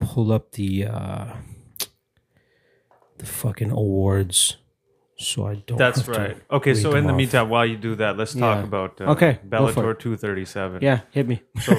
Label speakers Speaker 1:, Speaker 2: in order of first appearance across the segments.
Speaker 1: Pull up the uh the fucking awards, so I don't.
Speaker 2: That's
Speaker 1: have to
Speaker 2: right. Okay,
Speaker 1: read
Speaker 2: so in
Speaker 1: them
Speaker 2: the
Speaker 1: off.
Speaker 2: meantime, while you do that, let's
Speaker 1: Yeah.
Speaker 2: talk about uh,
Speaker 1: Okay, go for
Speaker 2: Bellator
Speaker 1: it.
Speaker 2: 237.
Speaker 1: yeah, hit me.
Speaker 2: So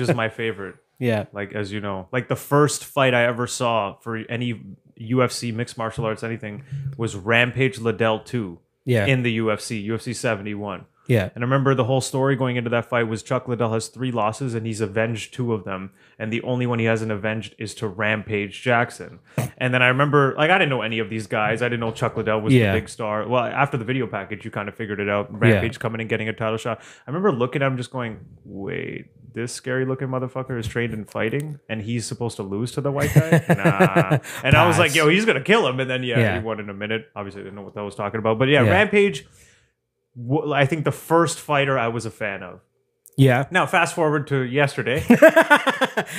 Speaker 2: is my favorite.
Speaker 1: Yeah,
Speaker 2: Like as you know, like the first fight I ever saw for any UFC mixed martial arts anything was Rampage Liddell 2
Speaker 1: yeah,
Speaker 2: in the UFC, UFC 71.
Speaker 1: yeah,
Speaker 2: And I remember the whole story going into that fight was Chuck Liddell has three losses and he's avenged two of them. And the only one he hasn't avenged is to Rampage Jackson. And then I remember, like, I didn't know any of these guys. I didn't know Chuck Liddell was
Speaker 1: Yeah.
Speaker 2: the big star. Well, after the video package, you kind of figured it out. Rampage coming and getting a title shot. I remember looking at him just going, wait, this scary looking motherfucker is trained in fighting and he's supposed to lose to the white guy? Nah. and I was like,
Speaker 1: Pass.
Speaker 2: yo, he's going to kill him. And then, yeah,
Speaker 1: Yeah.
Speaker 2: he won in a minute. Obviously, I didn't know what that was talking about. But yeah.
Speaker 1: Yeah.
Speaker 2: Rampage w- I think the first fighter I was a fan of.
Speaker 1: yeah.
Speaker 2: Now, fast forward to yesterday.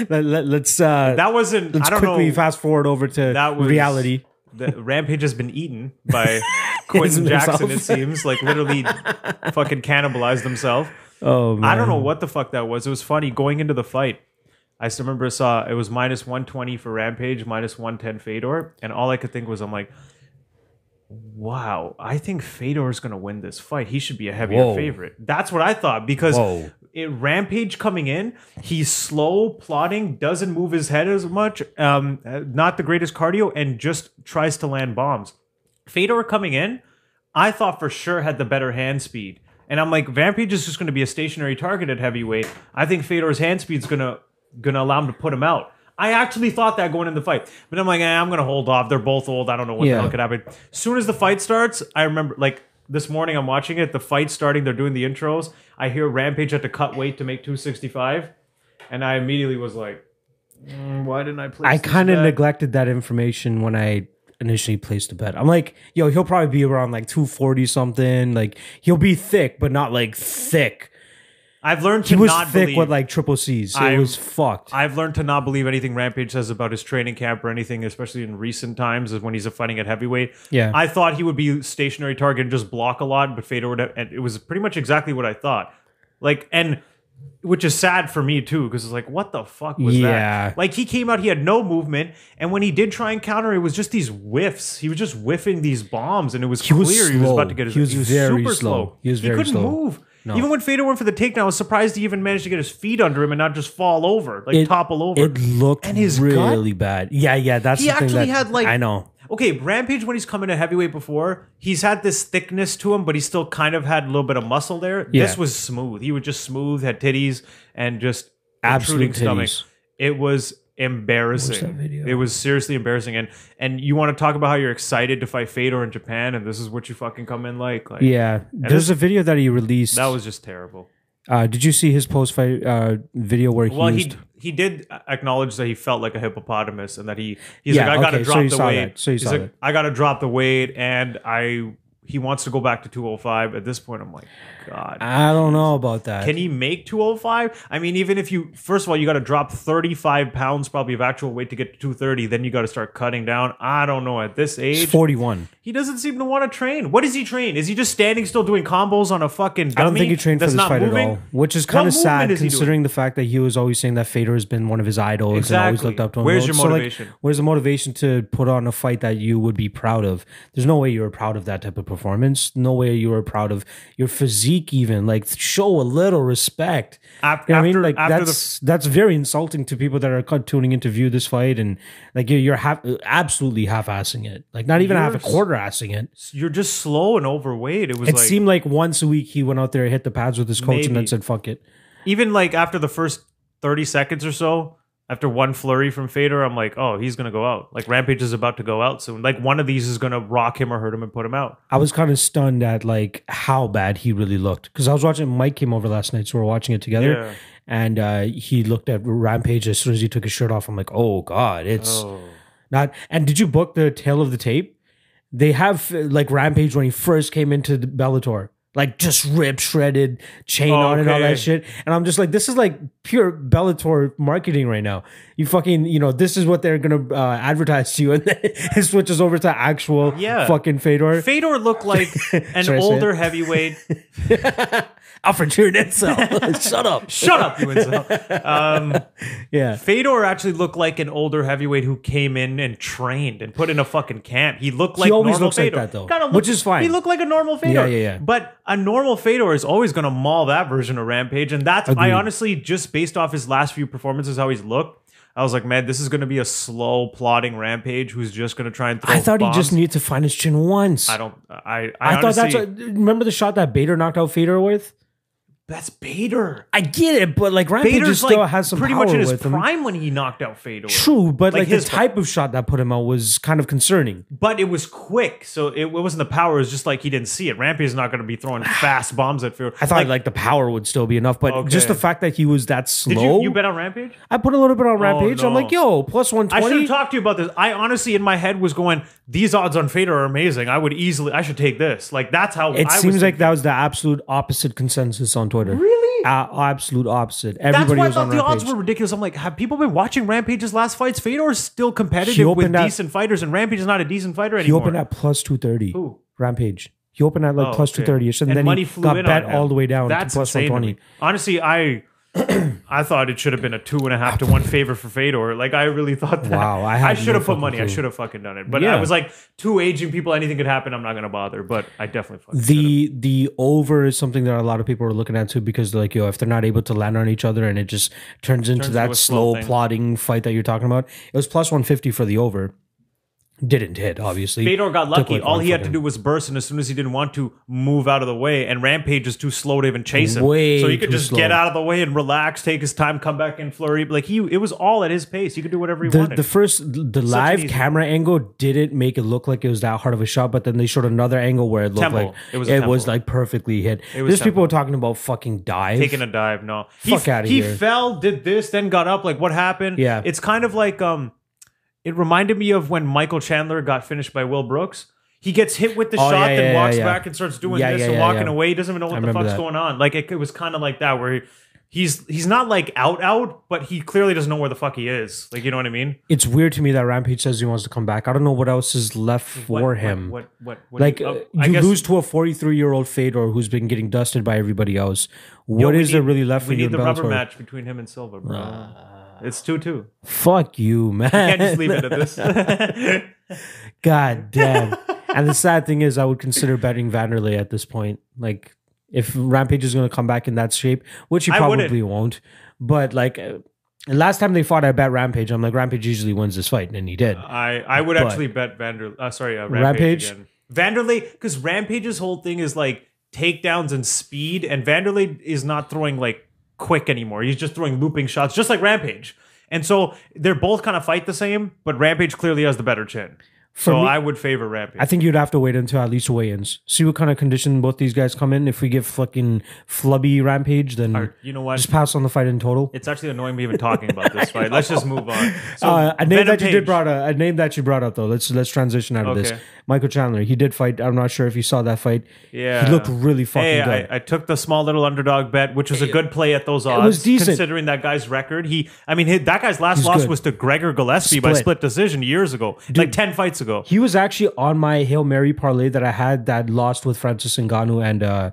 Speaker 1: let, us uh,
Speaker 2: That wasn't.
Speaker 1: let's
Speaker 2: I don't
Speaker 1: quickly
Speaker 2: know.
Speaker 1: fast forward over to
Speaker 2: That was-
Speaker 1: reality.
Speaker 2: the Rampage has been eaten by Quentin
Speaker 1: Himself.
Speaker 2: Jackson. It seems like literally fucking cannibalized himself.
Speaker 1: Oh, man.
Speaker 2: I don't know what the fuck that was. It was funny going into the fight. I still remember I saw it was minus 120 for Rampage, minus 110 Fedor, and all I could think was I'm like, wow, I think Fedor's going to win this fight. He should be a heavier
Speaker 1: Whoa.
Speaker 2: favorite. That's what I thought because
Speaker 1: Whoa.
Speaker 2: it, Rampage coming in, he's slow, plodding, doesn't move his head as much, um, uh, not the greatest cardio, and just tries to land bombs. Fedor coming in, I thought for sure had the better hand speed. And I'm like, Rampage is just going to be a stationary target at heavyweight. I think Fedor's hand speed's going to going to allow him to put him out. I actually thought that going in the fight, but I'm like, eh, I'm going to hold off. They're both old. I don't know what
Speaker 1: Yeah.
Speaker 2: the hell could happen. Soon as the fight starts, I remember like this morning I'm watching it. The fight starting, they're doing the intros. I hear Rampage had to cut weight to make 265, and I immediately was like, "Mm, Why didn't I play?
Speaker 1: I kind of neglected that information when I initially placed the bet. I'm like, yo, he'll probably be around like 240 something. Like he'll be thick, but not like thick.
Speaker 2: I've learned
Speaker 1: He
Speaker 2: to
Speaker 1: was
Speaker 2: not
Speaker 1: thick
Speaker 2: believe.
Speaker 1: with like triple C's. It
Speaker 2: I'm-
Speaker 1: was fucked.
Speaker 2: I've learned to not believe anything Rampage says about his training camp or anything, especially in recent times, is when he's fighting at heavyweight.
Speaker 1: Yeah.
Speaker 2: I thought he would be stationary target and just block a lot, but Fedor would. Have, and it was pretty much exactly what I thought. Like, and which is sad for me too, because it's like, what the fuck was
Speaker 1: Yeah.
Speaker 2: that? Like he came out, he had no movement, and when he did try and counter, it was just these whiffs. He was just whiffing these bombs, and it was
Speaker 1: He
Speaker 2: clear
Speaker 1: was
Speaker 2: he was
Speaker 1: slow.
Speaker 2: about to get his.
Speaker 1: He was very slow. He was very
Speaker 2: couldn't
Speaker 1: slow.
Speaker 2: move. Even when Fedor went for the takedown, I was surprised he even managed to get his feet under him and not just fall over, like
Speaker 1: It-
Speaker 2: topple over.
Speaker 1: It looked
Speaker 2: And his
Speaker 1: really bad. Yeah, yeah. That's
Speaker 2: He
Speaker 1: the thing
Speaker 2: actually
Speaker 1: that-
Speaker 2: had, like-
Speaker 1: I know.
Speaker 2: Okay, Rampage when he's coming to heavyweight before, he's had this thickness to him, but he still kind of had a little bit of muscle there.
Speaker 1: Yeah.
Speaker 2: This was smooth. He was just smooth, had titties, and just
Speaker 1: Absolute
Speaker 2: absolutely stomach.
Speaker 1: titties.
Speaker 2: It was embarrassing.
Speaker 1: that video?
Speaker 2: It was seriously embarrassing. And and you want to talk about how you're excited to fight Fedor in Japan, and this is what you fucking come in like. Like
Speaker 1: Yeah, there's a video that he released.
Speaker 2: that was just terrible.
Speaker 1: Uh, did you see his post fight uh, video where he?
Speaker 2: Well,
Speaker 1: used,
Speaker 2: he he did acknowledge that he felt like a hippopotamus, and that he he's
Speaker 1: Yeah,
Speaker 2: like I got to
Speaker 1: okay, so
Speaker 2: drop
Speaker 1: you
Speaker 2: the
Speaker 1: saw
Speaker 2: weight.
Speaker 1: that. So you
Speaker 2: he's
Speaker 1: saw
Speaker 2: like
Speaker 1: that.
Speaker 2: I got to drop the weight, and I he wants to go back to 205. At this point, I'm like, God,
Speaker 1: I don't know about that.
Speaker 2: can he make 205? I mean, even if you first of all you got to drop 35 pounds probably of actual weight to get to 230, then you got to start cutting down. I don't know at this
Speaker 1: He's
Speaker 2: age.
Speaker 1: 41.
Speaker 2: He doesn't seem to want to train. What does he train? Is he just standing still doing combos on a fucking?
Speaker 1: I don't
Speaker 2: dummy
Speaker 1: think he trained for
Speaker 2: that's
Speaker 1: this
Speaker 2: not
Speaker 1: fight
Speaker 2: moving?
Speaker 1: at all, which is
Speaker 2: What
Speaker 1: kind of
Speaker 2: movement
Speaker 1: sad
Speaker 2: is he doing?
Speaker 1: considering the fact that he was always saying that Fader has been one of his idols and always
Speaker 2: Exactly.
Speaker 1: looked up to him.
Speaker 2: Where's your
Speaker 1: So, like,
Speaker 2: motivation?
Speaker 1: where's the motivation to put on a fight that you would be proud of? There's no way you were proud of that type of performance. No way you were proud of your physique, even. Like, show a little respect.
Speaker 2: Af-
Speaker 1: You know what
Speaker 2: after-
Speaker 1: I mean, like
Speaker 2: after the-
Speaker 1: that's that's very insulting to people that are cut- tuning in to view this fight, and like you're, you're half, absolutely half-assing it, like not even half a
Speaker 2: You're s-
Speaker 1: quarter-assing it.
Speaker 2: You're just slow and overweight. It was
Speaker 1: It
Speaker 2: like
Speaker 1: seemed like once a week he went out there, hit the pads with his coach, and then
Speaker 2: Maybe.
Speaker 1: said, "Fuck it."
Speaker 2: even like after the first 30 seconds or so after one flurry from Fader, I'm like, oh, he's gonna go out. Like Rampage is about to go out soon. Like one of these is gonna rock him or hurt him and put him out.
Speaker 1: I was kind of stunned at like how bad he really looked because I was watching. Mike came over last night, so we are watching it together,
Speaker 2: Yeah.
Speaker 1: and uh, he looked at Rampage as soon as he took his shirt off. I'm like, "Oh God, it's not." And did you book the tail of the tape? They have uh, like Rampage when he first came into the Bellator. Like just ripped, shredded, chain
Speaker 2: Oh,
Speaker 1: on and all
Speaker 2: okay.
Speaker 1: that shit. And I'm just like, this is like pure Bellator marketing right now. You fucking, you know, this is what they're gonna uh, advertise to you, and then it switches over to actual
Speaker 2: Yeah.
Speaker 1: fucking Fedor.
Speaker 2: Fedor looked like an
Speaker 1: Should I say
Speaker 2: older
Speaker 1: it?
Speaker 2: heavyweight.
Speaker 1: Alfred Chernetzel, shut up.
Speaker 2: Shut up, you insult.
Speaker 1: Yeah,
Speaker 2: Fedor actually looked like an older heavyweight who came in and trained and put in a fucking camp. He looked like
Speaker 1: always
Speaker 2: normal
Speaker 1: looks like
Speaker 2: Fedor.
Speaker 1: that, though,
Speaker 2: Kinda
Speaker 1: which
Speaker 2: looked-
Speaker 1: is fine.
Speaker 2: He looked like a normal Fedor.
Speaker 1: Yeah, yeah, yeah.
Speaker 2: But a normal Fedor is always going to maul that version of Rampage, and that's I
Speaker 1: Agreed.
Speaker 2: honestly just based off his last few performances how he's looked. I was like, man, this is going to be a slow, plodding Rampage who's just going to try and throw.
Speaker 1: I thought
Speaker 2: Oh, bombs.
Speaker 1: he just needed to find his chin once.
Speaker 2: I don't. I. I,
Speaker 1: I thought
Speaker 2: honestly-
Speaker 1: that's what, remember the shot that Bader knocked out Fedor with.
Speaker 2: that's Bader.
Speaker 1: I get it, but like Rampage
Speaker 2: Bader's
Speaker 1: still
Speaker 2: like
Speaker 1: has some
Speaker 2: pretty
Speaker 1: power
Speaker 2: much in his
Speaker 1: with him.
Speaker 2: prime when he knocked out Fedor.
Speaker 1: True, but
Speaker 2: Like
Speaker 1: like,
Speaker 2: his-
Speaker 1: the type of shot that put him out was kind of concerning.
Speaker 2: but it was quick, so it, it wasn't the power. It was just like he didn't see it. Rampage is not going to be throwing fast bombs at Fedor.
Speaker 1: I thought like, the power would still be enough, but just
Speaker 2: Okay.
Speaker 1: the fact that he was that
Speaker 2: did
Speaker 1: slow,
Speaker 2: you, you bet on Rampage?
Speaker 1: I put a little bit on Rampage. I'm
Speaker 2: no.
Speaker 1: like, yo, plus one
Speaker 2: I should
Speaker 1: twenty.
Speaker 2: have talked to you about this. I honestly, in my head, was going, "These odds on Fedor are amazing. I would easily, I should take this." Like that's how
Speaker 1: It
Speaker 2: I
Speaker 1: seems
Speaker 2: was
Speaker 1: like
Speaker 2: thinking.
Speaker 1: that was the absolute opposite consensus on Twitter.
Speaker 2: Really?
Speaker 1: A- absolute opposite.
Speaker 2: That's
Speaker 1: Everybody
Speaker 2: why I
Speaker 1: was on
Speaker 2: thought the odds
Speaker 1: Rampage.
Speaker 2: were ridiculous. I'm like, have people been watching Rampage's last fights? Fedor's still
Speaker 1: He
Speaker 2: competitive
Speaker 1: opened
Speaker 2: with
Speaker 1: at-
Speaker 2: decent fighters, and Rampage is not a decent fighter
Speaker 1: he
Speaker 2: anymore.
Speaker 1: opened at plus two thirty.
Speaker 2: Who?
Speaker 1: Rampage. He opened at like
Speaker 2: Oh,
Speaker 1: plus
Speaker 2: okay.
Speaker 1: two thirty ish, and, then
Speaker 2: money
Speaker 1: he
Speaker 2: flew
Speaker 1: got
Speaker 2: in
Speaker 1: bet
Speaker 2: on him.
Speaker 1: all the way down
Speaker 2: That's
Speaker 1: to plus
Speaker 2: insane
Speaker 1: one
Speaker 2: to
Speaker 1: twenty.
Speaker 2: me. Honestly, I I thought it should have been a two and a half to one favor for Fedor. Like I really thought that.
Speaker 1: Wow, I had
Speaker 2: should
Speaker 1: no
Speaker 2: have put
Speaker 1: fucking
Speaker 2: money. I
Speaker 1: clue.
Speaker 2: should have fucking done it. But I
Speaker 1: Yeah.
Speaker 2: was like, two aging people, anything could happen. I'm not gonna bother. But I definitely fucking should've.
Speaker 1: the the over is something that a lot of people are looking at too because they're like yo if they're not able to land on each other and it just turns into
Speaker 2: into a
Speaker 1: that
Speaker 2: slow
Speaker 1: slow
Speaker 2: thing.
Speaker 1: plotting fight that you're talking about it was plus 150 for the over didn't hit obviously
Speaker 2: Fedor got
Speaker 1: Took,
Speaker 2: lucky.
Speaker 1: like,
Speaker 2: All
Speaker 1: one
Speaker 2: he had to
Speaker 1: fucking-
Speaker 2: do was burst, and as soon as he didn't want to, move out of the way. And Rampage is too slow to even chase him,
Speaker 1: Way
Speaker 2: so he could
Speaker 1: too
Speaker 2: just get
Speaker 1: slow.
Speaker 2: out of the way and relax, take his time, come back and flurry. Like he, it was all at his pace. He could do whatever he
Speaker 1: the,
Speaker 2: wanted.
Speaker 1: the first the live
Speaker 2: easy-
Speaker 1: camera angle didn't make it look like it was that hard of a shot but then they showed another angle where it looked
Speaker 2: Temple.
Speaker 1: like
Speaker 2: It
Speaker 1: it
Speaker 2: was
Speaker 1: was,
Speaker 2: a temple.
Speaker 1: like perfectly hit
Speaker 2: was
Speaker 1: there's
Speaker 2: temple.
Speaker 1: people talking about fucking dive
Speaker 2: taking a dive. No, he,
Speaker 1: Fuck outta
Speaker 2: he
Speaker 1: here.
Speaker 2: fell, did this, then got up. Like what happened?
Speaker 1: Yeah.
Speaker 2: it's kind of like um, it reminded me of when Michael Chandler got finished by Will Brooks. He gets hit with the
Speaker 1: Oh,
Speaker 2: shot,
Speaker 1: yeah,
Speaker 2: then
Speaker 1: yeah,
Speaker 2: walks
Speaker 1: yeah.
Speaker 2: back and starts doing
Speaker 1: Yeah,
Speaker 2: this
Speaker 1: yeah,
Speaker 2: and
Speaker 1: yeah,
Speaker 2: walking
Speaker 1: yeah.
Speaker 2: away. He doesn't even know what the
Speaker 1: remember
Speaker 2: fuck's
Speaker 1: that.
Speaker 2: going on. Like it, it was kind of like that where. He, He's he's not like out out, but he clearly doesn't know where the fuck he is. Like you know what I mean?
Speaker 1: it's weird to me that rampage says he wants to come back i don't know what else is left for
Speaker 2: What-
Speaker 1: him
Speaker 2: What what, what,
Speaker 1: like
Speaker 2: uh,
Speaker 1: uh,
Speaker 2: I
Speaker 1: you
Speaker 2: guess-
Speaker 1: lose to a 43 year old Fedor who's been getting dusted by everybody else. What
Speaker 2: we
Speaker 1: is there
Speaker 2: need-
Speaker 1: really left for
Speaker 2: We
Speaker 1: you
Speaker 2: need
Speaker 1: in
Speaker 2: the rubber
Speaker 1: Bellator?
Speaker 2: match between him and Silva, bro. it's two two.
Speaker 1: Fuck you, man.
Speaker 2: Can't just leave it at this.
Speaker 1: God damn. and the sad thing is, I would consider betting Vanderlei at this point. Like, if Rampage is going to come back in that shape, which he
Speaker 2: I wouldn't.
Speaker 1: probably won't, but like. Uh, Last time they fought, I bet Rampage. I'm like, Rampage usually wins this fight, and he did.
Speaker 2: I I would
Speaker 1: But-
Speaker 2: actually bet Vander. Uh, sorry, uh, Rampage.
Speaker 1: Rampage?
Speaker 2: again. Vanderlei, because Rampage's whole thing is like takedowns and speed, and Vanderlei is not throwing like quick anymore. He's just throwing looping shots, just like Rampage. And so they're both kind of fight the same, but Rampage clearly has the better chin. so
Speaker 1: me-
Speaker 2: I would favor Rampage.
Speaker 1: I think you'd have to wait until at least weigh-ins. See what kind of condition both these guys come in. If we get fucking flubby Rampage, then
Speaker 2: you know what?
Speaker 1: just pass on the fight in total.
Speaker 2: It's actually annoying me even talking about this fight. Let's just move on. So
Speaker 1: uh, a name
Speaker 2: Venom
Speaker 1: that you
Speaker 2: Page.
Speaker 1: did brought up, a name that you brought up though. Let's let's transition out of
Speaker 2: Okay.
Speaker 1: this. Michael Chandler, he did fight. I'm not sure if you saw that fight.
Speaker 2: Yeah.
Speaker 1: he looked really fucking
Speaker 2: Hey,
Speaker 1: good.
Speaker 2: I, I took the small little underdog bet, which was a good play at those odds.
Speaker 1: was decent.
Speaker 2: considering that guy's record. He, I mean, he- that guy's last loss
Speaker 1: good.
Speaker 2: was to Gregor Gillespie by
Speaker 1: Split.
Speaker 2: split decision years ago, like ten fights ago.
Speaker 1: he was actually on my hail mary parlay that I had that lost with Francis Ngannou and uh,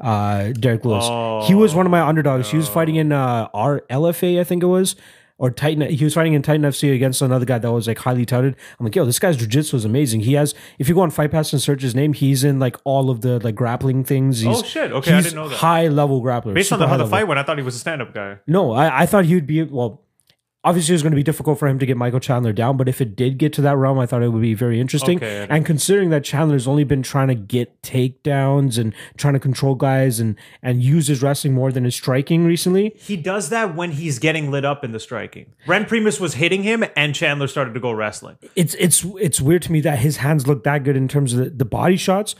Speaker 1: uh, Derek Lewis. he was one of my
Speaker 2: Oh,
Speaker 1: underdogs. He was fighting in uh, our LFA, I think it was. Or Titan, he was fighting in Titan FC against another guy that was like highly touted. I'm like, yo, this guy's jujitsu is amazing. He has, if you go on Fight Pass and search his name, he's in like all of the like grappling things. He's,
Speaker 2: Oh, shit. Okay, I
Speaker 1: he's
Speaker 2: didn't know that.
Speaker 1: High level grappler.
Speaker 2: Based on
Speaker 1: super
Speaker 2: the, how
Speaker 1: high
Speaker 2: the
Speaker 1: level.
Speaker 2: fight went, I thought he was a stand-up guy.
Speaker 1: No, I, I thought he would be well. Obviously, it was going to be difficult for him to get Michael Chandler down, but if it did get to that realm, I thought it would be very interesting.
Speaker 2: Okay, I didn't-
Speaker 1: and considering that Chandler's only been trying to get takedowns and trying to control guys and and use his wrestling more than his striking recently,
Speaker 2: He does that when he's getting lit up in the striking. Ren Primus was hitting him, and Chandler started to go wrestling.
Speaker 1: it's it's it's weird to me that his hands look that good in terms of the, the body shots.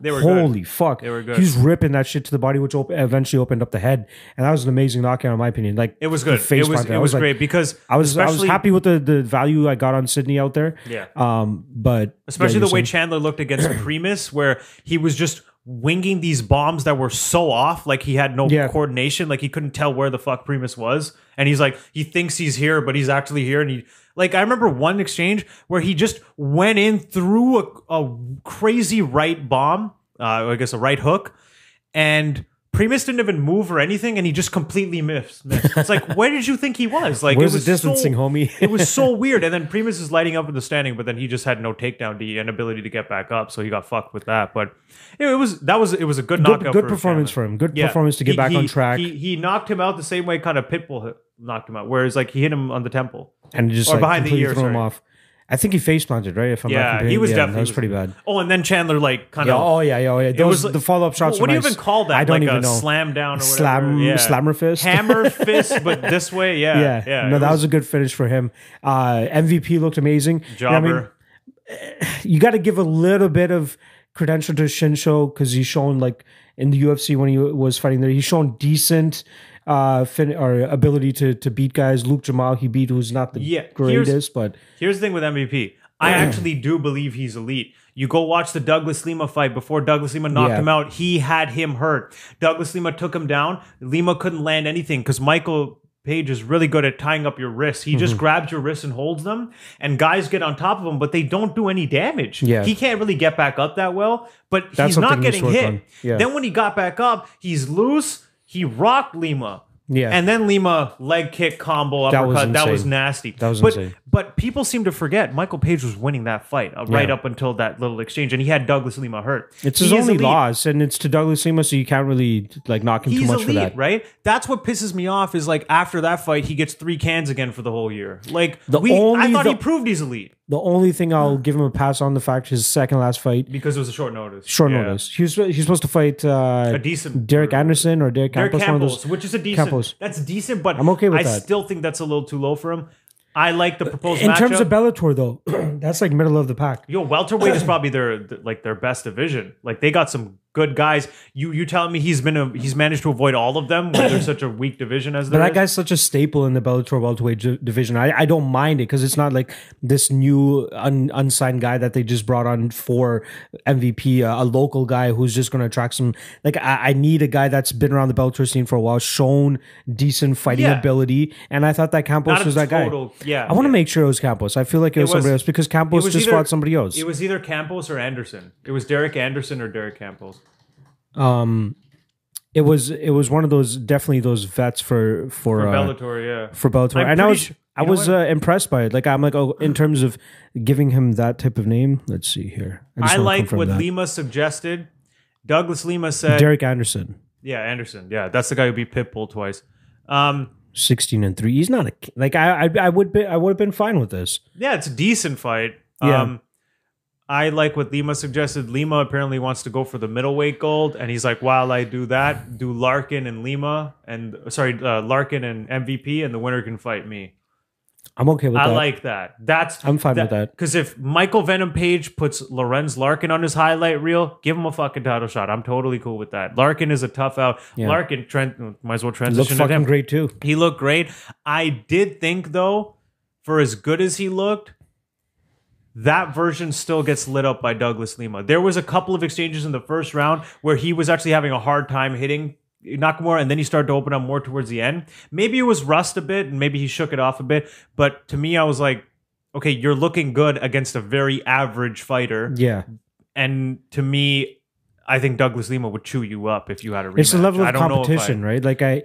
Speaker 2: They were good.
Speaker 1: Holy fuck,
Speaker 2: They were good.
Speaker 1: He's ripping that shit to the body, which op- eventually opened up the head, and that was an amazing knockout, in my opinion. Like
Speaker 2: It was good. It was, it was great because
Speaker 1: I was I was
Speaker 2: especially-
Speaker 1: happy with the, the value I got on Sydney out there.
Speaker 2: Yeah.
Speaker 1: Um, but
Speaker 2: especially
Speaker 1: yeah,
Speaker 2: the way Chandler looked against Primus, where he was just winging these bombs that were so off, like he had no
Speaker 1: Yeah.
Speaker 2: coordination, like he couldn't tell where the fuck Primus was, and he's like he thinks he's here, but he's actually here, and he like I remember one exchange where he just went in through a, a crazy right bomb, uh, I guess a right hook, and. Primus didn't even move or anything, and he just completely missed. missed. It's like, where did you think he was? Like,
Speaker 1: Where's
Speaker 2: it
Speaker 1: the
Speaker 2: was
Speaker 1: distancing,
Speaker 2: so,
Speaker 1: homie?
Speaker 2: it was so weird. And then Primus is lighting up in the standing, but then he just had no takedown D and ability to get back up, so he got fucked with that. But it, it was that was it was a good,
Speaker 1: good
Speaker 2: knockout.
Speaker 1: good
Speaker 2: for
Speaker 1: performance
Speaker 2: Chandler.
Speaker 1: for him. Good
Speaker 2: Yeah.
Speaker 1: performance to get
Speaker 2: He-
Speaker 1: back
Speaker 2: he-
Speaker 1: on track
Speaker 2: He, he knocked him out the same way kind of Pitbull hit- knocked him out, whereas like he hit him on the temple.
Speaker 1: and just
Speaker 2: or
Speaker 1: like
Speaker 2: behind the
Speaker 1: completely
Speaker 2: ear,
Speaker 1: threw him
Speaker 2: sorry.
Speaker 1: off. I think he face planted, right? If I'm not
Speaker 2: Yeah, he
Speaker 1: comparing-
Speaker 2: was
Speaker 1: yeah,
Speaker 2: definitely
Speaker 1: that was pretty bad.
Speaker 2: Oh, and then Chandler like kind
Speaker 1: Yeah,
Speaker 2: of.
Speaker 1: oh yeah, yeah, oh, yeah.
Speaker 2: it
Speaker 1: Those
Speaker 2: like-
Speaker 1: the follow up shots. are
Speaker 2: What do you
Speaker 1: nice.
Speaker 2: even call that?
Speaker 1: I don't
Speaker 2: like
Speaker 1: even
Speaker 2: a
Speaker 1: know.
Speaker 2: slam down or whatever.
Speaker 1: Slam,
Speaker 2: yeah.
Speaker 1: slammer fist.
Speaker 2: hammer fist, but this way. Yeah,
Speaker 1: yeah,
Speaker 2: yeah.
Speaker 1: No,
Speaker 2: it
Speaker 1: that was a good finish for him. Uh, MVP looked amazing. And I
Speaker 2: jobber.
Speaker 1: mean, you got to give a little bit of credential to Shinsho because he's shown like in the UFC when he was fighting there, he's shown decent uh fin- or ability to to beat guys. Luke Jamal he beat who's not the
Speaker 2: Yeah, here's-
Speaker 1: greatest, but
Speaker 2: Here's the thing with MVP. I actually do believe he's elite. You go watch the Douglas Lima fight before Douglas Lima knocked
Speaker 1: Yeah.
Speaker 2: him out. He had him hurt. Douglas Lima took him down. Lima couldn't land anything because Michael Page is really good at tying up your wrists. He
Speaker 1: Mm-hmm.
Speaker 2: just grabs your wrists and holds them, and guys get on top of him, but they don't do any damage.
Speaker 1: Yeah.
Speaker 2: He can't really get back up that well, but
Speaker 1: That's
Speaker 2: he's not
Speaker 1: something he
Speaker 2: getting
Speaker 1: should work on.
Speaker 2: hit.
Speaker 1: Yeah.
Speaker 2: Then when he got back up, he's loose. He rocked Lima.
Speaker 1: Yeah.
Speaker 2: And then Lima leg kick combo
Speaker 1: That was
Speaker 2: uppercut. that was
Speaker 1: insane.
Speaker 2: nasty.
Speaker 1: That was
Speaker 2: but,
Speaker 1: insane.
Speaker 2: But people seem to forget Michael Page was winning that fight uh, right
Speaker 1: Yeah.
Speaker 2: up until that little exchange, and he had Douglas Lima hurt.
Speaker 1: it's
Speaker 2: He
Speaker 1: his
Speaker 2: is
Speaker 1: only
Speaker 2: elite.
Speaker 1: loss, and it's to Douglas Lima, so you can't really like knock him
Speaker 2: He's
Speaker 1: too much
Speaker 2: elite,
Speaker 1: for that.
Speaker 2: right? That's what pisses me off. Is like after that fight, he gets three cans again for the whole year. Like
Speaker 1: The
Speaker 2: we, I
Speaker 1: only-
Speaker 2: thought
Speaker 1: the-
Speaker 2: he proved he's elite
Speaker 1: The only thing I'll give him a pass on the fact his second last fight,
Speaker 2: because it was a short notice.
Speaker 1: short
Speaker 2: Yeah.
Speaker 1: notice. He was he's supposed to fight uh,
Speaker 2: a decent
Speaker 1: Derek Anderson or Derek
Speaker 2: Derek
Speaker 1: Campos. one of
Speaker 2: Campos,
Speaker 1: those.
Speaker 2: which is a decent.
Speaker 1: Campos.
Speaker 2: That's decent, but
Speaker 1: I'm okay with
Speaker 2: I
Speaker 1: that.
Speaker 2: still think that's a little too low for him. I like the proposed
Speaker 1: In
Speaker 2: matchup.
Speaker 1: terms of Bellator, though, that's like middle of the pack.
Speaker 2: Yo, welterweight is probably their th- like their best division. Like they got some good guys. You you telling me he's been a, he's managed to avoid all of them when they're such a weak division as
Speaker 1: But
Speaker 2: they're
Speaker 1: that guy's such a staple in the Bellator welterweight d- division. I, I don't mind it because it's not like this new un, unsigned guy that they just brought on for MVP, uh, a local guy who's just going to attract some. Like I, I need a guy that's been around the Bellator scene for a while, shown decent fighting
Speaker 2: Yeah.
Speaker 1: ability, and I thought that Campos
Speaker 2: Not a
Speaker 1: was that
Speaker 2: total-
Speaker 1: guy.
Speaker 2: yeah,
Speaker 1: I want to
Speaker 2: yeah.
Speaker 1: make sure it was Campos. I feel like it, was,
Speaker 2: was-
Speaker 1: somebody else because Campos
Speaker 2: was
Speaker 1: just
Speaker 2: either-
Speaker 1: fought somebody else.
Speaker 2: It was either Campos or Anderson. It was Derek Anderson or Derek Campos.
Speaker 1: um, it was it was one of those definitely those vets for for, uh,
Speaker 2: Bellator, yeah.
Speaker 1: for Bellator,
Speaker 2: I'm
Speaker 1: and I
Speaker 2: pretty
Speaker 1: was
Speaker 2: su-
Speaker 1: I
Speaker 2: you know
Speaker 1: was uh,
Speaker 2: what?
Speaker 1: impressed by it. Like I'm like, oh, in terms of giving him that type of name, let's see here. just
Speaker 2: I
Speaker 1: wanna
Speaker 2: like
Speaker 1: confirm
Speaker 2: what
Speaker 1: that.
Speaker 2: Lima suggested. Douglas Lima said,
Speaker 1: Derek Anderson,
Speaker 2: "Yeah, Anderson. Yeah, that's the guy who beat Pitbull twice." Um,
Speaker 1: sixteen and three. He's not a ki- like I I, I would be I would have been fine with this.
Speaker 2: yeah, it's a decent fight.
Speaker 1: Yeah.
Speaker 2: Um, I like what Lima suggested. Lima apparently wants to go for the middleweight gold, and he's like, "While I do that, do Larkin and Lima, and sorry, uh, Larkin and MVP, and the winner can fight me."
Speaker 1: I'm okay with
Speaker 2: I
Speaker 1: that.
Speaker 2: like that. That's
Speaker 1: I'm fine with that.
Speaker 2: Because if Michael Venom Page puts Lorenz Larkin on his highlight reel, give him a fucking title shot. I'm totally cool with that. Larkin is a tough out. Larkin Trent might as well
Speaker 1: Look
Speaker 2: transition to
Speaker 1: fucking
Speaker 2: him.
Speaker 1: great too.
Speaker 2: He looked great. I did think though, for as good as he looked, that version still gets lit up by Douglas Lima. There was a couple of exchanges in the first round where he was actually having a hard time hitting Nakamura, and then he started to open up more towards the end. Maybe it was rust a bit, and maybe he shook it off a bit. But to me, I was like, okay, you're looking good against a very average fighter,
Speaker 1: Yeah,
Speaker 2: and to me. I think Douglas Lima would chew you up if you had a rematch.
Speaker 1: it's the level
Speaker 2: I
Speaker 1: of
Speaker 2: don't know if I-
Speaker 1: competition, right? Like I,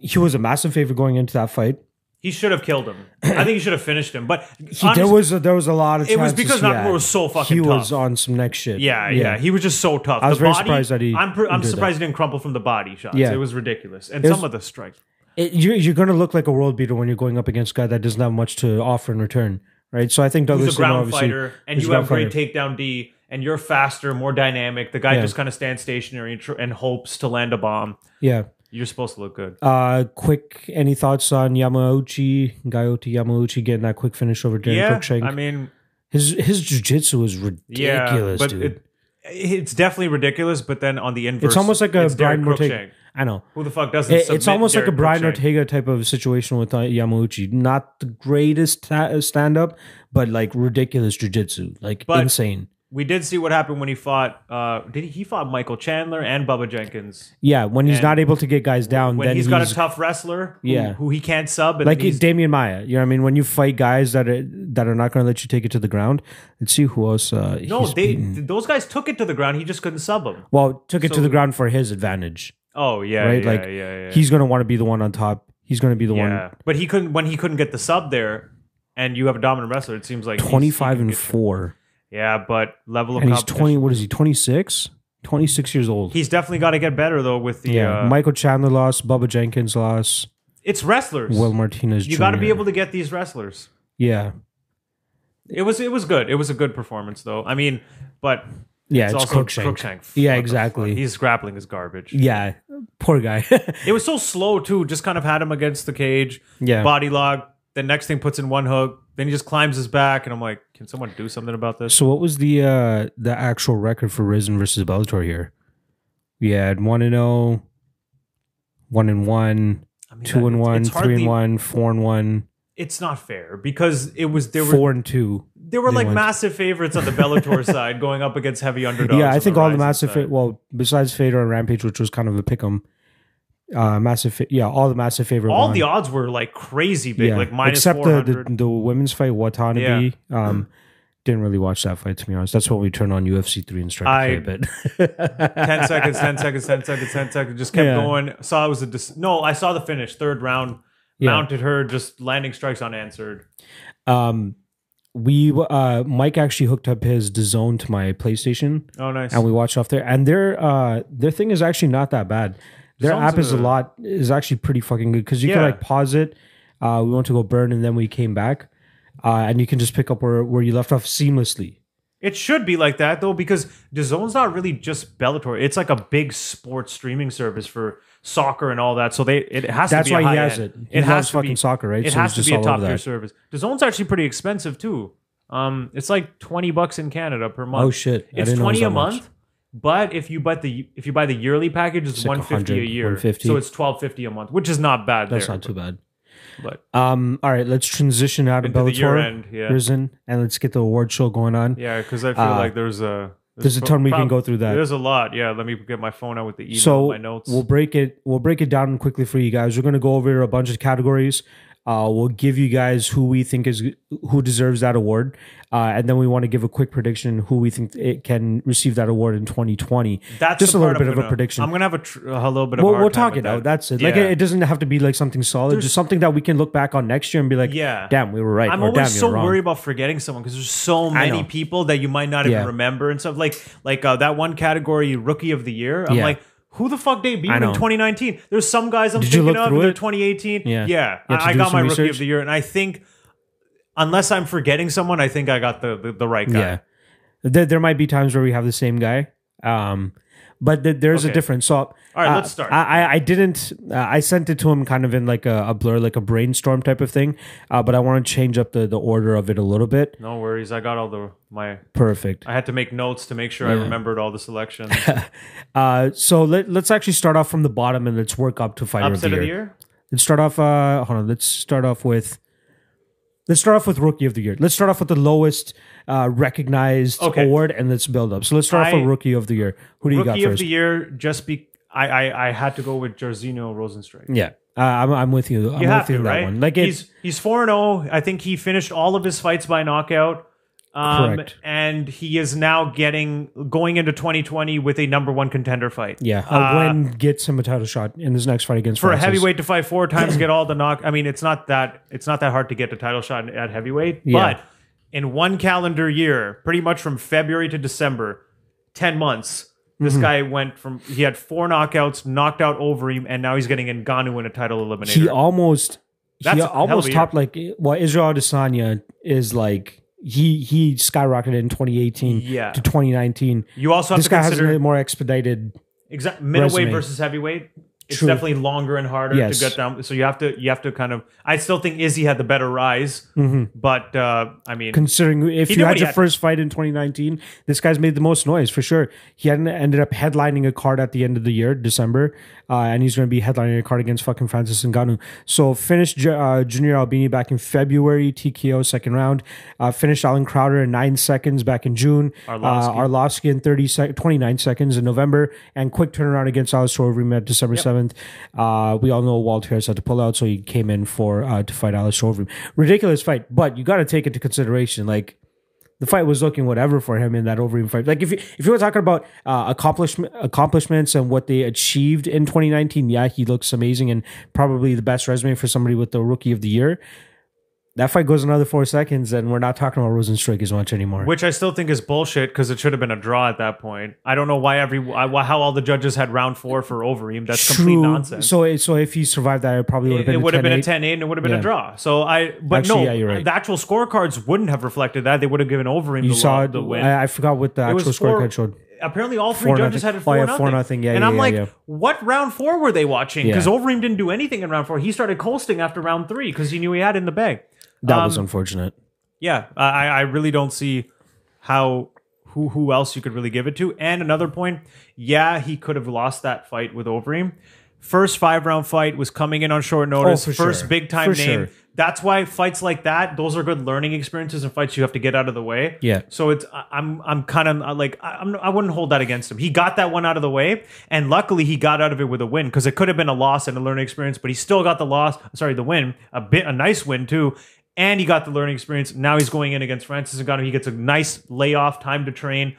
Speaker 1: he was a massive favorite going into that fight.
Speaker 2: He should have killed him. I think he should have finished him. But
Speaker 1: He,
Speaker 2: honest-
Speaker 1: there was a, there was a lot of
Speaker 2: it was
Speaker 1: chances
Speaker 2: because
Speaker 1: he
Speaker 2: Nakamura
Speaker 1: had.
Speaker 2: was so fucking
Speaker 1: he
Speaker 2: tough.
Speaker 1: was on some next shit.
Speaker 2: yeah, yeah, he was just so tough.
Speaker 1: I was
Speaker 2: the
Speaker 1: very
Speaker 2: body,
Speaker 1: surprised that he
Speaker 2: I'm, pr- I'm
Speaker 1: did that.
Speaker 2: surprised he didn't crumple from the body shots.
Speaker 1: Yeah.
Speaker 2: it was ridiculous, and
Speaker 1: It was-
Speaker 2: some of the strikes.
Speaker 1: it, you're, you're going to look like a world beater when you're going up against a guy that doesn't have much to offer in return, right? So I think
Speaker 2: He's a
Speaker 1: Douglas Lima
Speaker 2: ground
Speaker 1: obviously
Speaker 2: fighter, and
Speaker 1: he's
Speaker 2: you
Speaker 1: a
Speaker 2: have
Speaker 1: ground
Speaker 2: great takedown D, and you're faster, more dynamic. The guy
Speaker 1: Yeah.
Speaker 2: just kind of stands stationary and, tr- and hopes to land a bomb.
Speaker 1: yeah.
Speaker 2: You're supposed to look good.
Speaker 1: Uh, quick, any thoughts on Yamauchi, Gayoti Yamauchi getting that quick finish over Darren
Speaker 2: yeah,
Speaker 1: Cruikshank?
Speaker 2: I mean,
Speaker 1: his his jujitsu is
Speaker 2: yeah,
Speaker 1: ridiculous,
Speaker 2: but
Speaker 1: dude.
Speaker 2: it. It's definitely ridiculous, but then on the inverse,
Speaker 1: it's almost like a
Speaker 2: it's Derek
Speaker 1: Brian Ortega.
Speaker 2: Cruikshank.
Speaker 1: I know.
Speaker 2: Who the fuck doesn't?
Speaker 1: It- it's
Speaker 2: submit
Speaker 1: almost like a
Speaker 2: Derek
Speaker 1: Brian
Speaker 2: Cruikshank?
Speaker 1: Ortega type of situation with uh, Yamauchi. Not the greatest ta- stand up, but like ridiculous jujitsu, like
Speaker 2: But-
Speaker 1: insane.
Speaker 2: we did see what happened when he fought. Uh, did he, he fought Michael Chandler and Bubba Jenkins?
Speaker 1: Yeah, when he's
Speaker 2: And
Speaker 1: not able to get guys down,
Speaker 2: When
Speaker 1: then
Speaker 2: he's got a tough wrestler, who-
Speaker 1: Yeah.
Speaker 2: who, he can't sub. And
Speaker 1: like
Speaker 2: he's,
Speaker 1: Damian Maya. You know what I mean? When you fight guys that are that are not going to let you take it to the ground, let's see who else. Uh,
Speaker 2: no,
Speaker 1: he's
Speaker 2: they
Speaker 1: beaten.
Speaker 2: th- those guys took it to the ground. He just couldn't sub them.
Speaker 1: well took it to
Speaker 2: so-
Speaker 1: the ground for his advantage.
Speaker 2: Oh yeah,
Speaker 1: Right,
Speaker 2: yeah,
Speaker 1: like,
Speaker 2: yeah, yeah.
Speaker 1: He's going to want to be the one on top. He's going to be the
Speaker 2: yeah, but he couldn't when he couldn't get the sub there. And you have a dominant wrestler. It seems like
Speaker 1: one
Speaker 2: he's- he
Speaker 1: twenty five
Speaker 2: can
Speaker 1: and
Speaker 2: get-
Speaker 1: four,
Speaker 2: Yeah, but level of
Speaker 1: and he's
Speaker 2: competition.
Speaker 1: twenty. What is he? Twenty six. Twenty six years old.
Speaker 2: He's definitely got to get better though with the.
Speaker 1: yeah.
Speaker 2: uh,
Speaker 1: Michael Chandler lost. Bubba Jenkins lost.
Speaker 2: it's wrestlers.
Speaker 1: Will Martinez.
Speaker 2: you got to
Speaker 1: Jr..
Speaker 2: be able to get these wrestlers.
Speaker 1: Yeah.
Speaker 2: It was it was good. It was a good performance though. I mean, but
Speaker 1: Yeah. It's,
Speaker 2: it's, also
Speaker 1: Crookshank.
Speaker 2: Crookshank.
Speaker 1: Yeah,
Speaker 2: What the
Speaker 1: exactly.
Speaker 2: fuck? He's grappling is garbage.
Speaker 1: Yeah. Poor guy.
Speaker 2: It was so slow too. Just kind of had him against the cage.
Speaker 1: Yeah.
Speaker 2: Body log. The next thing puts in one hook. Then he just climbs his back, and I'm like, can someone do something about this?
Speaker 1: So what was the uh the actual record for Risen versus Bellator here? We had one and oh, one and one,
Speaker 2: I mean,
Speaker 1: two and
Speaker 2: it's-
Speaker 1: one,
Speaker 2: it's
Speaker 1: three and
Speaker 2: hardly-
Speaker 1: one, four and one,
Speaker 2: It's not fair because it was there were
Speaker 1: four and two.
Speaker 2: there were
Speaker 1: they
Speaker 2: like
Speaker 1: went-
Speaker 2: massive favorites on the Bellator side going up against heavy underdogs.
Speaker 1: yeah, I
Speaker 2: on
Speaker 1: think all the
Speaker 2: Rizin
Speaker 1: massive
Speaker 2: side.
Speaker 1: fa- well, besides Fader and Rampage, which was kind of a pick'em, uh, massive fa- yeah, all the massive favorite.
Speaker 2: all
Speaker 1: won.
Speaker 2: the odds were like crazy big,
Speaker 1: yeah,
Speaker 2: like minus
Speaker 1: except
Speaker 2: four
Speaker 1: the, the
Speaker 2: hundred.
Speaker 1: the women's fight Watanabe. Um, didn't really watch that fight to be honest. That's when we turned on UFC three and
Speaker 2: I-
Speaker 1: started to play a bit.
Speaker 2: 10 seconds, 10 seconds, 10 seconds, 10 seconds. Just kept
Speaker 1: Yeah.
Speaker 2: going. Saw it was a dis- no, I saw the finish. Third round.
Speaker 1: Yeah.
Speaker 2: Mounted her, just landing strikes unanswered.
Speaker 1: um we uh mike actually hooked up his DAZN to my playstation
Speaker 2: Oh, nice.
Speaker 1: and we watched off there and their uh their thing is actually not that bad their
Speaker 2: DAZN's
Speaker 1: app is a
Speaker 2: a-
Speaker 1: lot is actually pretty fucking good because you can
Speaker 2: Yeah.
Speaker 1: like pause it uh we went to go burn and then we came back uh and you can just pick up where where you left off seamlessly
Speaker 2: It should be like that though, because DAZN's not really just Bellator. It's like a big sports streaming service for soccer and all that. So they it has
Speaker 1: that's
Speaker 2: to be. a
Speaker 1: why he
Speaker 2: high
Speaker 1: has
Speaker 2: end.
Speaker 1: it he loves fucking
Speaker 2: be,
Speaker 1: soccer right
Speaker 2: It
Speaker 1: so
Speaker 2: has
Speaker 1: he's just
Speaker 2: to be a
Speaker 1: all
Speaker 2: top
Speaker 1: over
Speaker 2: tier
Speaker 1: that
Speaker 2: service. DAZN's actually pretty expensive too. Um, it's like twenty bucks in Canada per month.
Speaker 1: oh shit I
Speaker 2: It's
Speaker 1: didn't know it was
Speaker 2: twenty a
Speaker 1: that much.
Speaker 2: month, but if you buy the if you buy the yearly package, it's,
Speaker 1: like
Speaker 2: one fifty a
Speaker 1: 100,
Speaker 2: year.
Speaker 1: 150.
Speaker 2: So it's twelve fifty a month, which is not bad.
Speaker 1: that's
Speaker 2: there,
Speaker 1: not too bad
Speaker 2: But
Speaker 1: um all right let's transition out of
Speaker 2: into the year
Speaker 1: bellator
Speaker 2: end, yeah,
Speaker 1: prison and let's get the award show going on
Speaker 2: yeah, because I feel
Speaker 1: Uh,
Speaker 2: like there's a
Speaker 1: there's a ton we can go through that
Speaker 2: There's a lot. Yeah, let me get my phone out with the email,
Speaker 1: so
Speaker 2: my notes.
Speaker 1: we'll break it we'll break it down quickly for you guys we're going to go over a bunch of categories uh, we'll give you guys who we think is who deserves that award uh, and then we want to give a quick prediction who we think it can receive that award in 2020
Speaker 2: That's
Speaker 1: just
Speaker 2: the
Speaker 1: a little
Speaker 2: part I'm
Speaker 1: bit of a
Speaker 2: gonna-
Speaker 1: prediction.
Speaker 2: I'm gonna have a, tr- a little bit of. a
Speaker 1: we'll,
Speaker 2: hard
Speaker 1: we'll
Speaker 2: time
Speaker 1: talk
Speaker 2: with
Speaker 1: it out
Speaker 2: that.
Speaker 1: that's it like
Speaker 2: Yeah.
Speaker 1: it, it doesn't have to be like something solid just something that we can look back on next year and be like
Speaker 2: Yeah.
Speaker 1: damn we were right
Speaker 2: I'm
Speaker 1: or damn
Speaker 2: always
Speaker 1: you're
Speaker 2: so
Speaker 1: wrong
Speaker 2: worried about forgetting someone because there's so
Speaker 1: I
Speaker 2: many
Speaker 1: know.
Speaker 2: people that you might not
Speaker 1: Yeah.
Speaker 2: even remember and stuff. Like like uh, that one category, rookie of the year. I'm
Speaker 1: Yeah.
Speaker 2: like, who the fuck they beat
Speaker 1: I
Speaker 2: in
Speaker 1: know.
Speaker 2: 2019? There's some guys I'm
Speaker 1: Did you
Speaker 2: thinking
Speaker 1: look
Speaker 2: of.
Speaker 1: through
Speaker 2: They're
Speaker 1: it?
Speaker 2: 2018.
Speaker 1: Yeah. You
Speaker 2: yeah.
Speaker 1: had to
Speaker 2: I, I
Speaker 1: do
Speaker 2: got my
Speaker 1: some
Speaker 2: rookie
Speaker 1: research?
Speaker 2: of the year, and I think unless I'm forgetting someone, I think I got the the, the right guy.
Speaker 1: yeah there, there might be times where we have the same guy um but th- there's a
Speaker 2: Okay.
Speaker 1: difference so
Speaker 2: All right,
Speaker 1: Uh,
Speaker 2: let's start.
Speaker 1: I, I- I didn't. Uh, I sent it to him kind of in like a, a blur, like a brainstorm type of thing. Uh, but I want to change up the, the order of it a little bit.
Speaker 2: no worries, I got all the my.
Speaker 1: Perfect.
Speaker 2: I had to make notes to make sure I remembered all the selections.
Speaker 1: Uh, so let, let's actually start off from the bottom and let's work up to fighter
Speaker 2: Upset
Speaker 1: of the year. Let's start off. Uh, hold on. Let's start off with. Let's start off with rookie of the year. Let's start off with the lowest uh, recognized
Speaker 2: Okay.
Speaker 1: award and let's build up. So let's start off
Speaker 2: I-
Speaker 1: with rookie of the year. Who do you got
Speaker 2: Rookie of
Speaker 1: first?
Speaker 2: the year, just be. I, I I had to go with Jarzino Rosenstrike.
Speaker 1: yeah, uh, I'm, I'm with you. I'm
Speaker 2: You
Speaker 1: with
Speaker 2: have
Speaker 1: you
Speaker 2: to,
Speaker 1: on that
Speaker 2: right?
Speaker 1: one. Like it's
Speaker 2: he's he's four zero. I think he finished all of his fights by knockout. Um,
Speaker 1: Correct.
Speaker 2: And he is now getting going into 2020 with a number one contender fight
Speaker 1: yeah. A
Speaker 2: Uh,
Speaker 1: win gets him a title shot in his next fight against
Speaker 2: for a
Speaker 1: Francis.
Speaker 2: heavyweight to fight four times, get all the knock. I mean, it's not that it's not that hard to get a title shot at heavyweight,
Speaker 1: Yeah.
Speaker 2: but in one calendar year, pretty much from February to December, ten months.
Speaker 1: Mm-hmm.
Speaker 2: This guy went from he had four knockouts, knocked out Overeem, and now he's getting Ngannou in a title eliminator.
Speaker 1: he almost
Speaker 2: That's
Speaker 1: he
Speaker 2: a hell of a
Speaker 1: almost
Speaker 2: year.
Speaker 1: topped like well Israel Adesanya is like he he skyrocketed in 2018
Speaker 2: Yeah.
Speaker 1: to 2019.
Speaker 2: you also have
Speaker 1: This
Speaker 2: to
Speaker 1: guy has
Speaker 2: consider
Speaker 1: a more expedited
Speaker 2: Exactly. Middleweight
Speaker 1: resume.
Speaker 2: versus heavyweight. It's
Speaker 1: True.
Speaker 2: definitely longer and harder
Speaker 1: Yes.
Speaker 2: to get down. So you have to you have to kind of. I still think Izzy had the better rise,
Speaker 1: Mm-hmm.
Speaker 2: but uh, I mean,
Speaker 1: Considering if
Speaker 2: He
Speaker 1: you
Speaker 2: did
Speaker 1: had
Speaker 2: what he
Speaker 1: your
Speaker 2: had.
Speaker 1: first fight in 2019, this guy's made the most noise for sure. He hadn't ended up headlining a card at the end of the year, December, uh, and he's going to be headlining a card against fucking Francis Ngannou. So finished Ju- uh, Junior Albini back in February, TKO second round. Uh, finished Alan Crowder in nine seconds back in June. Uh, Arlovski
Speaker 2: Arlovski.
Speaker 1: in 30 sec- 29 seconds in November, and quick turnaround against Alistair Overeem at December 7th. Uh, we all know Walt Harris had to pull out, so he came in for uh, to fight Alistair Overeem. Ridiculous fight, but you got to take into consideration, like, the fight was looking whatever for him in that Overeem fight. Like if you if you were talking about uh, accomplishment accomplishments and what they achieved in 2019, yeah, he looks amazing and probably the best resume for somebody with the Rookie of the Year. That fight goes another four seconds, and we're not talking about Rosenstrike as much anymore.
Speaker 2: which I still think is bullshit because it should have been a draw at that point. I don't know why every I- why, how all the judges had round four for Overeem. That's complete nonsense.
Speaker 1: So it- so if he survived that, it probably would have
Speaker 2: it
Speaker 1: been
Speaker 2: would have been
Speaker 1: 10-8.
Speaker 2: a 10 8 and it would have been
Speaker 1: Yeah.
Speaker 2: a draw. So I, but
Speaker 1: Actually, yeah,
Speaker 2: no,
Speaker 1: you're right.
Speaker 2: the actual scorecards wouldn't have reflected that. They would have given Overeem
Speaker 1: You
Speaker 2: the,
Speaker 1: saw
Speaker 2: lo-
Speaker 1: it.
Speaker 2: the win.
Speaker 1: I, I forgot what the
Speaker 2: was
Speaker 1: actual
Speaker 2: four-
Speaker 1: scorecard showed.
Speaker 2: Apparently, all three
Speaker 1: Four
Speaker 2: judges
Speaker 1: nothing.
Speaker 2: had it
Speaker 1: Oh,
Speaker 2: four,
Speaker 1: yeah,
Speaker 2: nothing.
Speaker 1: four nothing. Yeah,
Speaker 2: and
Speaker 1: yeah,
Speaker 2: I'm
Speaker 1: yeah,
Speaker 2: like,
Speaker 1: yeah.
Speaker 2: what round four were they watching? Because
Speaker 1: Yeah.
Speaker 2: Overeem didn't do anything in round four. He started coasting after round three because he knew he had it in the bag.
Speaker 1: That was
Speaker 2: um,
Speaker 1: unfortunate.
Speaker 2: yeah, I, I really don't see how who who else you could really give it to. And another point, yeah, he could have lost that fight with Overeem. First five round fight was coming in on short notice.
Speaker 1: Oh, for
Speaker 2: First
Speaker 1: sure.
Speaker 2: big time
Speaker 1: For
Speaker 2: name.
Speaker 1: sure.
Speaker 2: That's why fights like that, those are good learning experiences and fights you have to get out of the way.
Speaker 1: Yeah.
Speaker 2: So it's I- I'm I'm kind of like I- I'm I wouldn't hold that against him. He got that one out of the way, and luckily he got out of it with a win because it could have been a loss and a learning experience, but he still got the loss. Sorry, the win, a bit a nice win too, and he got the learning experience. Now he's going in against Francis Ngannou. He gets a nice layoff, time to train.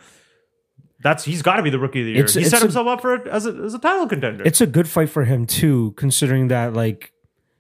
Speaker 2: That's he's got to be the rookie of the year.
Speaker 1: It's-
Speaker 2: he
Speaker 1: it's
Speaker 2: set
Speaker 1: a-
Speaker 2: himself up for it as a, as a title contender.
Speaker 1: it's a good fight for him too, considering that like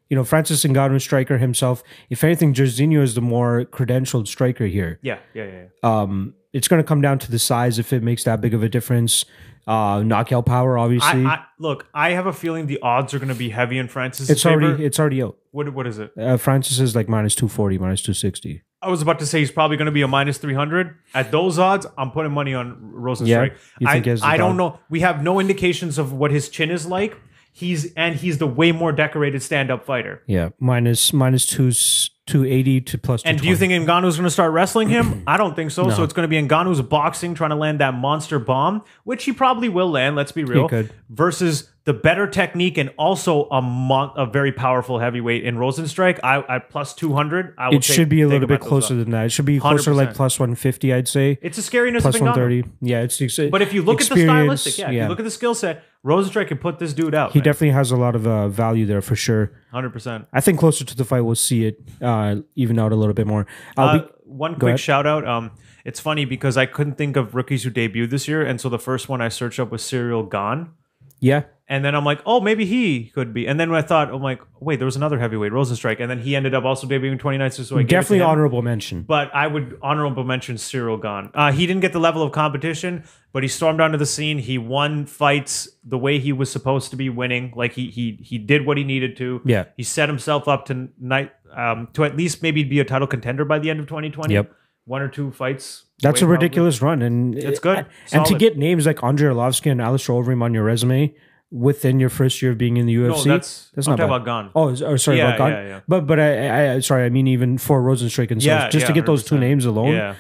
Speaker 1: you know Francis Ngannou striker himself. If anything, Jorginho is the more credentialed striker here.
Speaker 2: yeah, yeah, yeah. yeah.
Speaker 1: Um, it's going to come down to the size if it makes that big of a difference. Uh, knockout power, obviously.
Speaker 2: I, I, look, I have a feeling the odds are going to be heavy in Francis'
Speaker 1: it's
Speaker 2: favor.
Speaker 1: already it's already out.
Speaker 2: what what is it?
Speaker 1: Uh, Francis is like minus two forty, minus two sixty.
Speaker 2: I was about to say he's probably going to be a minus 300. At those odds, I'm putting money on Rosenstrike.
Speaker 1: Yeah, you think he
Speaker 2: I,
Speaker 1: has the
Speaker 2: I don't
Speaker 1: dog?
Speaker 2: know. We have no indications of what his chin is like. He's and he's the way more decorated stand-up fighter.
Speaker 1: Yeah, minus minus two two eighty to plus.
Speaker 2: And do you
Speaker 1: 220.
Speaker 2: think Ngannou's going to start wrestling him? I don't think so. So it's going to be Ngannou's boxing trying to land that monster bomb, which he probably will land, let's be real.
Speaker 1: could.
Speaker 2: Versus the better technique and also a mon- a very powerful heavyweight in Rosenstrike. I at plus 200, I will
Speaker 1: it should be a little bit closer
Speaker 2: To-
Speaker 1: than that? It should be closer like
Speaker 2: 100%.
Speaker 1: plus one fifty, I'd say.
Speaker 2: it's a scariness
Speaker 1: Plus
Speaker 2: of
Speaker 1: one
Speaker 2: Ngannou.
Speaker 1: thirty. Yeah, it's
Speaker 2: But if you look at the stylistic, yeah, if you look at the skill set, Rosenstrike can put this dude out.
Speaker 1: he definitely has a lot of uh, value there for sure.
Speaker 2: hundred percent.
Speaker 1: I think closer to the fight, we'll see it uh, even out a little bit more. Uh, we-
Speaker 2: One quick
Speaker 1: ahead.
Speaker 2: shout out. Um, it's funny because I couldn't think of rookies who debuted this year, and so the first one I searched up was Serial Gone,
Speaker 1: yeah,
Speaker 2: and then I'm like, oh, maybe he could be. And then when I thought, I'm like, wait, there was another heavyweight, Rosenstrike, and then he ended up also debuting 29. So I gave it to
Speaker 1: definitely
Speaker 2: him.
Speaker 1: honorable mention.
Speaker 2: But I would honorable mention Cyril Gone. Uh, he didn't get the level of competition, but he stormed onto the scene. He won fights the way he was supposed to be winning. Like he he he did what he needed to.
Speaker 1: Yeah.
Speaker 2: he set himself up to night um, to at least maybe be a title contender by the end of 2020.
Speaker 1: Yep.
Speaker 2: one or two fights.
Speaker 1: That's
Speaker 2: away
Speaker 1: a ridiculous run, and
Speaker 2: It's good.
Speaker 1: And to
Speaker 2: Solid.
Speaker 1: get names like Andre Arlovsky and Alistair Overeem on your resume within your first year of being in the
Speaker 2: probably.
Speaker 1: UFC,
Speaker 2: No, that's,
Speaker 1: that's
Speaker 2: I'm
Speaker 1: not
Speaker 2: talking
Speaker 1: bad.
Speaker 2: about Gone.
Speaker 1: Oh, is- oh, sorry
Speaker 2: Yeah,
Speaker 1: about Gon.
Speaker 2: yeah, yeah.
Speaker 1: But but I, I I- sorry, I mean even for Rosenstrike and
Speaker 2: Yeah,
Speaker 1: yeah, just to
Speaker 2: yeah,
Speaker 1: get those two
Speaker 2: 100%.
Speaker 1: names alone
Speaker 2: yeah,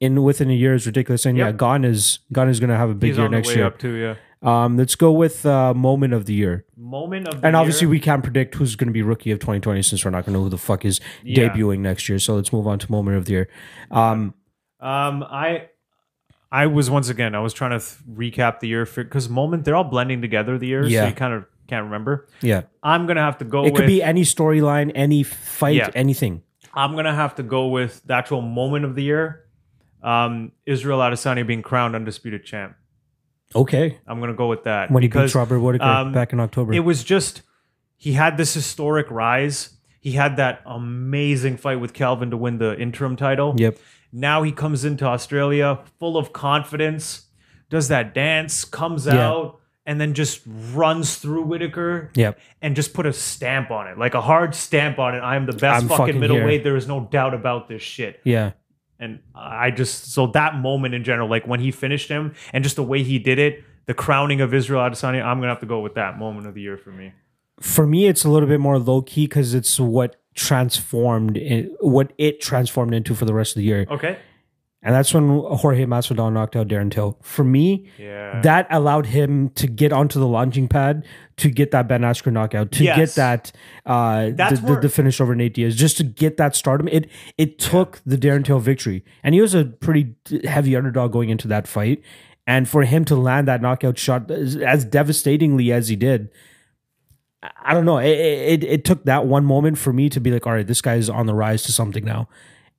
Speaker 1: in within a year is ridiculous. And yeah,
Speaker 2: Yep.
Speaker 1: Gon is Gon is going to have a big
Speaker 2: he's
Speaker 1: year
Speaker 2: on the
Speaker 1: next
Speaker 2: way
Speaker 1: year.
Speaker 2: up too. Yeah,
Speaker 1: Um, let's go with uh, moment of the year.
Speaker 2: moment of the
Speaker 1: And obviously,
Speaker 2: year.
Speaker 1: we can't predict who's going to be rookie of 2020 since we're not going to know who the fuck is
Speaker 2: Yeah.
Speaker 1: debuting next year. So let's move on to moment of the year. Um,
Speaker 2: Um, I I was once again I was trying to th- recap the year because moment they're all blending together the years, so
Speaker 1: Yeah.
Speaker 2: you kind of can't remember.
Speaker 1: yeah,
Speaker 2: I'm gonna have to go.
Speaker 1: it
Speaker 2: with,
Speaker 1: could be any storyline, any fight,
Speaker 2: Yeah.
Speaker 1: anything.
Speaker 2: I'm gonna have to go with the actual moment of the year. Um, Israel Adesanya being crowned undisputed champ.
Speaker 1: Okay,
Speaker 2: I'm gonna go with that
Speaker 1: when he
Speaker 2: because
Speaker 1: beats Robert Whitaker
Speaker 2: um,
Speaker 1: back in October.
Speaker 2: it was just he had this historic rise. He had that amazing fight with Calvin to win the interim title.
Speaker 1: yep,
Speaker 2: Now he comes into Australia full of confidence, does that dance, comes
Speaker 1: Yeah.
Speaker 2: out, and then just runs through Whitaker
Speaker 1: yep.
Speaker 2: and just put a stamp on it, like a hard stamp on it. I am the best
Speaker 1: I'm
Speaker 2: fucking,
Speaker 1: fucking
Speaker 2: middleweight.
Speaker 1: here.
Speaker 2: There is no doubt about this shit.
Speaker 1: Yeah,
Speaker 2: And I just so that moment in general, like when he finished him and just the way he did it, the crowning of Israel Adesanya, I'm gonna have to go with that moment of the year for me.
Speaker 1: For me, it's a little bit more low key because it's what transformed it, what it transformed into for the rest of the year,
Speaker 2: Okay.
Speaker 1: and that's when Jorge Masvidal knocked out Darren Till. For me,
Speaker 2: Yeah.
Speaker 1: that allowed him to get onto the launching pad to get that Ben Askren knockout, to
Speaker 2: Yes.
Speaker 1: get that uh,
Speaker 2: That's
Speaker 1: the, the,
Speaker 2: where-
Speaker 1: the finish over Nate Diaz, just to get that stardom. It it took the Darren Till victory, and he was a pretty d- heavy underdog going into that fight. And for him to land that knockout shot as, as devastatingly as he did, I- I don't know. It, it it took that one moment for me to be like, all right, this guy is on the rise to something now.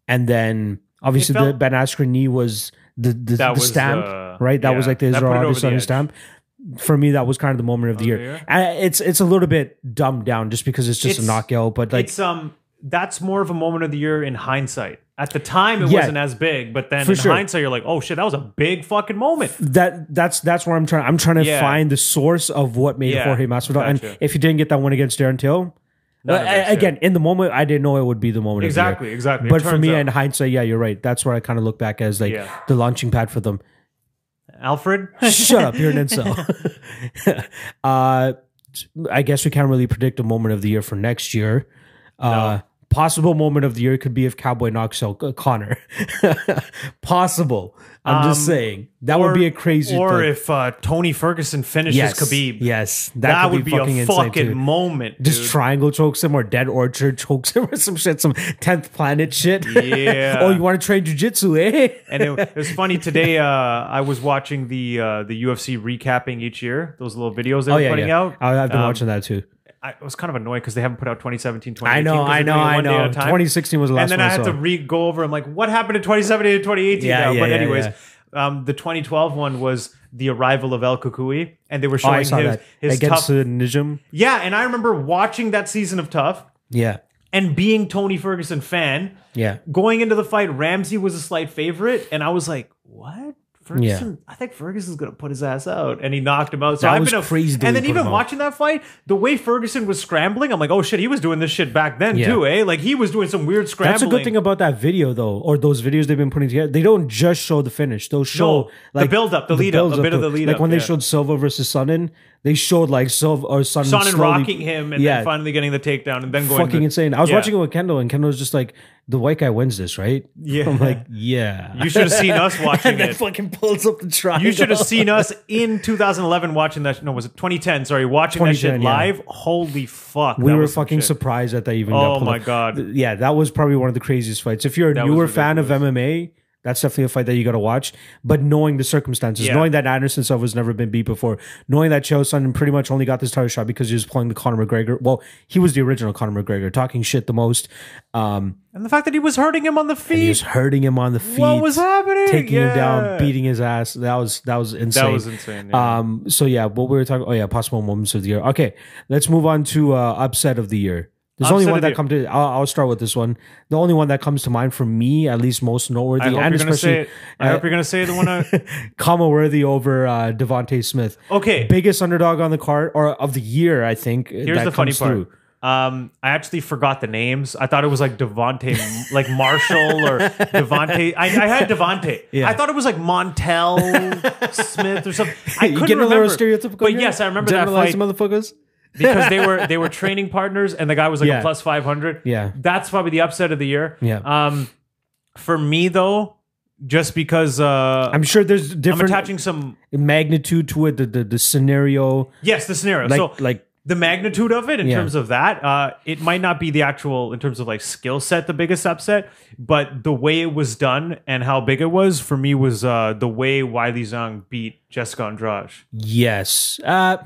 Speaker 1: And then obviously the
Speaker 2: felt-
Speaker 1: Ben Askren knee was the the,
Speaker 2: That
Speaker 1: the
Speaker 2: was
Speaker 1: stamp,
Speaker 2: the-
Speaker 1: right? That was
Speaker 2: yeah,
Speaker 1: like the
Speaker 2: that
Speaker 1: Israel
Speaker 2: put it over the
Speaker 1: Adesanya
Speaker 2: edge.
Speaker 1: stamp. For me, that was kind of the moment of the
Speaker 2: Of
Speaker 1: year.
Speaker 2: the year?
Speaker 1: And it's it's a little bit dumbed down just because it's just
Speaker 2: It's-
Speaker 1: a knockout, but like
Speaker 2: it's um that's more of a moment of the year in hindsight. At the time it
Speaker 1: Yeah.
Speaker 2: wasn't as big, but then
Speaker 1: For
Speaker 2: in
Speaker 1: sure.
Speaker 2: hindsight you're like, oh shit, that was a big fucking moment.
Speaker 1: that that's that's where I'm trying. I'm trying to
Speaker 2: Yeah.
Speaker 1: find the source of what made
Speaker 2: Yeah,
Speaker 1: Jorge Masvidal. And
Speaker 2: gotcha.
Speaker 1: if you didn't get that win against Darren Till,
Speaker 2: None of
Speaker 1: uh,
Speaker 2: that shit.
Speaker 1: again in the moment I didn't know it would be the moment. of the year.
Speaker 2: Exactly, exactly. It
Speaker 1: But for
Speaker 2: turns
Speaker 1: me,
Speaker 2: out-
Speaker 1: in hindsight, yeah, you're right. That's where I kind of look back as like
Speaker 2: Yeah.
Speaker 1: the launching pad for them.
Speaker 2: Alfred,
Speaker 1: Shut up, you're an incel. uh, I guess we can't really predict a moment of the year for next year. Uh, Possible moment of the year could be if Cowboy knocks out uh, Connor. Possible. I'm just
Speaker 2: Um,
Speaker 1: saying that would be a crazy.
Speaker 2: Or
Speaker 1: thing.
Speaker 2: if uh, Tony Ferguson finishes
Speaker 1: yes,
Speaker 2: Khabib,
Speaker 1: Yes, that,
Speaker 2: that,
Speaker 1: could
Speaker 2: would be, a
Speaker 1: insane
Speaker 2: fucking
Speaker 1: too.
Speaker 2: moment.
Speaker 1: Just
Speaker 2: dude.
Speaker 1: triangle chokes him or dead orchard chokes him or some shit, some tenth planet shit.
Speaker 2: Yeah.
Speaker 1: oh, you want to train jujitsu, eh?
Speaker 2: and it, it was funny today. Uh, I was watching the uh, the UFC recapping each year. Those little videos they
Speaker 1: Oh,
Speaker 2: were putting out.
Speaker 1: I, have been
Speaker 2: Um,
Speaker 1: watching that too.
Speaker 2: I was kind of annoyed because they haven't put out 2017,
Speaker 1: I
Speaker 2: 2018.
Speaker 1: know,
Speaker 2: 'cause they're
Speaker 1: I know,
Speaker 2: doing it
Speaker 1: I
Speaker 2: one day
Speaker 1: know.
Speaker 2: at a time.
Speaker 1: 2016 was the last
Speaker 2: and then
Speaker 1: one
Speaker 2: I had
Speaker 1: saw.
Speaker 2: to re go over. I'm like, what happened in 2017 and 2018?
Speaker 1: Yeah,
Speaker 2: now?
Speaker 1: yeah,
Speaker 2: but
Speaker 1: yeah,
Speaker 2: anyways,
Speaker 1: yeah.
Speaker 2: Um, the 2012 one was the arrival of El Kukui, and they were
Speaker 1: Oh,
Speaker 2: showing
Speaker 1: I saw
Speaker 2: his
Speaker 1: that
Speaker 2: his
Speaker 1: against
Speaker 2: tough.
Speaker 1: the Nijum.
Speaker 2: yeah, and I remember watching that season of Tough
Speaker 1: Yeah,
Speaker 2: and being Tony Ferguson fan.
Speaker 1: yeah.
Speaker 2: going into the fight, Ramsey was a slight favorite, and I was like, "What? Ferguson? I think Ferguson's gonna put his ass out." And he knocked him out. So
Speaker 1: That
Speaker 2: I've
Speaker 1: was
Speaker 2: been a,
Speaker 1: crazy the way
Speaker 2: And then
Speaker 1: he put him
Speaker 2: even
Speaker 1: out.
Speaker 2: watching that fight, the way Ferguson was scrambling, I'm like, "Oh shit, he was doing this shit back then
Speaker 1: Yeah.
Speaker 2: too, eh? Like he was doing some weird scrambling."
Speaker 1: That's a good thing about that video, though, or those videos they've been putting together. They don't just show the finish; they'll show
Speaker 2: No, the
Speaker 1: like
Speaker 2: build-up, the lead-up, a
Speaker 1: build-up
Speaker 2: bit of
Speaker 1: to
Speaker 2: the
Speaker 1: it.
Speaker 2: lead-up,
Speaker 1: Like when
Speaker 2: yeah.
Speaker 1: they showed Silva versus Sonnen, they showed like Silva or Sonnen,
Speaker 2: Sonnen
Speaker 1: slowly-
Speaker 2: rocking him, and
Speaker 1: yeah,
Speaker 2: then finally getting the takedown, and then going
Speaker 1: fucking
Speaker 2: to-
Speaker 1: insane. I was
Speaker 2: Yeah.
Speaker 1: watching it with Kendall, and Kendall was just like, "The white guy wins this, right?"
Speaker 2: Yeah.
Speaker 1: I'm like, "Yeah."
Speaker 2: You should have seen us watching
Speaker 1: and then
Speaker 2: it.
Speaker 1: fucking pulls up the triangle.
Speaker 2: You should have seen us in 2011 watching that. No, was it 2010? Sorry, watching that shit
Speaker 1: 2010, yeah.
Speaker 2: live. Holy fuck!
Speaker 1: we
Speaker 2: that
Speaker 1: were
Speaker 2: was some
Speaker 1: fucking
Speaker 2: shit.
Speaker 1: surprised that they even.
Speaker 2: Oh
Speaker 1: got pulled
Speaker 2: my
Speaker 1: off.
Speaker 2: God.
Speaker 1: Th- Yeah, that was probably one of the craziest fights. If you're a
Speaker 2: That was
Speaker 1: newer fan of MMA, that's definitely a fight that you got to watch. But knowing the circumstances,
Speaker 2: Yeah.
Speaker 1: knowing that Anderson Silva's never been beat before, knowing that Chael Sonnen pretty much only got this title shot because he was playing the Conor McGregor. Well, he was the original Conor McGregor, talking shit the most. Um,
Speaker 2: and the fact that he was hurting him on the feet.
Speaker 1: he was hurting him on the feet.
Speaker 2: What was happening?
Speaker 1: Taking him
Speaker 2: Yeah.
Speaker 1: down, beating his ass. That was that was insane.
Speaker 2: That was insane. yeah.
Speaker 1: Um. So yeah, what we were talking. Oh yeah, possible moments of the year. Okay, let's move on to uh, upset of the year. There's only
Speaker 2: Upset
Speaker 1: one
Speaker 2: of the
Speaker 1: that
Speaker 2: year.
Speaker 1: comes to. I'll, I'll start with this one. The only one that comes to mind for me, at least, most noteworthy,
Speaker 2: I hope
Speaker 1: and
Speaker 2: you're gonna
Speaker 1: especially
Speaker 2: say.
Speaker 1: uh,
Speaker 2: It. I hope you're gonna say the one. I,
Speaker 1: comma worthy over uh, Devonte Smith,
Speaker 2: okay,
Speaker 1: biggest underdog on the card or of the year, I think. uh,
Speaker 2: here's
Speaker 1: that
Speaker 2: the funny
Speaker 1: comes
Speaker 2: part.
Speaker 1: through.
Speaker 2: Um, I actually forgot the names. I thought it was like Devonte, like Marshall or Devonte. I, I had Devonte.
Speaker 1: Yeah.
Speaker 2: I thought it was like Montel Smith or something. I
Speaker 1: You
Speaker 2: couldn't
Speaker 1: getting
Speaker 2: remember.
Speaker 1: a little stereotypical?
Speaker 2: but
Speaker 1: here?
Speaker 2: yes, I remember that
Speaker 1: Generalized
Speaker 2: fight
Speaker 1: motherfuckers.
Speaker 2: because they were they were training partners, and the guy was like
Speaker 1: Yeah.
Speaker 2: a plus five hundred.
Speaker 1: Yeah.
Speaker 2: that's probably the upset of the year.
Speaker 1: Yeah.
Speaker 2: Um, for me though, just because uh, I'm,
Speaker 1: I'm sure there's different
Speaker 2: attaching some
Speaker 1: magnitude to it. The the, the scenario,
Speaker 2: yes the scenario.
Speaker 1: like
Speaker 2: so
Speaker 1: like
Speaker 2: the magnitude of it in
Speaker 1: Yeah.
Speaker 2: terms of that uh, it might not be the actual in terms of like skill set the biggest upset but the way it was done and how big it was for me was uh, the way wiley zhang beat jessica andrade
Speaker 1: yes. Uh,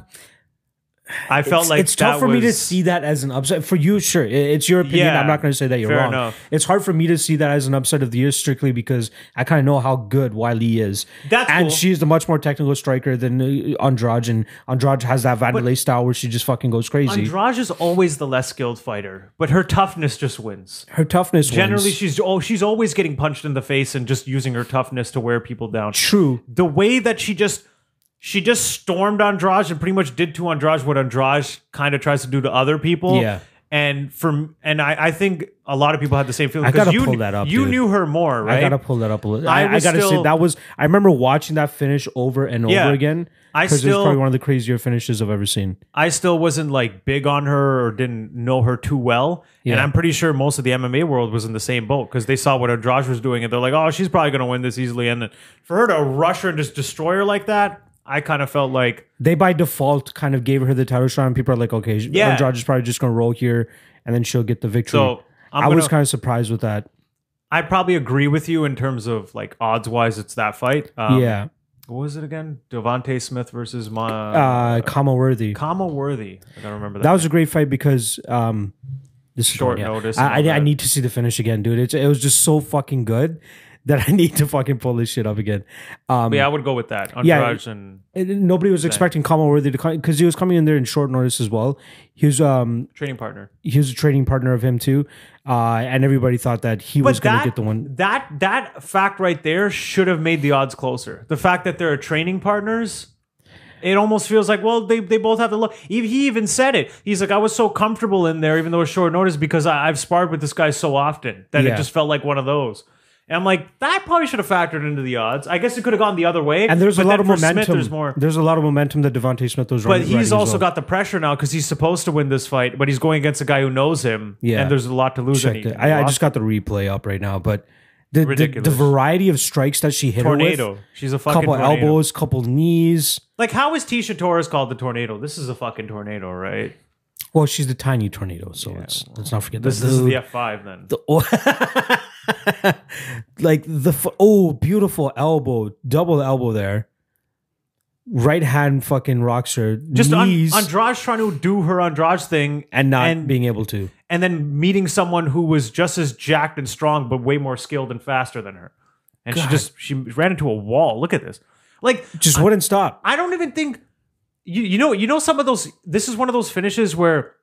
Speaker 2: i felt
Speaker 1: it's,
Speaker 2: like
Speaker 1: it's tough
Speaker 2: that
Speaker 1: for me to
Speaker 2: was-
Speaker 1: see that as an upset. For you, sure, i- it's your opinion.
Speaker 2: Yeah,
Speaker 1: I'm not going to say that you're
Speaker 2: fair
Speaker 1: wrong.
Speaker 2: enough.
Speaker 1: It's hard for me to see that as an upset of the year strictly because I kind of know how good Wiley is.
Speaker 2: That's
Speaker 1: and
Speaker 2: cool.
Speaker 1: she's the much more technical striker than uh, Andrade, and Andrade has that Vanderlei style where she just fucking goes crazy.
Speaker 2: andrade is always the less skilled fighter but her toughness just wins
Speaker 1: Her toughness
Speaker 2: generally
Speaker 1: wins.
Speaker 2: she's oh she's always getting punched in the face and just using her toughness to wear people down
Speaker 1: true.
Speaker 2: the way that she just she just stormed Andrade and pretty much did to Andrade what Andrade kind of tries to do to other people.
Speaker 1: Yeah.
Speaker 2: And from and I, I think a lot of people had the same feeling.
Speaker 1: I
Speaker 2: 'cause
Speaker 1: gotta
Speaker 2: you,
Speaker 1: pull
Speaker 2: kn-
Speaker 1: that up,
Speaker 2: You
Speaker 1: dude.
Speaker 2: knew her more, right?
Speaker 1: I gotta pull that up a little.
Speaker 2: I
Speaker 1: I, I
Speaker 2: was
Speaker 1: gotta
Speaker 2: still-
Speaker 1: say that was. I remember watching that finish over and
Speaker 2: Yeah.
Speaker 1: over again.
Speaker 2: I
Speaker 1: 'cause it was
Speaker 2: still-
Speaker 1: probably one of the crazier finishes I've ever seen.
Speaker 2: I still wasn't like big on her or didn't know her too well. And
Speaker 1: Yeah.
Speaker 2: I'm pretty sure most of the MMA world was in the same boat because they saw what Andrade was doing and they're like, oh, she's probably going to win this easily. And then for her to rush her and just destroy her like that, I kind of felt like,
Speaker 1: They by default kind of gave her the title shot, and people are like, okay,
Speaker 2: Yeah.
Speaker 1: yeah. Andrade's probably just gonna roll here, and then she'll get the victory.
Speaker 2: so I'm
Speaker 1: I
Speaker 2: gonna,
Speaker 1: was kind of surprised with that.
Speaker 2: I probably agree with you in terms of like odds wise, it's that fight. Um,
Speaker 1: yeah,
Speaker 2: What was it again? Devonte Smith versus Ma-
Speaker 1: uh, comma worthy.
Speaker 2: Kama Worthy. I got to remember that.
Speaker 1: that was a great fight because um, this is
Speaker 2: Short
Speaker 1: going,
Speaker 2: notice
Speaker 1: I,
Speaker 2: and all
Speaker 1: I, I
Speaker 2: that.
Speaker 1: need to see the finish again, dude. It's, it was just so fucking good that I need to fucking pull this shit up again. Um,
Speaker 2: Oh, yeah, I would go with that.
Speaker 1: Yeah.
Speaker 2: Andrade and
Speaker 1: and nobody was expecting Kama Worthy to come because he was coming in there in short notice as well. He was um
Speaker 2: training partner.
Speaker 1: he was a trading partner of him too, uh, and everybody thought that he was going to get the one.
Speaker 2: That that fact right there should have made the odds closer. The fact that they're training partners, it almost feels like well they, they both have the look. He he even said it. He's like I was so comfortable in there, even though it's short notice, because I, I've sparred with this guy so often that it
Speaker 1: Yeah.
Speaker 2: just felt like one of those. And I'm like that probably should have factored into the odds. I guess it could have gone the other way.
Speaker 1: And there's a
Speaker 2: but
Speaker 1: lot
Speaker 2: then
Speaker 1: of
Speaker 2: for Smith,
Speaker 1: momentum.
Speaker 2: there's more.
Speaker 1: There's a lot of momentum that Devontae Smith was
Speaker 2: But
Speaker 1: running.
Speaker 2: he's also
Speaker 1: got
Speaker 2: got the pressure now because he's supposed to win this fight, but he's going against a guy who knows him.
Speaker 1: Yeah.
Speaker 2: and there's a lot to lose. and
Speaker 1: checked
Speaker 2: he
Speaker 1: it. I, I
Speaker 2: lost.
Speaker 1: just got the replay up right now, but the, the, the
Speaker 2: Ridiculous.
Speaker 1: variety of strikes that she hit her
Speaker 2: tornado.
Speaker 1: with,
Speaker 2: She's a fucking
Speaker 1: couple
Speaker 2: tornado.
Speaker 1: elbows, couple knees.
Speaker 2: Like, how is Tisha Torres called the tornado? This is a fucking tornado, right?
Speaker 1: Well, she's the tiny tornado, so let's let's not forget
Speaker 2: This,
Speaker 1: that.
Speaker 2: this is
Speaker 1: Dude,
Speaker 2: the F five then.
Speaker 1: the- oh, like the f- oh beautiful elbow, double elbow there. Right hand fucking rocks her
Speaker 2: Just on
Speaker 1: knees
Speaker 2: Andrade trying to do her Andrade thing,
Speaker 1: and not
Speaker 2: and,
Speaker 1: being able to.
Speaker 2: and then meeting someone who was just as jacked and strong, but way more skilled and faster than her, and she
Speaker 1: God.
Speaker 2: just she ran into a wall. Look at this. Like,
Speaker 1: Just wouldn't stop.
Speaker 2: I don't even think you you know you know some of those. This is one of those finishes where.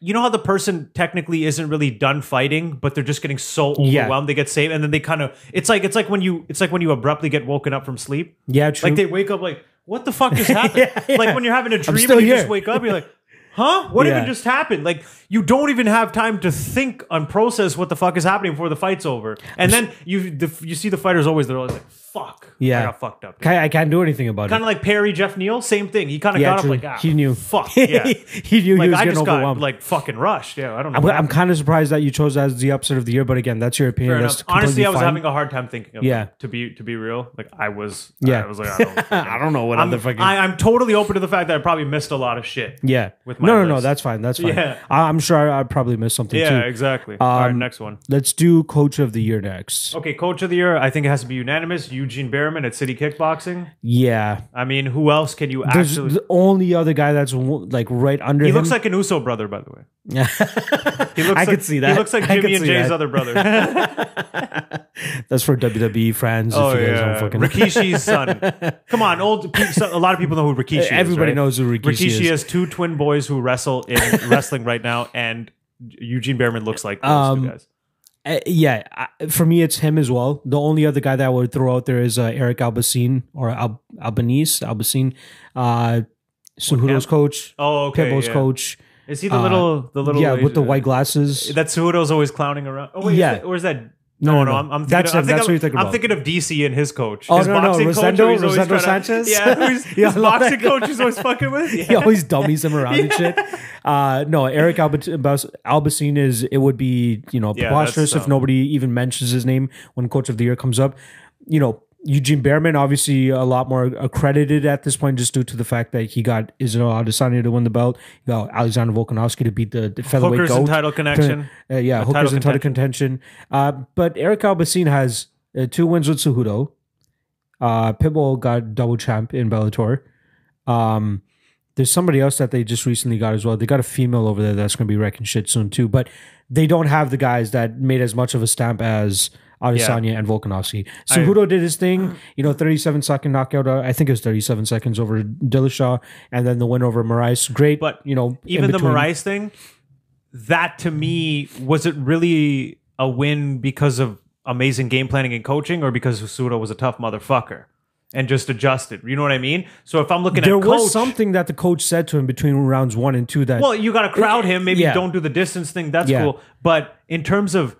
Speaker 2: You know how the person technically isn't really done fighting, but they're just getting so
Speaker 1: Yeah.
Speaker 2: overwhelmed they get saved, and then they kind of it's like it's like when you it's like when you abruptly get woken up from sleep.
Speaker 1: Yeah, true.
Speaker 2: Like they wake up like, what the fuck just happened?
Speaker 1: Yeah,
Speaker 2: Like
Speaker 1: yeah.
Speaker 2: when you're having a dream
Speaker 1: still
Speaker 2: and you just
Speaker 1: here.
Speaker 2: wake up, you're like, huh? What
Speaker 1: Yeah.
Speaker 2: even just happened? Like you don't even have time to think and process what the fuck is happening before the fight's over. And then you the, you see the fighters always they're always like, fuck, I
Speaker 1: Yeah.
Speaker 2: got fucked up.
Speaker 1: Ca- I can't do anything about
Speaker 2: Kind
Speaker 1: it.
Speaker 2: of like Perry Jeff Neal, same thing. He kind of
Speaker 1: Yeah,
Speaker 2: got
Speaker 1: true.
Speaker 2: up like, ah,
Speaker 1: He knew.
Speaker 2: fuck, yeah.
Speaker 1: he knew he
Speaker 2: like
Speaker 1: was
Speaker 2: I
Speaker 1: getting
Speaker 2: just got
Speaker 1: overwhelmed.
Speaker 2: like fucking rushed. Yeah, I don't know.
Speaker 1: I'm, I'm kind of surprised that you chose that as the upset of the year, but again, that's your opinion.
Speaker 2: Fair enough.
Speaker 1: that's
Speaker 2: Honestly,
Speaker 1: completely
Speaker 2: I was
Speaker 1: fine.
Speaker 2: having a hard time thinking of
Speaker 1: Yeah.
Speaker 2: them, to be to be real. Like I was
Speaker 1: Yeah.
Speaker 2: I was like, I don't,
Speaker 1: I don't know what
Speaker 2: I'm,
Speaker 1: other fucking.
Speaker 2: I, I'm totally open to the fact that I probably missed a lot of shit.
Speaker 1: yeah.
Speaker 2: with my
Speaker 1: no, no, no.
Speaker 2: list.
Speaker 1: That's fine. That's fine.
Speaker 2: Yeah.
Speaker 1: I, I'm sure I, I probably missed something
Speaker 2: Yeah,
Speaker 1: too.
Speaker 2: exactly. All right,
Speaker 1: Um,
Speaker 2: next one.
Speaker 1: Let's do coach of the year next.
Speaker 2: Okay, coach of the year. I think it has to be unanimous. Eugene Berriman at City Kickboxing.
Speaker 1: Yeah.
Speaker 2: I mean, who else can you
Speaker 1: There's
Speaker 2: actually?
Speaker 1: the only other guy that's w- like right under
Speaker 2: He
Speaker 1: him.
Speaker 2: looks like an Uso brother, by the way. He looks
Speaker 1: I
Speaker 2: like,
Speaker 1: could see that.
Speaker 2: He looks like
Speaker 1: I could
Speaker 2: Jimmy and
Speaker 1: see
Speaker 2: Jay's
Speaker 1: that.
Speaker 2: other brother.
Speaker 1: that's for WWE fans.
Speaker 2: oh
Speaker 1: if you guys
Speaker 2: yeah,
Speaker 1: don't fucking
Speaker 2: Rikishi's son. Come on, old. pe- so- A lot of people know who Rikishi is.
Speaker 1: Everybody
Speaker 2: right?
Speaker 1: knows who Rikishi, is.
Speaker 2: Rikishi has two twin boys who wrestle in wrestling right now, and Eugene Berriman looks like those
Speaker 1: Um,
Speaker 2: two guys.
Speaker 1: Uh, yeah, I, for me, it's him as well. The only other guy that I would throw out there is uh, Eric Albacine or Al- Albanese, Albacine, uh, Cejudo's coach,
Speaker 2: Oh, okay.
Speaker 1: Pitbull's
Speaker 2: yeah.
Speaker 1: coach.
Speaker 2: Is he the
Speaker 1: Uh,
Speaker 2: little, the little?
Speaker 1: yeah, with the
Speaker 2: Asian-
Speaker 1: white glasses.
Speaker 2: That Sudo's always clowning around. Oh wait,
Speaker 1: Yeah.
Speaker 2: is that, or is that?
Speaker 1: No, no, no.
Speaker 2: I'm, I'm thinking
Speaker 1: That's
Speaker 2: of, I'm
Speaker 1: him. That's
Speaker 2: thinking
Speaker 1: what you're
Speaker 2: of-
Speaker 1: thinking
Speaker 2: I'm
Speaker 1: about.
Speaker 2: thinking of DC and his coach.
Speaker 1: Oh,
Speaker 2: his
Speaker 1: no, no,
Speaker 2: boxing coach,
Speaker 1: Rosendo-
Speaker 2: who's always
Speaker 1: Rosendo
Speaker 2: trying
Speaker 1: Sanchez?
Speaker 2: To, yeah, who's,
Speaker 1: Yeah,
Speaker 2: his
Speaker 1: I love
Speaker 2: boxing
Speaker 1: that
Speaker 2: coach is always fucking with.
Speaker 1: He
Speaker 2: Yeah.
Speaker 1: always dummies him around and shit. Uh, no, Eric Albat- Albas- Albacine is. It would be you know
Speaker 2: Yeah,
Speaker 1: preposterous
Speaker 2: that's,
Speaker 1: if
Speaker 2: um,
Speaker 1: nobody even mentions his name when Coach of the Year comes up. You know. Eugene Behrman, obviously a lot more accredited at this point, just due to the fact that he got Israel Adesanya to win the belt, he got Alexander Volkanovski to beat the, the featherweight
Speaker 2: Hookers
Speaker 1: goat.
Speaker 2: and title connection.
Speaker 1: Uh, yeah,
Speaker 2: Or
Speaker 1: Hooker's
Speaker 2: title
Speaker 1: in title contention. Uh, but Eric Albacine has uh, two wins with Cejudo. Uh, Pitbull got double champ in Bellator. Um, there's somebody else that they just recently got as well. They got a female over there that's going to be wrecking shit soon too. But they don't have the guys that made as much of a stamp as Adesanya and Volkanovski. Cejudo did his thing, you know, 37 second knockout. uh, I think it was 37 seconds over Dillashaw, and then the win over Moraes. Great,
Speaker 2: But
Speaker 1: you know, in
Speaker 2: Even the
Speaker 1: between.
Speaker 2: Moraes thing, that to me was it really a win because of amazing game planning and coaching, or because Sudo was a tough motherfucker? and just adjust it. You know what I mean? So if I'm looking
Speaker 1: There
Speaker 2: at
Speaker 1: was
Speaker 2: coach,
Speaker 1: something that the coach said to him between rounds one and two that
Speaker 2: well, you got to crowd him. Maybe
Speaker 1: Yeah.
Speaker 2: don't do the distance thing. That's
Speaker 1: Yeah.
Speaker 2: cool. But in terms of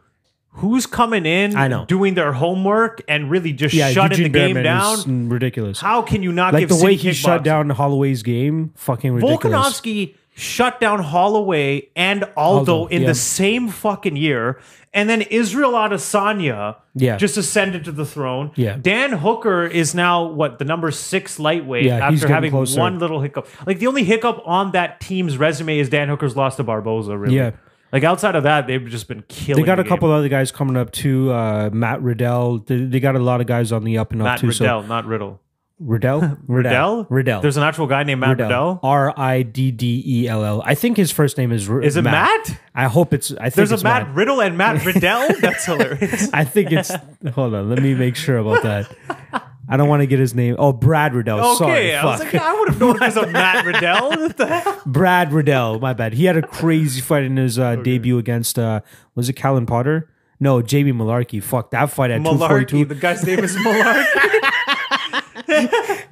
Speaker 2: who's coming in,
Speaker 1: I know.
Speaker 2: doing their homework and really just
Speaker 1: yeah,
Speaker 2: shutting
Speaker 1: Eugene
Speaker 2: the game
Speaker 1: Bearman
Speaker 2: down.
Speaker 1: is mm, ridiculous.
Speaker 2: How can you not
Speaker 1: like
Speaker 2: give
Speaker 1: the way
Speaker 2: City
Speaker 1: he shut
Speaker 2: kickboxing?
Speaker 1: down Holloway's game, fucking ridiculous.
Speaker 2: Volkanovski shut down Holloway and Aldo,
Speaker 1: Aldo,
Speaker 2: in
Speaker 1: yeah.
Speaker 2: the same fucking year, and then Israel Adesanya
Speaker 1: Yeah.
Speaker 2: just ascended to the throne.
Speaker 1: Yeah.
Speaker 2: Dan Hooker is now what the number six lightweight
Speaker 1: Yeah, he's
Speaker 2: after
Speaker 1: getting
Speaker 2: having
Speaker 1: closer.
Speaker 2: one little hiccup. Like the only hiccup on that team's resume is Dan Hooker's loss to Barboza. Really,
Speaker 1: Yeah.
Speaker 2: Like outside of that, they've just been killing.
Speaker 1: They got
Speaker 2: the
Speaker 1: a
Speaker 2: game.
Speaker 1: couple other guys coming up too. Uh, Matt Riddell. They, they got a lot of guys on the up and up
Speaker 2: Matt
Speaker 1: too. So
Speaker 2: Riddell, not Riddle.
Speaker 1: Riddell,
Speaker 2: Riddell.
Speaker 1: Riddell, Riddell. Oh,
Speaker 2: There's an actual guy named Matt Riddell.
Speaker 1: R I D D E L L. I think his first name is. R-
Speaker 2: Is it Matt?
Speaker 1: I hope it's. I think
Speaker 2: There's
Speaker 1: it's
Speaker 2: a Matt Riddle and Matt Riddell. That's hilarious.
Speaker 1: I think it's. hold on, let me make sure about that. I don't want to get his name. Oh, Brad Riddell.
Speaker 2: Okay,
Speaker 1: Sorry,
Speaker 2: I
Speaker 1: fuck.
Speaker 2: was like, I would have known as a Matt Riddell. What the hell?
Speaker 1: Brad Riddell. My bad. He had a crazy fight in his uh, debut against. Uh, was it Callan Potter? No, Jamie Malarkey. Fuck that fight at two forty
Speaker 2: Malarkey.
Speaker 1: two.
Speaker 2: The guy's name is Malarkey.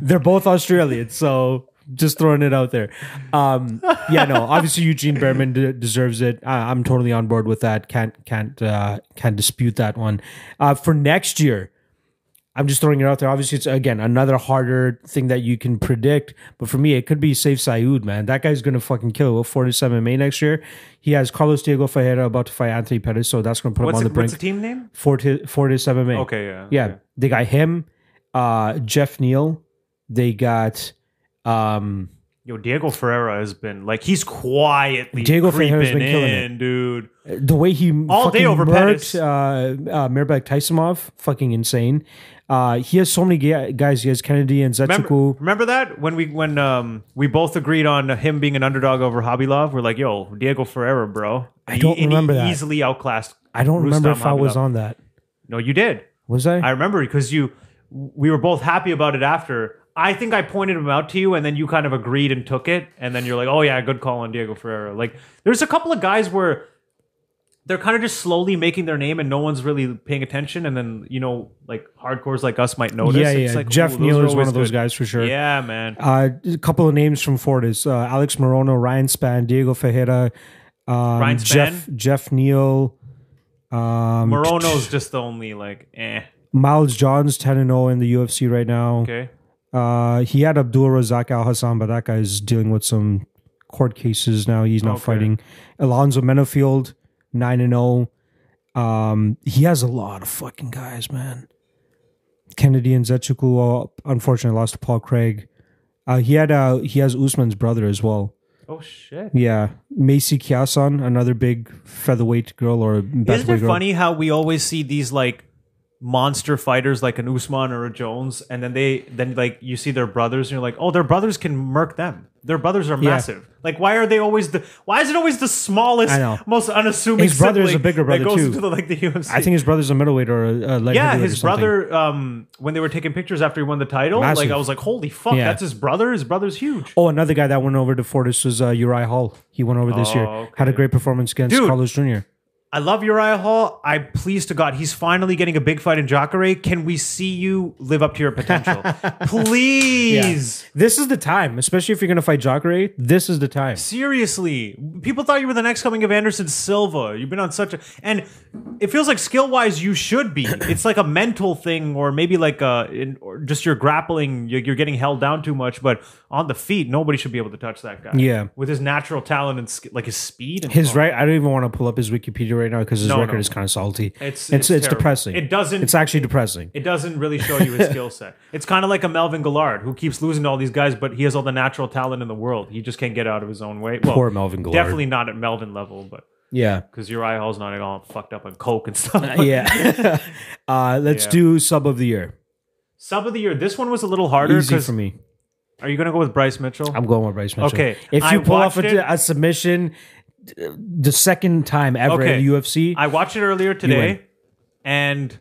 Speaker 1: They're both Australians, so just throwing it out there. Um, yeah, no, obviously Eugene Behrman de- deserves it. I- I'm totally on board with that. Can't can't uh, can't dispute that one. Uh, for next year, I'm just throwing it out there. Obviously, it's again another harder thing that you can predict. But for me, it could be Safe Sayud, man. That guy's gonna fucking kill it. We'll forty-seven May next year. He has Carlos Diego Ferreira about to fight Anthony Pettis, so that's gonna put him
Speaker 2: What's,
Speaker 1: on
Speaker 2: the,
Speaker 1: the brink.
Speaker 2: what's the team name?
Speaker 1: Forty- forty-seven May.
Speaker 2: Okay, yeah.
Speaker 1: Yeah,
Speaker 2: okay.
Speaker 1: they got him, uh, Jeff Neal. They got um,
Speaker 2: Yo, Diego Ferreira has been like he's quietly
Speaker 1: Diego
Speaker 2: creeping
Speaker 1: Ferreira's been killing
Speaker 2: in, dude.
Speaker 1: the way he
Speaker 2: All day
Speaker 1: fucking
Speaker 2: over
Speaker 1: murked,
Speaker 2: Pettis.
Speaker 1: uh, uh, Mirbek Tysimov, fucking insane. Uh, he has so many ga- guys. He has Kennedy and
Speaker 2: Remember,
Speaker 1: Zetsuku.
Speaker 2: remember that when we when um we both agreed on him being an underdog over Hobbylov? We're like, yo, Diego Ferreira, bro.
Speaker 1: I don't
Speaker 2: And he
Speaker 1: remember that.
Speaker 2: Easily outclassed.
Speaker 1: I don't remember
Speaker 2: Rustam
Speaker 1: if I was
Speaker 2: Hobbylov.
Speaker 1: on that.
Speaker 2: No, you did.
Speaker 1: Was I?
Speaker 2: I remember because you we were both happy about it after. I think I pointed him out to you, and then you kind of agreed and took it, and then you're like, "Oh yeah, good call on Diego Ferreira." Like, there's a couple of guys where they're kind of just slowly making their name, and no one's really paying attention, and then you know, like hardcores like us might notice.
Speaker 1: yeah,
Speaker 2: It's
Speaker 1: yeah.
Speaker 2: like,
Speaker 1: Jeff
Speaker 2: ooh, those
Speaker 1: Neal
Speaker 2: are
Speaker 1: is one
Speaker 2: always
Speaker 1: of those
Speaker 2: good.
Speaker 1: guys for sure.
Speaker 2: Yeah, man.
Speaker 1: Uh, a couple of names from Fortis: uh, Alex Morono, Ryan Span, Diego Ferreira, um,
Speaker 2: Ryan Spann?
Speaker 1: Jeff Jeff Neal, um,
Speaker 2: Morono's just the only like, eh,
Speaker 1: Miles Johns, ten and zero in the UFC right now.
Speaker 2: okay.
Speaker 1: Uh, he had Abdul Razak Al Hassan, but that guy is dealing with some court cases now. He's not
Speaker 2: Okay.
Speaker 1: fighting. Alonzo Menafield, nine and zero. Um, he has a lot of fucking guys, man. Kennedy and Zetchuku, uh, unfortunately, lost to Paul Craig. Uh, he had uh, he has Usman's brother as well.
Speaker 2: Oh shit.
Speaker 1: Yeah, Macy Kiasan, another big featherweight girl or
Speaker 2: Isn't it
Speaker 1: bantamweight girl.
Speaker 2: funny how we always see these like monster fighters like an Usman or a Jones, and then they then like you see their brothers, and you're like, oh, their brothers can murk them. Their brothers are massive. Like, why are they always the? Why is it always the smallest,
Speaker 1: I know.
Speaker 2: most unassuming?
Speaker 1: His brother's
Speaker 2: sibling
Speaker 1: a bigger
Speaker 2: that
Speaker 1: brother,
Speaker 2: goes
Speaker 1: too.
Speaker 2: Into the, like the UFC.
Speaker 1: I think his brother's a middleweight or a, a light
Speaker 2: Yeah,
Speaker 1: heavyweight or
Speaker 2: his
Speaker 1: something.
Speaker 2: brother. Um, when they were taking pictures after he won the title, like
Speaker 1: Massive.
Speaker 2: I was like, "Holy fuck,
Speaker 1: Yeah.
Speaker 2: that's his brother! His brother's huge."
Speaker 1: Oh, another guy that went over to Fortis was uh, Uriah Hall. He went over this
Speaker 2: Oh,
Speaker 1: year.
Speaker 2: okay.
Speaker 1: Had a great performance against
Speaker 2: Dude.
Speaker 1: Carlos Jr.
Speaker 2: I love Uriah Hall. I'm pleased to God he's finally getting a big fight in Jacare. Can we see you live up to your potential? Please.
Speaker 1: This is the time, especially if you're going to fight Jacare. This is the time.
Speaker 2: Seriously. People thought you were the next coming of Anderson Silva. You've been on such a and it feels like skill wise you should be. It's like a mental thing or maybe like uh in, or just your grappling you're, you're getting held down too much, but on the feet nobody should be able to touch that guy.
Speaker 1: Yeah.
Speaker 2: With his natural talent and sk- like his speed and
Speaker 1: His right. I don't even want to pull up his Wikipedia right now because his
Speaker 2: Oh. No,
Speaker 1: record
Speaker 2: no.
Speaker 1: is kind of salty. it's
Speaker 2: It's- it's
Speaker 1: it's
Speaker 2: terrible.
Speaker 1: depressing.
Speaker 2: It doesn't-
Speaker 1: It's actually depressing.
Speaker 2: it doesn't really show you his skill set. It's kind of like a Melvin Gillard who keeps losing to all these guys, but he has all the natural talent in the world. He just can't get out of his own way. Well,
Speaker 1: Poor Melvin Gillard.
Speaker 2: Definitely not at Melvin level, but
Speaker 1: yeah.
Speaker 2: because your eye hole's not all fucked up on coke and stuff.
Speaker 1: yeah. uh, let's
Speaker 2: Yeah.
Speaker 1: do sub of the year.
Speaker 2: Sub of the year. This one was a little harder
Speaker 1: Easy
Speaker 2: because
Speaker 1: for me.
Speaker 2: are you gonna go with Bryce Mitchell?
Speaker 1: I'm going with Bryce Mitchell.
Speaker 2: Okay,
Speaker 1: If
Speaker 2: I
Speaker 1: you pull off
Speaker 2: watched it.
Speaker 1: a, a submission, d- the second time ever
Speaker 2: Okay.
Speaker 1: in the UFC,
Speaker 2: I watched it earlier today, and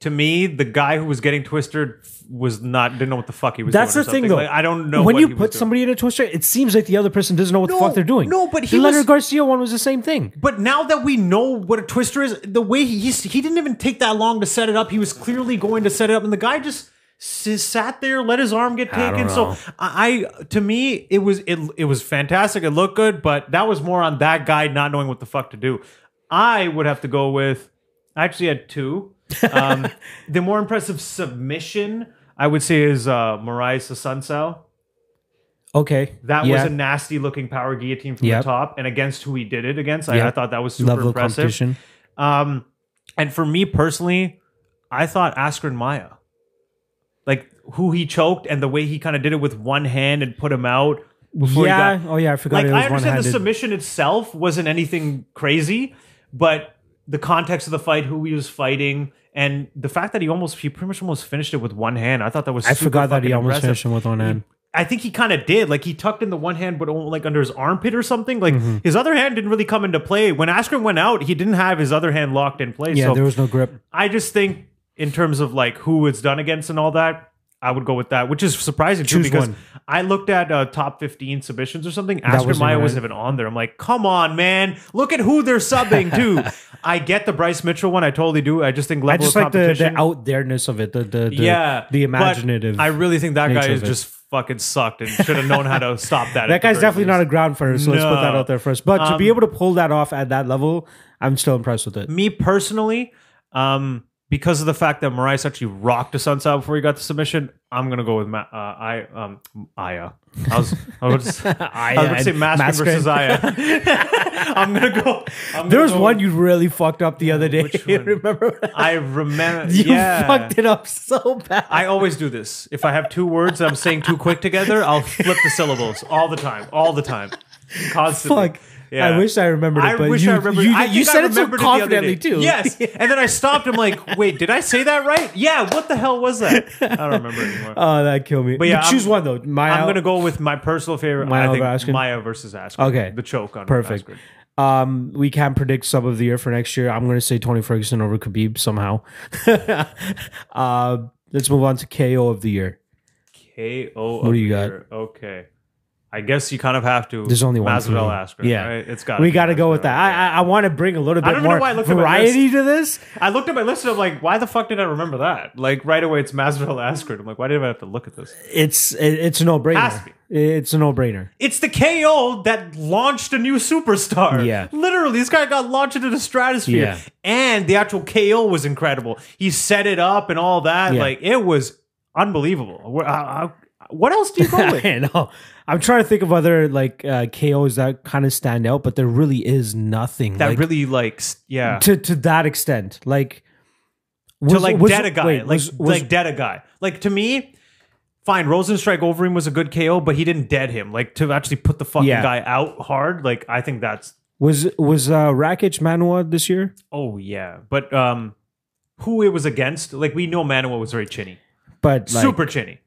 Speaker 2: to me, the guy who was getting twisted was not didn't know what the fuck he was.
Speaker 1: That's
Speaker 2: doing
Speaker 1: the
Speaker 2: or something.
Speaker 1: thing, though.
Speaker 2: Like, I don't know
Speaker 1: When
Speaker 2: what
Speaker 1: you
Speaker 2: he was
Speaker 1: put
Speaker 2: doing.
Speaker 1: somebody in a twister, it seems like the other person doesn't know what the
Speaker 2: No,
Speaker 1: fuck they're doing.
Speaker 2: no, but he
Speaker 1: the
Speaker 2: was-
Speaker 1: Leonard Garcia one was the same thing.
Speaker 2: But now that we know what a twister is, the way he he's, he didn't even take that long to set it up. He was clearly going to set it up, and the guy just s- sat there, let his arm get
Speaker 1: I
Speaker 2: taken.
Speaker 1: don't
Speaker 2: So
Speaker 1: know.
Speaker 2: I, I- to me, it was it, it was fantastic. It looked good, but that was more on that guy not knowing what the fuck to do. I would have to go with. I actually had two. Um, the more impressive submission, I would say, is uh, Mariah Sunsao.
Speaker 1: Okay.
Speaker 2: That
Speaker 1: yeah.
Speaker 2: was a nasty looking power guillotine from
Speaker 1: Yep.
Speaker 2: the top, and against who he did it against, I,
Speaker 1: Yep.
Speaker 2: I thought that was super
Speaker 1: level of
Speaker 2: impressive.
Speaker 1: competition.
Speaker 2: Um, and for me personally, I thought Askren Maya, like who he choked and the way he kind of did it with one hand and put him out before
Speaker 1: yeah.
Speaker 2: he got.
Speaker 1: oh yeah, I forgot
Speaker 2: Like
Speaker 1: it
Speaker 2: I
Speaker 1: was
Speaker 2: understand the
Speaker 1: one-handed.
Speaker 2: submission itself wasn't anything crazy, but the context of the fight, who he was fighting, and the fact that he almost he pretty much almost finished it with one hand, I thought that was.
Speaker 1: I
Speaker 2: super
Speaker 1: forgot that he
Speaker 2: fucking
Speaker 1: almost
Speaker 2: impressive.
Speaker 1: finished him with one hand.
Speaker 2: I think he kind of did. Like he tucked in the one hand, but only like under his armpit or something. Like
Speaker 1: Mm-hmm.
Speaker 2: his other hand didn't really come into play. When Askren went out, he didn't have his other hand locked in place.
Speaker 1: Yeah,
Speaker 2: so
Speaker 1: there was no grip.
Speaker 2: I just think in terms of like who it's done against and all that, I would go with that, which is surprising too
Speaker 1: Choose
Speaker 2: because
Speaker 1: one.
Speaker 2: I looked at uh, top 15 submissions or something. Askren
Speaker 1: wasn't
Speaker 2: Maya
Speaker 1: right.
Speaker 2: wasn't even on there. I'm like, come on, man. Look at who they're subbing to. I get the Bryce Mitchell one. I totally do. I just think level
Speaker 1: I just
Speaker 2: of
Speaker 1: like the,
Speaker 2: competition
Speaker 1: the out there-ness of it. The the, the
Speaker 2: yeah,
Speaker 1: the
Speaker 2: but
Speaker 1: imaginative.
Speaker 2: I really think that guy
Speaker 1: nature
Speaker 2: is
Speaker 1: of it.
Speaker 2: just fucking sucked and should have known how to stop that.
Speaker 1: that guy's definitely not a ground fighter, so let's put that
Speaker 2: No. Um,
Speaker 1: out there first. But to be able to pull that off at that level, I'm still impressed with it.
Speaker 2: me personally. Um, because of the fact that Marais actually rocked a sunset before he got the submission, I'm gonna go with Ma- uh, I um Aya. I was I was, I was gonna say
Speaker 1: and
Speaker 2: Maskin
Speaker 1: Maskin.
Speaker 2: versus Aya. I'm gonna go. I'm
Speaker 1: There
Speaker 2: gonna
Speaker 1: was
Speaker 2: go-
Speaker 1: one you really fucked up the other day.
Speaker 2: Which one?
Speaker 1: Remember?
Speaker 2: I remember.
Speaker 1: you
Speaker 2: yeah.
Speaker 1: fucked it up so bad.
Speaker 2: I always do this. If I have two words that I'm saying too quick together, I'll flip the syllables all the time, all the time, constantly.
Speaker 1: Fuck. I wish I remembered it,
Speaker 2: I
Speaker 1: but
Speaker 2: wish
Speaker 1: you,
Speaker 2: I remembered.
Speaker 1: you,
Speaker 2: I
Speaker 1: you
Speaker 2: think I
Speaker 1: said it so
Speaker 2: remembered the other
Speaker 1: confidently
Speaker 2: day.
Speaker 1: too.
Speaker 2: Yes, and then I stopped. I'm like, wait, did I say that right? Yeah. What the hell was that? I don't remember anymore.
Speaker 1: Oh, that killed me. But
Speaker 2: yeah,
Speaker 1: choose
Speaker 2: I'm-
Speaker 1: one though. My
Speaker 2: I'm gonna go with my personal favorite.
Speaker 1: Maya
Speaker 2: I think
Speaker 1: over Askren?
Speaker 2: Maya versus Askren.
Speaker 1: Okay.
Speaker 2: the choke on
Speaker 1: Perfect.
Speaker 2: Askren.
Speaker 1: Um, we can predict sub of the year for next year. I'm going to say Tony Ferguson over Khabib somehow. uh, let's move on to KO of the year.
Speaker 2: KO.
Speaker 1: What do you got?
Speaker 2: Okay. I guess you kind of have to.
Speaker 1: There's only one for
Speaker 2: Masvidal
Speaker 1: me.
Speaker 2: Askren.
Speaker 1: Yeah.
Speaker 2: right? it's got.
Speaker 1: We got to go with that. I I, I want to bring a little
Speaker 2: I
Speaker 1: bit
Speaker 2: don't even know
Speaker 1: more
Speaker 2: why I looked at my
Speaker 1: variety to this.
Speaker 2: I looked at my list and I'm like, why the fuck did I remember that? Like right away, it's Masvidal Askren. I'm like, why did I have to look at this?
Speaker 1: It's it, it's a no
Speaker 2: Has
Speaker 1: brainer.
Speaker 2: to
Speaker 1: It's a no brainer.
Speaker 2: It's the KO that launched a new superstar.
Speaker 1: Yeah.
Speaker 2: literally, this guy got launched into the stratosphere.
Speaker 1: Yeah.
Speaker 2: and the actual KO was incredible. He set it up and all that.
Speaker 1: Yeah.
Speaker 2: Like it was unbelievable. Wha- I- I- What else do you go with?
Speaker 1: I know. I'm trying to think of other like uh, KOs that kind of stand out, but there really is nothing
Speaker 2: that
Speaker 1: like,
Speaker 2: really like s- yeah
Speaker 1: to to that extent. Like was,
Speaker 2: to like
Speaker 1: was-
Speaker 2: dead a guy,
Speaker 1: wait,
Speaker 2: like
Speaker 1: was- was-
Speaker 2: like dead a guy. Like to me, fine. Rosenstrike over him was a good KO, but he didn't dead him. Like to actually put the fucking
Speaker 1: Yeah.
Speaker 2: guy out hard. Like I think that's
Speaker 1: Was was uh, Rakic Manua this year?
Speaker 2: oh yeah. But um, who it was against? Like we know Manuel was very chinny,
Speaker 1: But like,
Speaker 2: super chinny.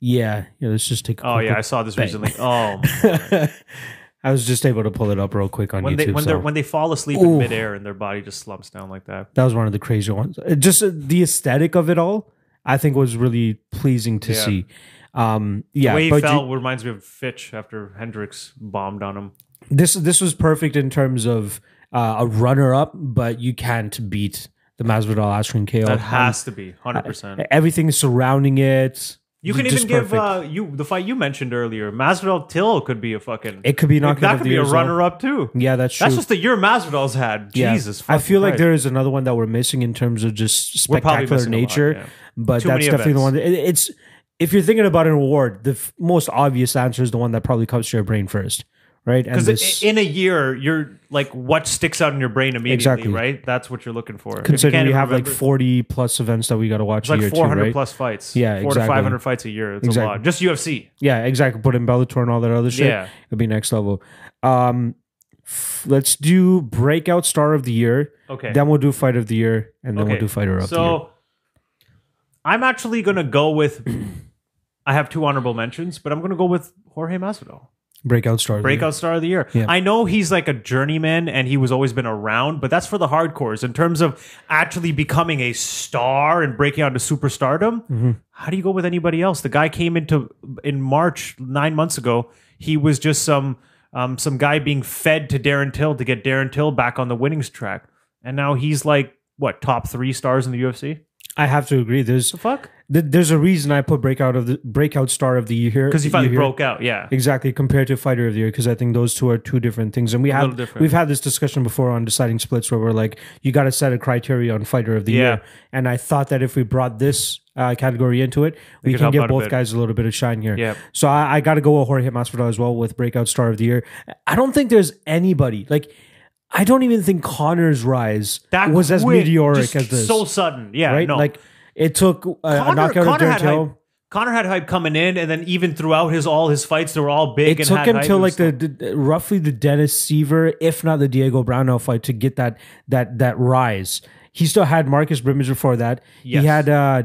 Speaker 1: yeah, yeah. Let's just take. A
Speaker 2: Oh
Speaker 1: quick
Speaker 2: yeah, I saw this
Speaker 1: bang.
Speaker 2: recently. Oh,
Speaker 1: look. I was just able to pull it up real quick on
Speaker 2: when
Speaker 1: YouTube.
Speaker 2: they when
Speaker 1: so
Speaker 2: they when they fall asleep
Speaker 1: Ooh.
Speaker 2: in midair and their body just slumps down like that.
Speaker 1: that was one of the crazy ones. It just uh, the aesthetic of it all, I think, was really pleasing to
Speaker 2: Yeah.
Speaker 1: see. Um,
Speaker 2: The
Speaker 1: yeah,
Speaker 2: way he
Speaker 1: but
Speaker 2: fell
Speaker 1: you-
Speaker 2: reminds me of Fitch after Hendricks bombed on him.
Speaker 1: this this was perfect in terms of uh, a runner up, but you can't beat the Masvidal Askren KO.
Speaker 2: That has to be hundred percent.
Speaker 1: Um, everything surrounding it.
Speaker 2: You can
Speaker 1: just
Speaker 2: even give
Speaker 1: perfect.
Speaker 2: uh, you the fight you mentioned earlier. Masvidal Till could be a fucking.
Speaker 1: it could be knockout
Speaker 2: that
Speaker 1: of
Speaker 2: could
Speaker 1: the
Speaker 2: be
Speaker 1: year
Speaker 2: a
Speaker 1: as well.
Speaker 2: runner up too.
Speaker 1: Yeah, that's true.
Speaker 2: That's just the year Masvidal's had.
Speaker 1: Yeah.
Speaker 2: Jesus,
Speaker 1: I
Speaker 2: fucking
Speaker 1: feel like
Speaker 2: Christ.
Speaker 1: there is another one that we're missing in terms of just
Speaker 2: We're probably
Speaker 1: spectacular
Speaker 2: missing a lot,
Speaker 1: nature,
Speaker 2: yeah.
Speaker 1: but
Speaker 2: Too
Speaker 1: that's
Speaker 2: many
Speaker 1: definitely the
Speaker 2: events.
Speaker 1: one. That, it- it's if you're thinking about an award, the f- most obvious answer is the one that probably comes to your brain first, right? And
Speaker 2: because
Speaker 1: this,
Speaker 2: in a year you're like what sticks out in your brain immediately,
Speaker 1: Exactly.
Speaker 2: right? That's what you're looking for. If you
Speaker 1: considering
Speaker 2: can't
Speaker 1: we
Speaker 2: even
Speaker 1: have like
Speaker 2: remember-
Speaker 1: 40 plus events that we got to watch
Speaker 2: it's
Speaker 1: a
Speaker 2: like
Speaker 1: year too,
Speaker 2: 400
Speaker 1: right?
Speaker 2: plus fights.
Speaker 1: Yeah,
Speaker 2: four
Speaker 1: exactly.
Speaker 2: to 500 fights a year. It's
Speaker 1: Exactly.
Speaker 2: a lot. Just UFC.
Speaker 1: Yeah, exactly. Put in Bellator and all that other shit.
Speaker 2: Yeah.
Speaker 1: It'd be next level. Um, f- let's do breakout star of the year.
Speaker 2: Okay.
Speaker 1: Then we'll do fight of the year, and then
Speaker 2: okay.
Speaker 1: we'll do fighter of the year.
Speaker 2: So I'm actually gonna go with. I have two honorable mentions, but I'm gonna go with Jorge Masvidal.
Speaker 1: Breakout star. of the year.
Speaker 2: breakout star of the year.
Speaker 1: Yeah.
Speaker 2: I know he's like a journeyman and he was always been around, but that's for the hardcores. In terms of actually becoming a star and breaking out to superstardom,
Speaker 1: Mm-hmm.
Speaker 2: how do you go with anybody else? The guy came into in March nine months ago. He was just some um, some guy being fed to Darren Till to get Darren Till back on the winnings track, and now he's like what top three stars in the UFC?
Speaker 1: I have to agree. There's
Speaker 2: The fuck?
Speaker 1: Th- there's a reason I put breakout of the breakout star of the year
Speaker 2: because he
Speaker 1: year
Speaker 2: finally
Speaker 1: here.
Speaker 2: broke out. Yeah,
Speaker 1: Exactly, compared to Fighter of the Year, because I think those two are two different things. And we have
Speaker 2: little different.
Speaker 1: we've had this discussion before on deciding splits, where we're like, you got to set a criteria on Fighter of the
Speaker 2: Yeah.
Speaker 1: Year. And I thought that if we brought this uh, category into it, we
Speaker 2: could
Speaker 1: can
Speaker 2: help
Speaker 1: give
Speaker 2: out a
Speaker 1: both
Speaker 2: bit.
Speaker 1: guys a little bit of shine here.
Speaker 2: Yeah.
Speaker 1: So I, I got to go with Jorge Masvidal as well with Breakout Star of the Year. I don't think there's anybody like. I don't even think Connor's rise
Speaker 2: that
Speaker 1: was as
Speaker 2: quick,
Speaker 1: meteoric
Speaker 2: just
Speaker 1: as this,
Speaker 2: So sudden. Yeah,
Speaker 1: right?
Speaker 2: no.
Speaker 1: Like it took a, a
Speaker 2: Connor,
Speaker 1: knockout
Speaker 2: Connor
Speaker 1: of
Speaker 2: had hype.
Speaker 1: Dirtel.
Speaker 2: Connor had hype coming in, and then even throughout his all his fights, they were all
Speaker 1: It
Speaker 2: big. and
Speaker 1: took
Speaker 2: had
Speaker 1: him
Speaker 2: hype.
Speaker 1: till
Speaker 2: It
Speaker 1: like
Speaker 2: was
Speaker 1: the, the- roughly the Dennis Seaver, if not the Diego Brownell fight, to get that that that rise. He still had Marcus Brimmage before that.
Speaker 2: Yes.
Speaker 1: He had uh,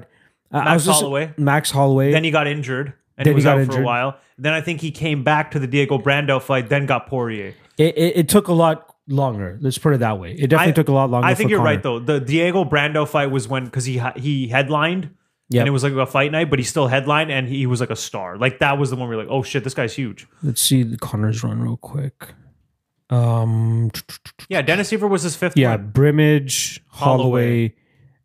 Speaker 1: I was just-
Speaker 2: Holloway.
Speaker 1: Max Holloway.
Speaker 2: Then he got injured and
Speaker 1: Then
Speaker 2: he was
Speaker 1: he got
Speaker 2: out for a
Speaker 1: injured.
Speaker 2: while. Then I think he came back to the Diego Brando fight, then got Poirier.
Speaker 1: it, it, it took a lot longer. Let's put it that way. It definitely
Speaker 2: I-
Speaker 1: took a lot longer.
Speaker 2: I think
Speaker 1: for
Speaker 2: you're
Speaker 1: Conor.
Speaker 2: right though. The Diego Brando fight was when because he he headlined.
Speaker 1: Yep.
Speaker 2: And it was like a fight night, but he still headlined and he was like a star. Like that was the one we were like, oh shit, this guy's huge.
Speaker 1: Let's see the Connor's run real quick. Um,
Speaker 2: Yeah, Dennis Seaver was his fifth
Speaker 1: yeah,
Speaker 2: one.
Speaker 1: Brimmage, Holloway,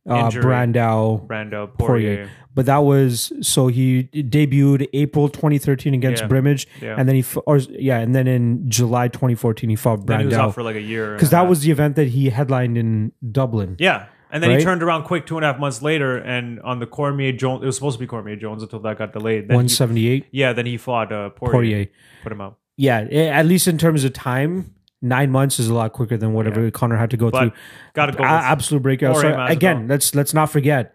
Speaker 2: Holloway,
Speaker 1: uh,
Speaker 2: injury.
Speaker 1: Brandow,
Speaker 2: Brando, Poirier.
Speaker 1: Poirier. But that was so he debuted April 2013 against
Speaker 2: Yeah.
Speaker 1: Brimage,
Speaker 2: Yeah.
Speaker 1: and then he f- or yeah, and then in July 2014 he fought
Speaker 2: Then he was out
Speaker 1: Brandao
Speaker 2: for like a year. and
Speaker 1: because
Speaker 2: a
Speaker 1: that
Speaker 2: half.
Speaker 1: was the event that he headlined in Dublin.
Speaker 2: Yeah. And then
Speaker 1: Right?
Speaker 2: he turned around quick two and a half months later and on the Cormier Jones it was supposed to be Cormier Jones until that got delayed. Then he,
Speaker 1: 178
Speaker 2: yeah, then he fought uh Poirier,
Speaker 1: Poirier.
Speaker 2: Put him out.
Speaker 1: Yeah, a- at least in terms of time, nine months is a lot quicker than whatever Connor had to go
Speaker 2: But
Speaker 1: through.
Speaker 2: gotta go
Speaker 1: A-
Speaker 2: with-
Speaker 1: absolute breakout.
Speaker 2: Jorge
Speaker 1: So again,
Speaker 2: Masvidal.
Speaker 1: let's let's not forget,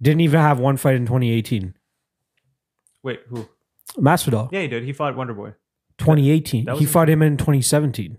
Speaker 1: didn't even have one fight in 2018.
Speaker 2: wait, who?
Speaker 1: Masvidal,
Speaker 2: Yeah, he did. He fought Wonderboy.
Speaker 1: 2018.
Speaker 2: that was
Speaker 1: He
Speaker 2: in-
Speaker 1: fought him in 2017.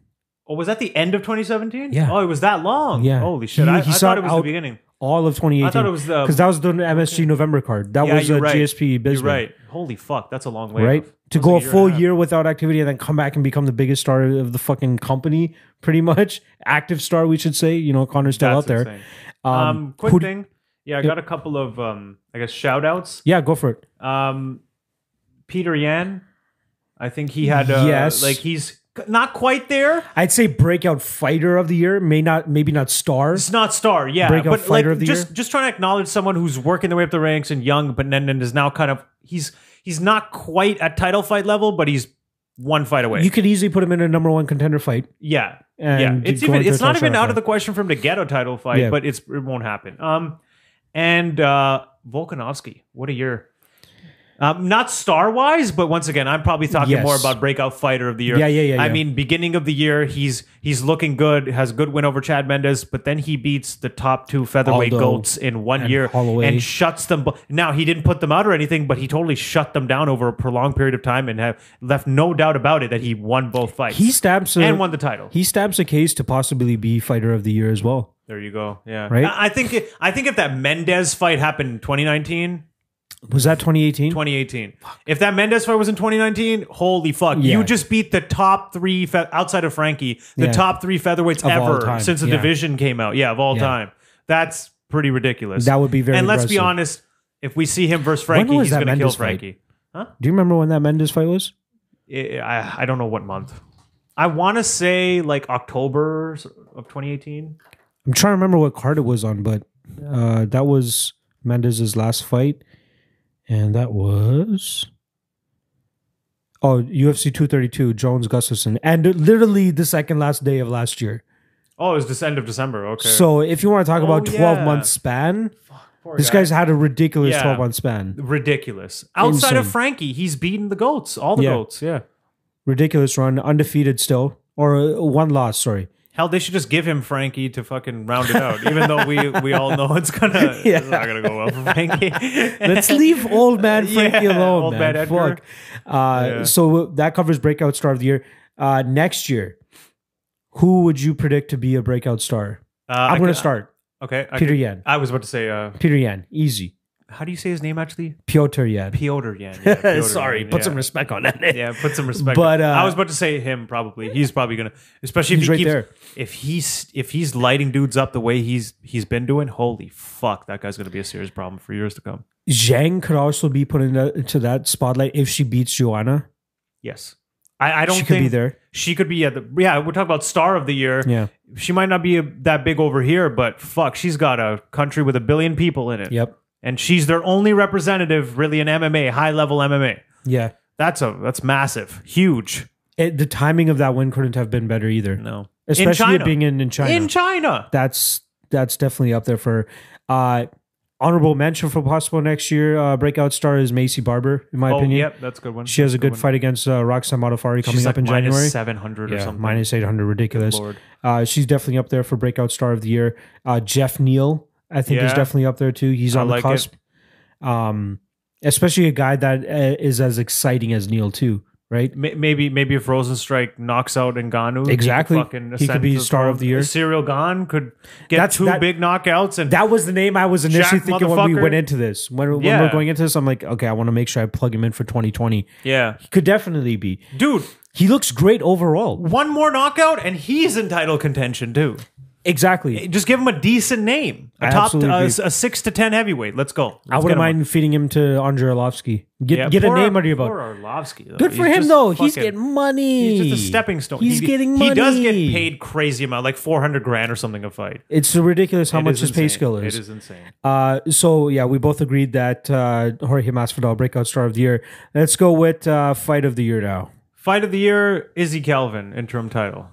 Speaker 2: Oh, was that the end of 2017?
Speaker 1: Yeah.
Speaker 2: Oh, it was that long.
Speaker 1: Yeah.
Speaker 2: Holy shit.
Speaker 1: He-
Speaker 2: I,
Speaker 1: he
Speaker 2: I
Speaker 1: saw
Speaker 2: thought
Speaker 1: it
Speaker 2: it was
Speaker 1: out-
Speaker 2: the beginning.
Speaker 1: All of 2018.
Speaker 2: I thought it was the.
Speaker 1: because that was the MSG November card. That
Speaker 2: Um, Yeah,
Speaker 1: was
Speaker 2: you're
Speaker 1: a
Speaker 2: right.
Speaker 1: GSP
Speaker 2: you're
Speaker 1: business,
Speaker 2: right. Holy fuck. That's a long way.
Speaker 1: Right?
Speaker 2: off.
Speaker 1: To
Speaker 2: That's
Speaker 1: go a
Speaker 2: like year and
Speaker 1: full
Speaker 2: half.
Speaker 1: year without activity and then come back and become the biggest star of the fucking company, pretty much active star, we should say. You know, Connor's still
Speaker 2: That's
Speaker 1: out there.
Speaker 2: insane. Um, quick
Speaker 1: who-
Speaker 2: thing. Yeah, I got a couple of, um, I guess, shout outs.
Speaker 1: Yeah, go for it.
Speaker 2: Um, Peter Yan. I think he had, uh,
Speaker 1: Yes.
Speaker 2: like, he's not quite there.
Speaker 1: I'd say breakout fighter of the year, may not, maybe not star.
Speaker 2: It's not star, yeah.
Speaker 1: Breakout
Speaker 2: but
Speaker 1: fighter
Speaker 2: like,
Speaker 1: of the
Speaker 2: just
Speaker 1: year?
Speaker 2: just trying to acknowledge someone who's working their way up the ranks and young, but then and is now kind of he's he's not quite at title fight level, but he's one fight away.
Speaker 1: You could easily put him in a number one contender fight.
Speaker 2: yeah, yeah.
Speaker 1: And
Speaker 2: It's
Speaker 1: go
Speaker 2: even
Speaker 1: into
Speaker 2: it's
Speaker 1: a
Speaker 2: not
Speaker 1: title
Speaker 2: even
Speaker 1: shot
Speaker 2: out
Speaker 1: fight.
Speaker 2: of the question for him to get a title fight,
Speaker 1: Yeah.
Speaker 2: but it's it won't happen. Um, and uh Volkanovski, what a year. Um, not star wise, but once again, I'm probably talking
Speaker 1: Yes.
Speaker 2: more about breakout fighter of the year.
Speaker 1: Yeah, yeah, yeah,
Speaker 2: I
Speaker 1: yeah.
Speaker 2: mean, beginning of the year, he's he's looking good, has a good win over Chad Mendes, but then he beats the top two featherweight
Speaker 1: Aldo
Speaker 2: goats in one year
Speaker 1: Holloway.
Speaker 2: and shuts them. bo- Now he didn't put them out or anything, but he totally shut them down over a prolonged period of time and have left no doubt about it that he won both fights
Speaker 1: He stabs a,
Speaker 2: and won the title.
Speaker 1: he stabs a case to possibly be fighter of the year as well.
Speaker 2: There you go. Yeah.
Speaker 1: Right?
Speaker 2: I I think it, I think if that Mendez fight happened in 2019,
Speaker 1: Was that 2018?
Speaker 2: 2018. If that Mendez fight was in 2019, holy fuck.
Speaker 1: Yeah.
Speaker 2: You just beat the top 3 fe- outside of Frankie, the
Speaker 1: Yeah.
Speaker 2: top 3 featherweights
Speaker 1: Of all
Speaker 2: ever
Speaker 1: time.
Speaker 2: since the
Speaker 1: Yeah.
Speaker 2: division came out. Yeah, of all
Speaker 1: Yeah.
Speaker 2: time. That's pretty ridiculous.
Speaker 1: That would be very
Speaker 2: And let's be
Speaker 1: impressive.
Speaker 2: honest, if we see him versus Frankie,
Speaker 1: was
Speaker 2: he's
Speaker 1: that
Speaker 2: going to kill
Speaker 1: Mendez fight?
Speaker 2: Frankie.
Speaker 1: Do you remember when that Mendes fight was?
Speaker 2: I, I- I don't know what month. I want to say like October of 2018.
Speaker 1: I'm trying to remember what card it was on, but uh, that was Mendez's last fight, and that was oh UFC 232 Jones Gustafson, and literally the second last day of last year.
Speaker 2: Oh, it was this end of December. Okay.
Speaker 1: So if you want to talk about
Speaker 2: Oh,
Speaker 1: 12
Speaker 2: yeah.
Speaker 1: month span,
Speaker 2: Poor
Speaker 1: this
Speaker 2: guy.
Speaker 1: guy's had a ridiculous
Speaker 2: Yeah.
Speaker 1: 12 month span,
Speaker 2: ridiculous. Outside of
Speaker 1: Insane.
Speaker 2: Frankie, he's beaten the goats, all the
Speaker 1: Yeah.
Speaker 2: goats. Yeah.
Speaker 1: ridiculous run, undefeated still, or uh, one loss. Sorry,
Speaker 2: Hell, they should just give him Frankie to fucking round it out. even though we we all know it's gonna
Speaker 1: Yeah.
Speaker 2: it's not gonna go well for Frankie.
Speaker 1: Let's leave old man
Speaker 2: Yeah,
Speaker 1: Frankie alone,
Speaker 2: old
Speaker 1: man.
Speaker 2: man Edgar.
Speaker 1: Fuck. Uh,
Speaker 2: Yeah.
Speaker 1: So that covers breakout star of the year. Uh, next year, who would you predict to be a breakout star?
Speaker 2: Uh,
Speaker 1: I'm
Speaker 2: I
Speaker 1: going to
Speaker 2: could-
Speaker 1: start
Speaker 2: Okay. I,
Speaker 1: Peter
Speaker 2: could-
Speaker 1: Yan.
Speaker 2: I was about to say. uh
Speaker 1: Peter Yan, easy.
Speaker 2: How do you say his name actually?
Speaker 1: Piotr Yan.
Speaker 2: Piotr Yan. Yeah, Piotr
Speaker 1: Sorry,
Speaker 2: Yan,
Speaker 1: put
Speaker 2: yeah.
Speaker 1: some respect on that. name.
Speaker 2: Yeah, put some respect.
Speaker 1: But, uh,
Speaker 2: I was about to say him probably. He's probably gonna, especially if
Speaker 1: He's
Speaker 2: he
Speaker 1: right
Speaker 2: keeps,
Speaker 1: there.
Speaker 2: if he's if he's lighting dudes up the way he's he's been doing. Holy fuck, that guy's gonna be a serious problem for years to come.
Speaker 1: Zhang could also be put into into that spotlight if she beats Joanna.
Speaker 2: Yes, I, I don't
Speaker 1: She could
Speaker 2: think
Speaker 1: be there.
Speaker 2: She could be at the yeah. We're talking about star of the year.
Speaker 1: Yeah.
Speaker 2: she might not be a, that big over here, but fuck, she's got a country with a billion people in it.
Speaker 1: Yep.
Speaker 2: and she's their only representative really in MMA, high level MMA.
Speaker 1: Yeah.
Speaker 2: That's a that's massive, huge.
Speaker 1: It, the timing of that win couldn't have been better either.
Speaker 2: No,
Speaker 1: Especially
Speaker 2: China.
Speaker 1: it being in, in China.
Speaker 2: in China,
Speaker 1: that's that's definitely up there for uh honorable mention for possible next year. Uh, breakout star is Macy Barber, in my
Speaker 2: oh
Speaker 1: opinion.
Speaker 2: yep, that's a good one.
Speaker 1: She has a good
Speaker 2: one.
Speaker 1: fight against uh, Roxanne Modafari coming
Speaker 2: She's
Speaker 1: up in
Speaker 2: like
Speaker 1: January.
Speaker 2: seven hundred or
Speaker 1: Yeah,
Speaker 2: something.
Speaker 1: minus 800, ridiculous.
Speaker 2: Lord.
Speaker 1: Uh, she's definitely up there for breakout star of the year. Uh, Jeff Neal, I think, is
Speaker 2: Yeah.
Speaker 1: definitely up there too. He's
Speaker 2: I
Speaker 1: on the
Speaker 2: like it.
Speaker 1: cusp. Um, especially a guy that uh, is as exciting as Neal too, right?
Speaker 2: May- Maybe maybe if Rosenstrike knocks out Ngannou, he could
Speaker 1: Exactly.
Speaker 2: fucking
Speaker 1: He could
Speaker 2: ascend
Speaker 1: be
Speaker 2: to the
Speaker 1: star of
Speaker 2: throne.
Speaker 1: the year.
Speaker 2: Cyril Gahn could get
Speaker 1: That's-
Speaker 2: two
Speaker 1: that-
Speaker 2: big knockouts and
Speaker 1: That was the name I was initially
Speaker 2: Jack
Speaker 1: thinking when we
Speaker 2: motherfucker.
Speaker 1: went into this. When, when we're
Speaker 2: Yeah.
Speaker 1: going into this, I'm like, okay, I want to make sure I plug him in for 2020.
Speaker 2: yeah,
Speaker 1: He could definitely be.
Speaker 2: dude,
Speaker 1: He looks great overall.
Speaker 2: one more knockout and he's in title contention too.
Speaker 1: Exactly.
Speaker 2: Just give him a decent name, a
Speaker 1: I
Speaker 2: top
Speaker 1: absolutely
Speaker 2: uh,
Speaker 1: agree.
Speaker 2: a six to ten heavyweight. Let's go.
Speaker 1: I
Speaker 2: Let's get
Speaker 1: wouldn't
Speaker 2: him on.
Speaker 1: mind feeding him to Andre Arlovsky. Get,
Speaker 2: Yeah,
Speaker 1: get a
Speaker 2: poor-
Speaker 1: name out of your butt.
Speaker 2: Poor Arlovsky, though.
Speaker 1: Good for
Speaker 2: He's
Speaker 1: him
Speaker 2: just
Speaker 1: though. He's
Speaker 2: fucking-
Speaker 1: getting money.
Speaker 2: He's just a stepping stone.
Speaker 1: He's
Speaker 2: He-
Speaker 1: getting
Speaker 2: He
Speaker 1: money.
Speaker 2: does get paid crazy amount, like four hundred grand or something a fight.
Speaker 1: It's ridiculous how
Speaker 2: It
Speaker 1: much
Speaker 2: is
Speaker 1: his pay
Speaker 2: insane.
Speaker 1: scale is.
Speaker 2: It is insane.
Speaker 1: Uh, so yeah, we both agreed that uh, Jorge Masvidal breakout star of the year. Let's go with uh, fight of the year now.
Speaker 2: Fight of the year: Izzy Calvin, interim title.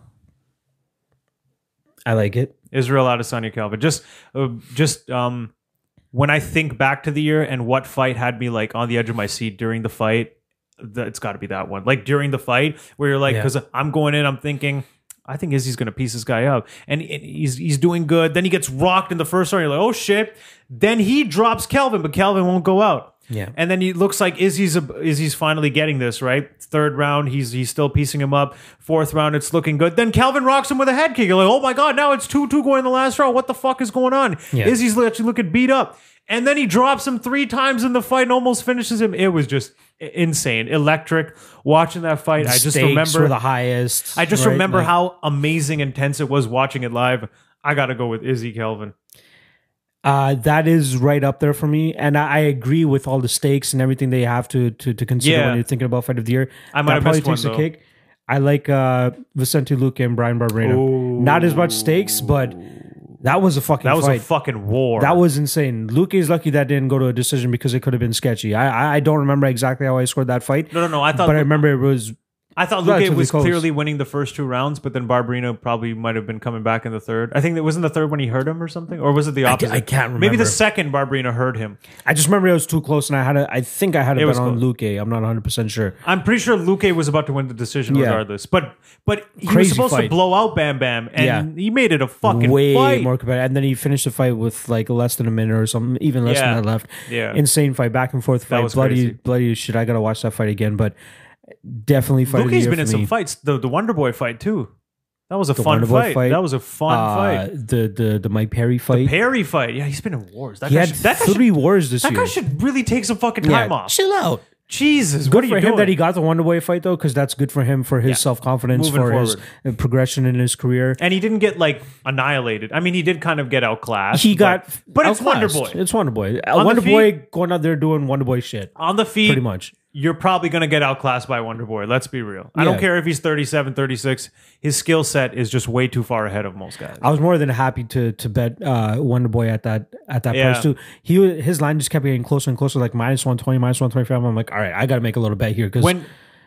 Speaker 1: I like it.
Speaker 2: Israel Adesanya Calvin. Just, uh, just um, when I think back to the year and what fight had me like on the edge of my seat during the fight, th- it's got to be that one. Like during the fight, where you're like,
Speaker 1: Yeah.
Speaker 2: because I'm going in, I'm thinking. I think Izzy's gonna piece this guy up, and and he's he's doing good. Then he gets rocked in the first round. You're like, oh shit. Then he drops Calvin, but Calvin won't go out.
Speaker 1: Yeah.
Speaker 2: And then it looks like Izzy's a, Izzy's finally getting this right. Third round, he's he's still piecing him up. Fourth round, it's looking good. Then Calvin rocks him with a head kick. You're like, oh my god, now it's two two going in the last round. What the fuck is going on?
Speaker 1: Yeah.
Speaker 2: Izzy's actually looking beat up. And then he drops him three times in the fight and almost finishes him. It was just i- insane, electric. Watching that fight, I just
Speaker 1: Stakes were
Speaker 2: remember.
Speaker 1: the highest.
Speaker 2: I just
Speaker 1: right?
Speaker 2: remember
Speaker 1: Like,
Speaker 2: how amazing, intense it was watching it live. I gotta go with Izzy Calvin.
Speaker 1: uh, that is right up there for me, and I, I agree with all the stakes and everything they have to to, to consider
Speaker 2: Yeah.
Speaker 1: when you're thinking about fight of the year.
Speaker 2: I might
Speaker 1: that
Speaker 2: have
Speaker 1: probably
Speaker 2: missed one,
Speaker 1: takes
Speaker 2: though.
Speaker 1: the cake. I like uh, Vicente Luque and Brian Barberena. Not as much stakes, but that was a fucking
Speaker 2: That was
Speaker 1: fight.
Speaker 2: a fucking war.
Speaker 1: That was insane. Luke is lucky that didn't go to a decision because it could have been sketchy. I I- I don't remember exactly how I scored that fight,
Speaker 2: no, no, no. I thought
Speaker 1: but I remember it was
Speaker 2: I thought Luque
Speaker 1: Relatively
Speaker 2: was
Speaker 1: close.
Speaker 2: clearly winning the first two rounds, but then Barbarino probably might have been coming back in the third. I think it wasn't the third when he hurt him or something, or was it the opposite?
Speaker 1: I can't
Speaker 2: Maybe
Speaker 1: remember.
Speaker 2: the second Barbarino hurt him.
Speaker 1: I just remember it was too close, and I had a I think I had a
Speaker 2: was
Speaker 1: bet on Luke. I'm not 100 percent sure.
Speaker 2: I'm pretty sure Luque was about to win the decision
Speaker 1: Yeah.
Speaker 2: regardless, but but he was
Speaker 1: Crazy
Speaker 2: supposed to
Speaker 1: fight.
Speaker 2: blow out Bam Bam, and
Speaker 1: Yeah.
Speaker 2: he made it a fucking
Speaker 1: Way
Speaker 2: fight.
Speaker 1: more competitive, and then he finished the fight with like less than a minute or something, even less
Speaker 2: Yeah.
Speaker 1: than that left.
Speaker 2: Yeah.
Speaker 1: insane fight, back and forth fight,
Speaker 2: was
Speaker 1: bloody
Speaker 2: crazy.
Speaker 1: bloody shit. I gotta watch that fight again, but definitely fight. of the
Speaker 2: Luque's
Speaker 1: year
Speaker 2: been in
Speaker 1: for
Speaker 2: some
Speaker 1: me.
Speaker 2: fights. The the Wonder Boy fight too. That was a fun
Speaker 1: Wonder Boy
Speaker 2: fight.
Speaker 1: fight.
Speaker 2: That was a fun
Speaker 1: Uh,
Speaker 2: fight.
Speaker 1: The the the Mike Perry fight.
Speaker 2: Perry fight. Yeah, he's been in wars. That
Speaker 1: he
Speaker 2: guy
Speaker 1: had
Speaker 2: should, that guy
Speaker 1: three
Speaker 2: should,
Speaker 1: wars this
Speaker 2: that
Speaker 1: year.
Speaker 2: guy should really take some fucking time
Speaker 1: Yeah,
Speaker 2: off.
Speaker 1: Chill out.
Speaker 2: Jesus, what
Speaker 1: Good
Speaker 2: are
Speaker 1: for
Speaker 2: you
Speaker 1: him
Speaker 2: doing?
Speaker 1: that he got the Wonderboy fight though, because that's good for him for his self confidence, for
Speaker 2: Moving
Speaker 1: his uh, progression in his career.
Speaker 2: and he didn't get like annihilated. I mean, he did kind of get outclassed.
Speaker 1: He
Speaker 2: but-
Speaker 1: got,
Speaker 2: but, it's Wonder
Speaker 1: outclassed.
Speaker 2: Boy
Speaker 1: It's Wonder Boy. Uh,
Speaker 2: On the
Speaker 1: Wonder Boy going out there doing Wonder Boy shit,
Speaker 2: on the feet.
Speaker 1: pretty much.
Speaker 2: You're probably going to get outclassed by Wonder Boy. Let's be real. I
Speaker 1: Yeah.
Speaker 2: don't care if he's 37, 36. His skill set is just way too far ahead of most guys.
Speaker 1: I was more than happy to to bet uh, Wonder Boy at that at that
Speaker 2: Yeah.
Speaker 1: price too. He wa- his line just kept getting closer and closer, like minus one twenty, minus one twenty five. I'm like, all right, I got to make a little bet here because
Speaker 2: When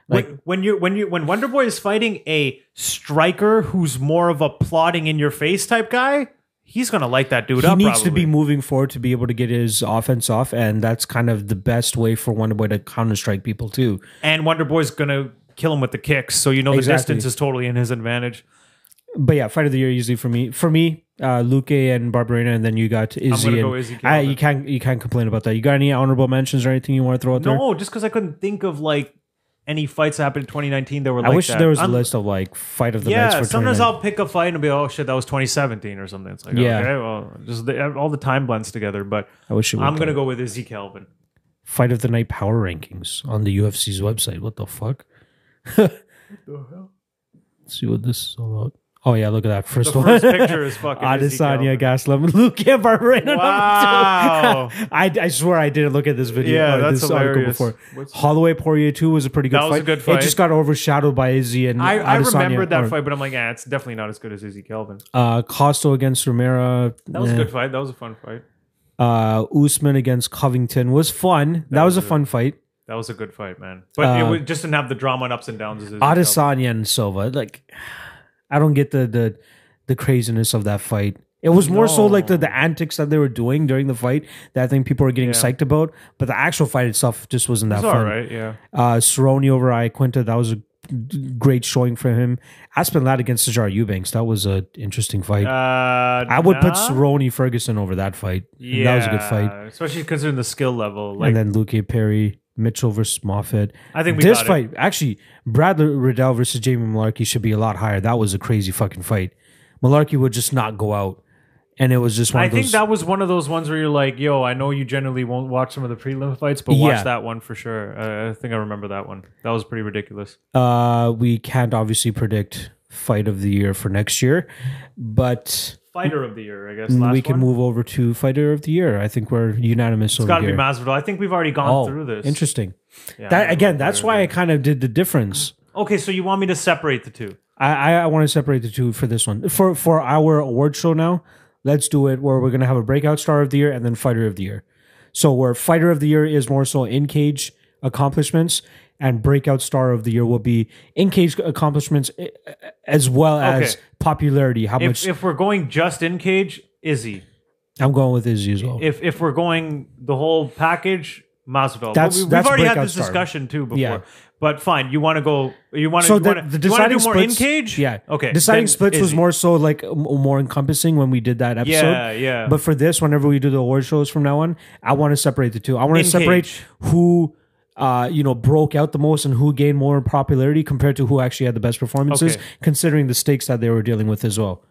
Speaker 2: when when you when you when Wonder Boy is fighting a striker who's more of a plotting in your face type guy, he's going to light that dude
Speaker 1: he
Speaker 2: up.
Speaker 1: needs to
Speaker 2: probably.
Speaker 1: be moving forward to be able to get his offense off, and that's kind of the best way for Wonder Boy to counter strike people too.
Speaker 2: and Wonder Boy's going to kill him with the kicks. So you know the
Speaker 1: Exactly.
Speaker 2: distance is totally in his advantage.
Speaker 1: but yeah, fight of the year usually for me. For me, uh, Luke and Barbarina, and then you got Izzy.
Speaker 2: gonna
Speaker 1: and,
Speaker 2: go Izzy
Speaker 1: I,
Speaker 2: Calvin.
Speaker 1: you can't you can't complain about that. You got any honorable mentions or anything you want to throw out there?
Speaker 2: No, just because I couldn't think of like any fights that happened in 2019 that were
Speaker 1: I
Speaker 2: like
Speaker 1: wish
Speaker 2: that.
Speaker 1: there was
Speaker 2: I'm-
Speaker 1: a list of like fight of the nights
Speaker 2: Yeah,
Speaker 1: for
Speaker 2: sometimes
Speaker 1: 2019.
Speaker 2: I'll pick a fight and be, oh shit, that was 2017 or something. It's like,
Speaker 1: Yeah.
Speaker 2: okay, well, just the, all the time blends together. But
Speaker 1: I wish it
Speaker 2: I'm
Speaker 1: would
Speaker 2: gonna go with Izzy Calvin.
Speaker 1: fight of the night power rankings on the UFC's website. What the fuck? Let's see what this is all about. Oh yeah, look at that first
Speaker 2: The
Speaker 1: one.
Speaker 2: first picture is fucking Izzy
Speaker 1: Adesanya,
Speaker 2: Calvin.
Speaker 1: Gaslam, Luke and Barbarina.
Speaker 2: Wow.
Speaker 1: I, I swear I didn't look at this video.
Speaker 2: Yeah,
Speaker 1: or
Speaker 2: that's
Speaker 1: uh, this article
Speaker 2: hilarious.
Speaker 1: before.
Speaker 2: What's-
Speaker 1: Holloway Poirier too was a pretty good
Speaker 2: That
Speaker 1: fight.
Speaker 2: was a good fight.
Speaker 1: It just got overshadowed by Izzy and
Speaker 2: I, I
Speaker 1: Adesanya,
Speaker 2: remembered that
Speaker 1: or,
Speaker 2: fight, but I'm like, yeah, it's definitely not as good as Izzy Calvin.
Speaker 1: Uh, Costo against Romero.
Speaker 2: That was a good fight. That was a fun fight.
Speaker 1: Uh, Usman against Covington was fun. That, was, a fun fight.
Speaker 2: That was a good fight, man. But it
Speaker 1: Uh,
Speaker 2: was, just didn't have the drama and ups and downs. as it-
Speaker 1: Adesanya and Silva, like I don't get the the the craziness of that fight. It was more so like the, the antics that they were doing during the fight that I think people were getting
Speaker 2: Yeah.
Speaker 1: psyched about, but the actual fight itself just wasn't that
Speaker 2: It's all
Speaker 1: fun.
Speaker 2: right, yeah.
Speaker 1: Uh, Cerrone over Iaquinta, that was a great showing for him. Aspen Ladd against Cesar Eubanks, that was an interesting fight.
Speaker 2: Uh,
Speaker 1: I would put
Speaker 2: nah?
Speaker 1: Cerrone Ferguson over that fight.
Speaker 2: Yeah,
Speaker 1: That was a good fight.
Speaker 2: especially considering the skill level. Like,
Speaker 1: and then Luke Perry, Mitchell versus Moffitt.
Speaker 2: I think we
Speaker 1: this
Speaker 2: got it.
Speaker 1: fight actually Bradley Riddell versus Jamie Malarkey should be a lot higher. That was a crazy fucking fight. Malarkey would just not go out, and it was just one
Speaker 2: I
Speaker 1: of those.
Speaker 2: think that was one of those ones where you're like, "Yo, I know you generally won't watch some of the prelim fights, but watch
Speaker 1: Yeah.
Speaker 2: that one for sure." Uh, I think I remember that one. That was pretty ridiculous.
Speaker 1: uh, we can't obviously predict fight of the year for next year, but
Speaker 2: Fighter of the year, I guess. Last
Speaker 1: Mm, we can
Speaker 2: one.
Speaker 1: move over to fighter of the year. I think we're unanimous
Speaker 2: It's
Speaker 1: over
Speaker 2: got to be
Speaker 1: here.
Speaker 2: Masvidal. I think we've already gone
Speaker 1: oh,
Speaker 2: through this.
Speaker 1: interesting.
Speaker 2: Yeah,
Speaker 1: That again,
Speaker 2: Masvidal.
Speaker 1: that's why I kind of did the difference.
Speaker 2: Okay, so you want me to separate the two?
Speaker 1: I, I, I want to separate the two for this one. For for our award show now, let's do it where we're gonna have a breakout star of the year and then fighter of the year. So where fighter of the year is more so in cage accomplishments, and breakout star of the year will be in cage accomplishments eh, eh, as well as
Speaker 2: Okay.
Speaker 1: popularity. How
Speaker 2: If,
Speaker 1: much
Speaker 2: if we're going just in cage, Izzy.
Speaker 1: I'm going with Izzy as well.
Speaker 2: If if we're going the whole package, Masvidal. But
Speaker 1: That's-
Speaker 2: we, have
Speaker 1: that's
Speaker 2: already had
Speaker 1: breakout
Speaker 2: this
Speaker 1: star.
Speaker 2: discussion too before.
Speaker 1: Yeah.
Speaker 2: But fine, you want to go? You want to?
Speaker 1: so
Speaker 2: you
Speaker 1: the,
Speaker 2: wanna,
Speaker 1: the
Speaker 2: you wanna
Speaker 1: deciding
Speaker 2: do more
Speaker 1: splits,
Speaker 2: in cage?
Speaker 1: yeah,
Speaker 2: Okay.
Speaker 1: Deciding
Speaker 2: then
Speaker 1: splits was
Speaker 2: Izzy.
Speaker 1: more so like m- more encompassing when we did that episode.
Speaker 2: Yeah, yeah.
Speaker 1: But for this, whenever we do the award shows from now on, I want to separate the two. I want
Speaker 2: In
Speaker 1: to separate
Speaker 2: cage.
Speaker 1: who, uh, you know, broke out the most and who gained more popularity compared to who actually had the best performances,
Speaker 2: Okay.
Speaker 1: considering the stakes that they were dealing with as well.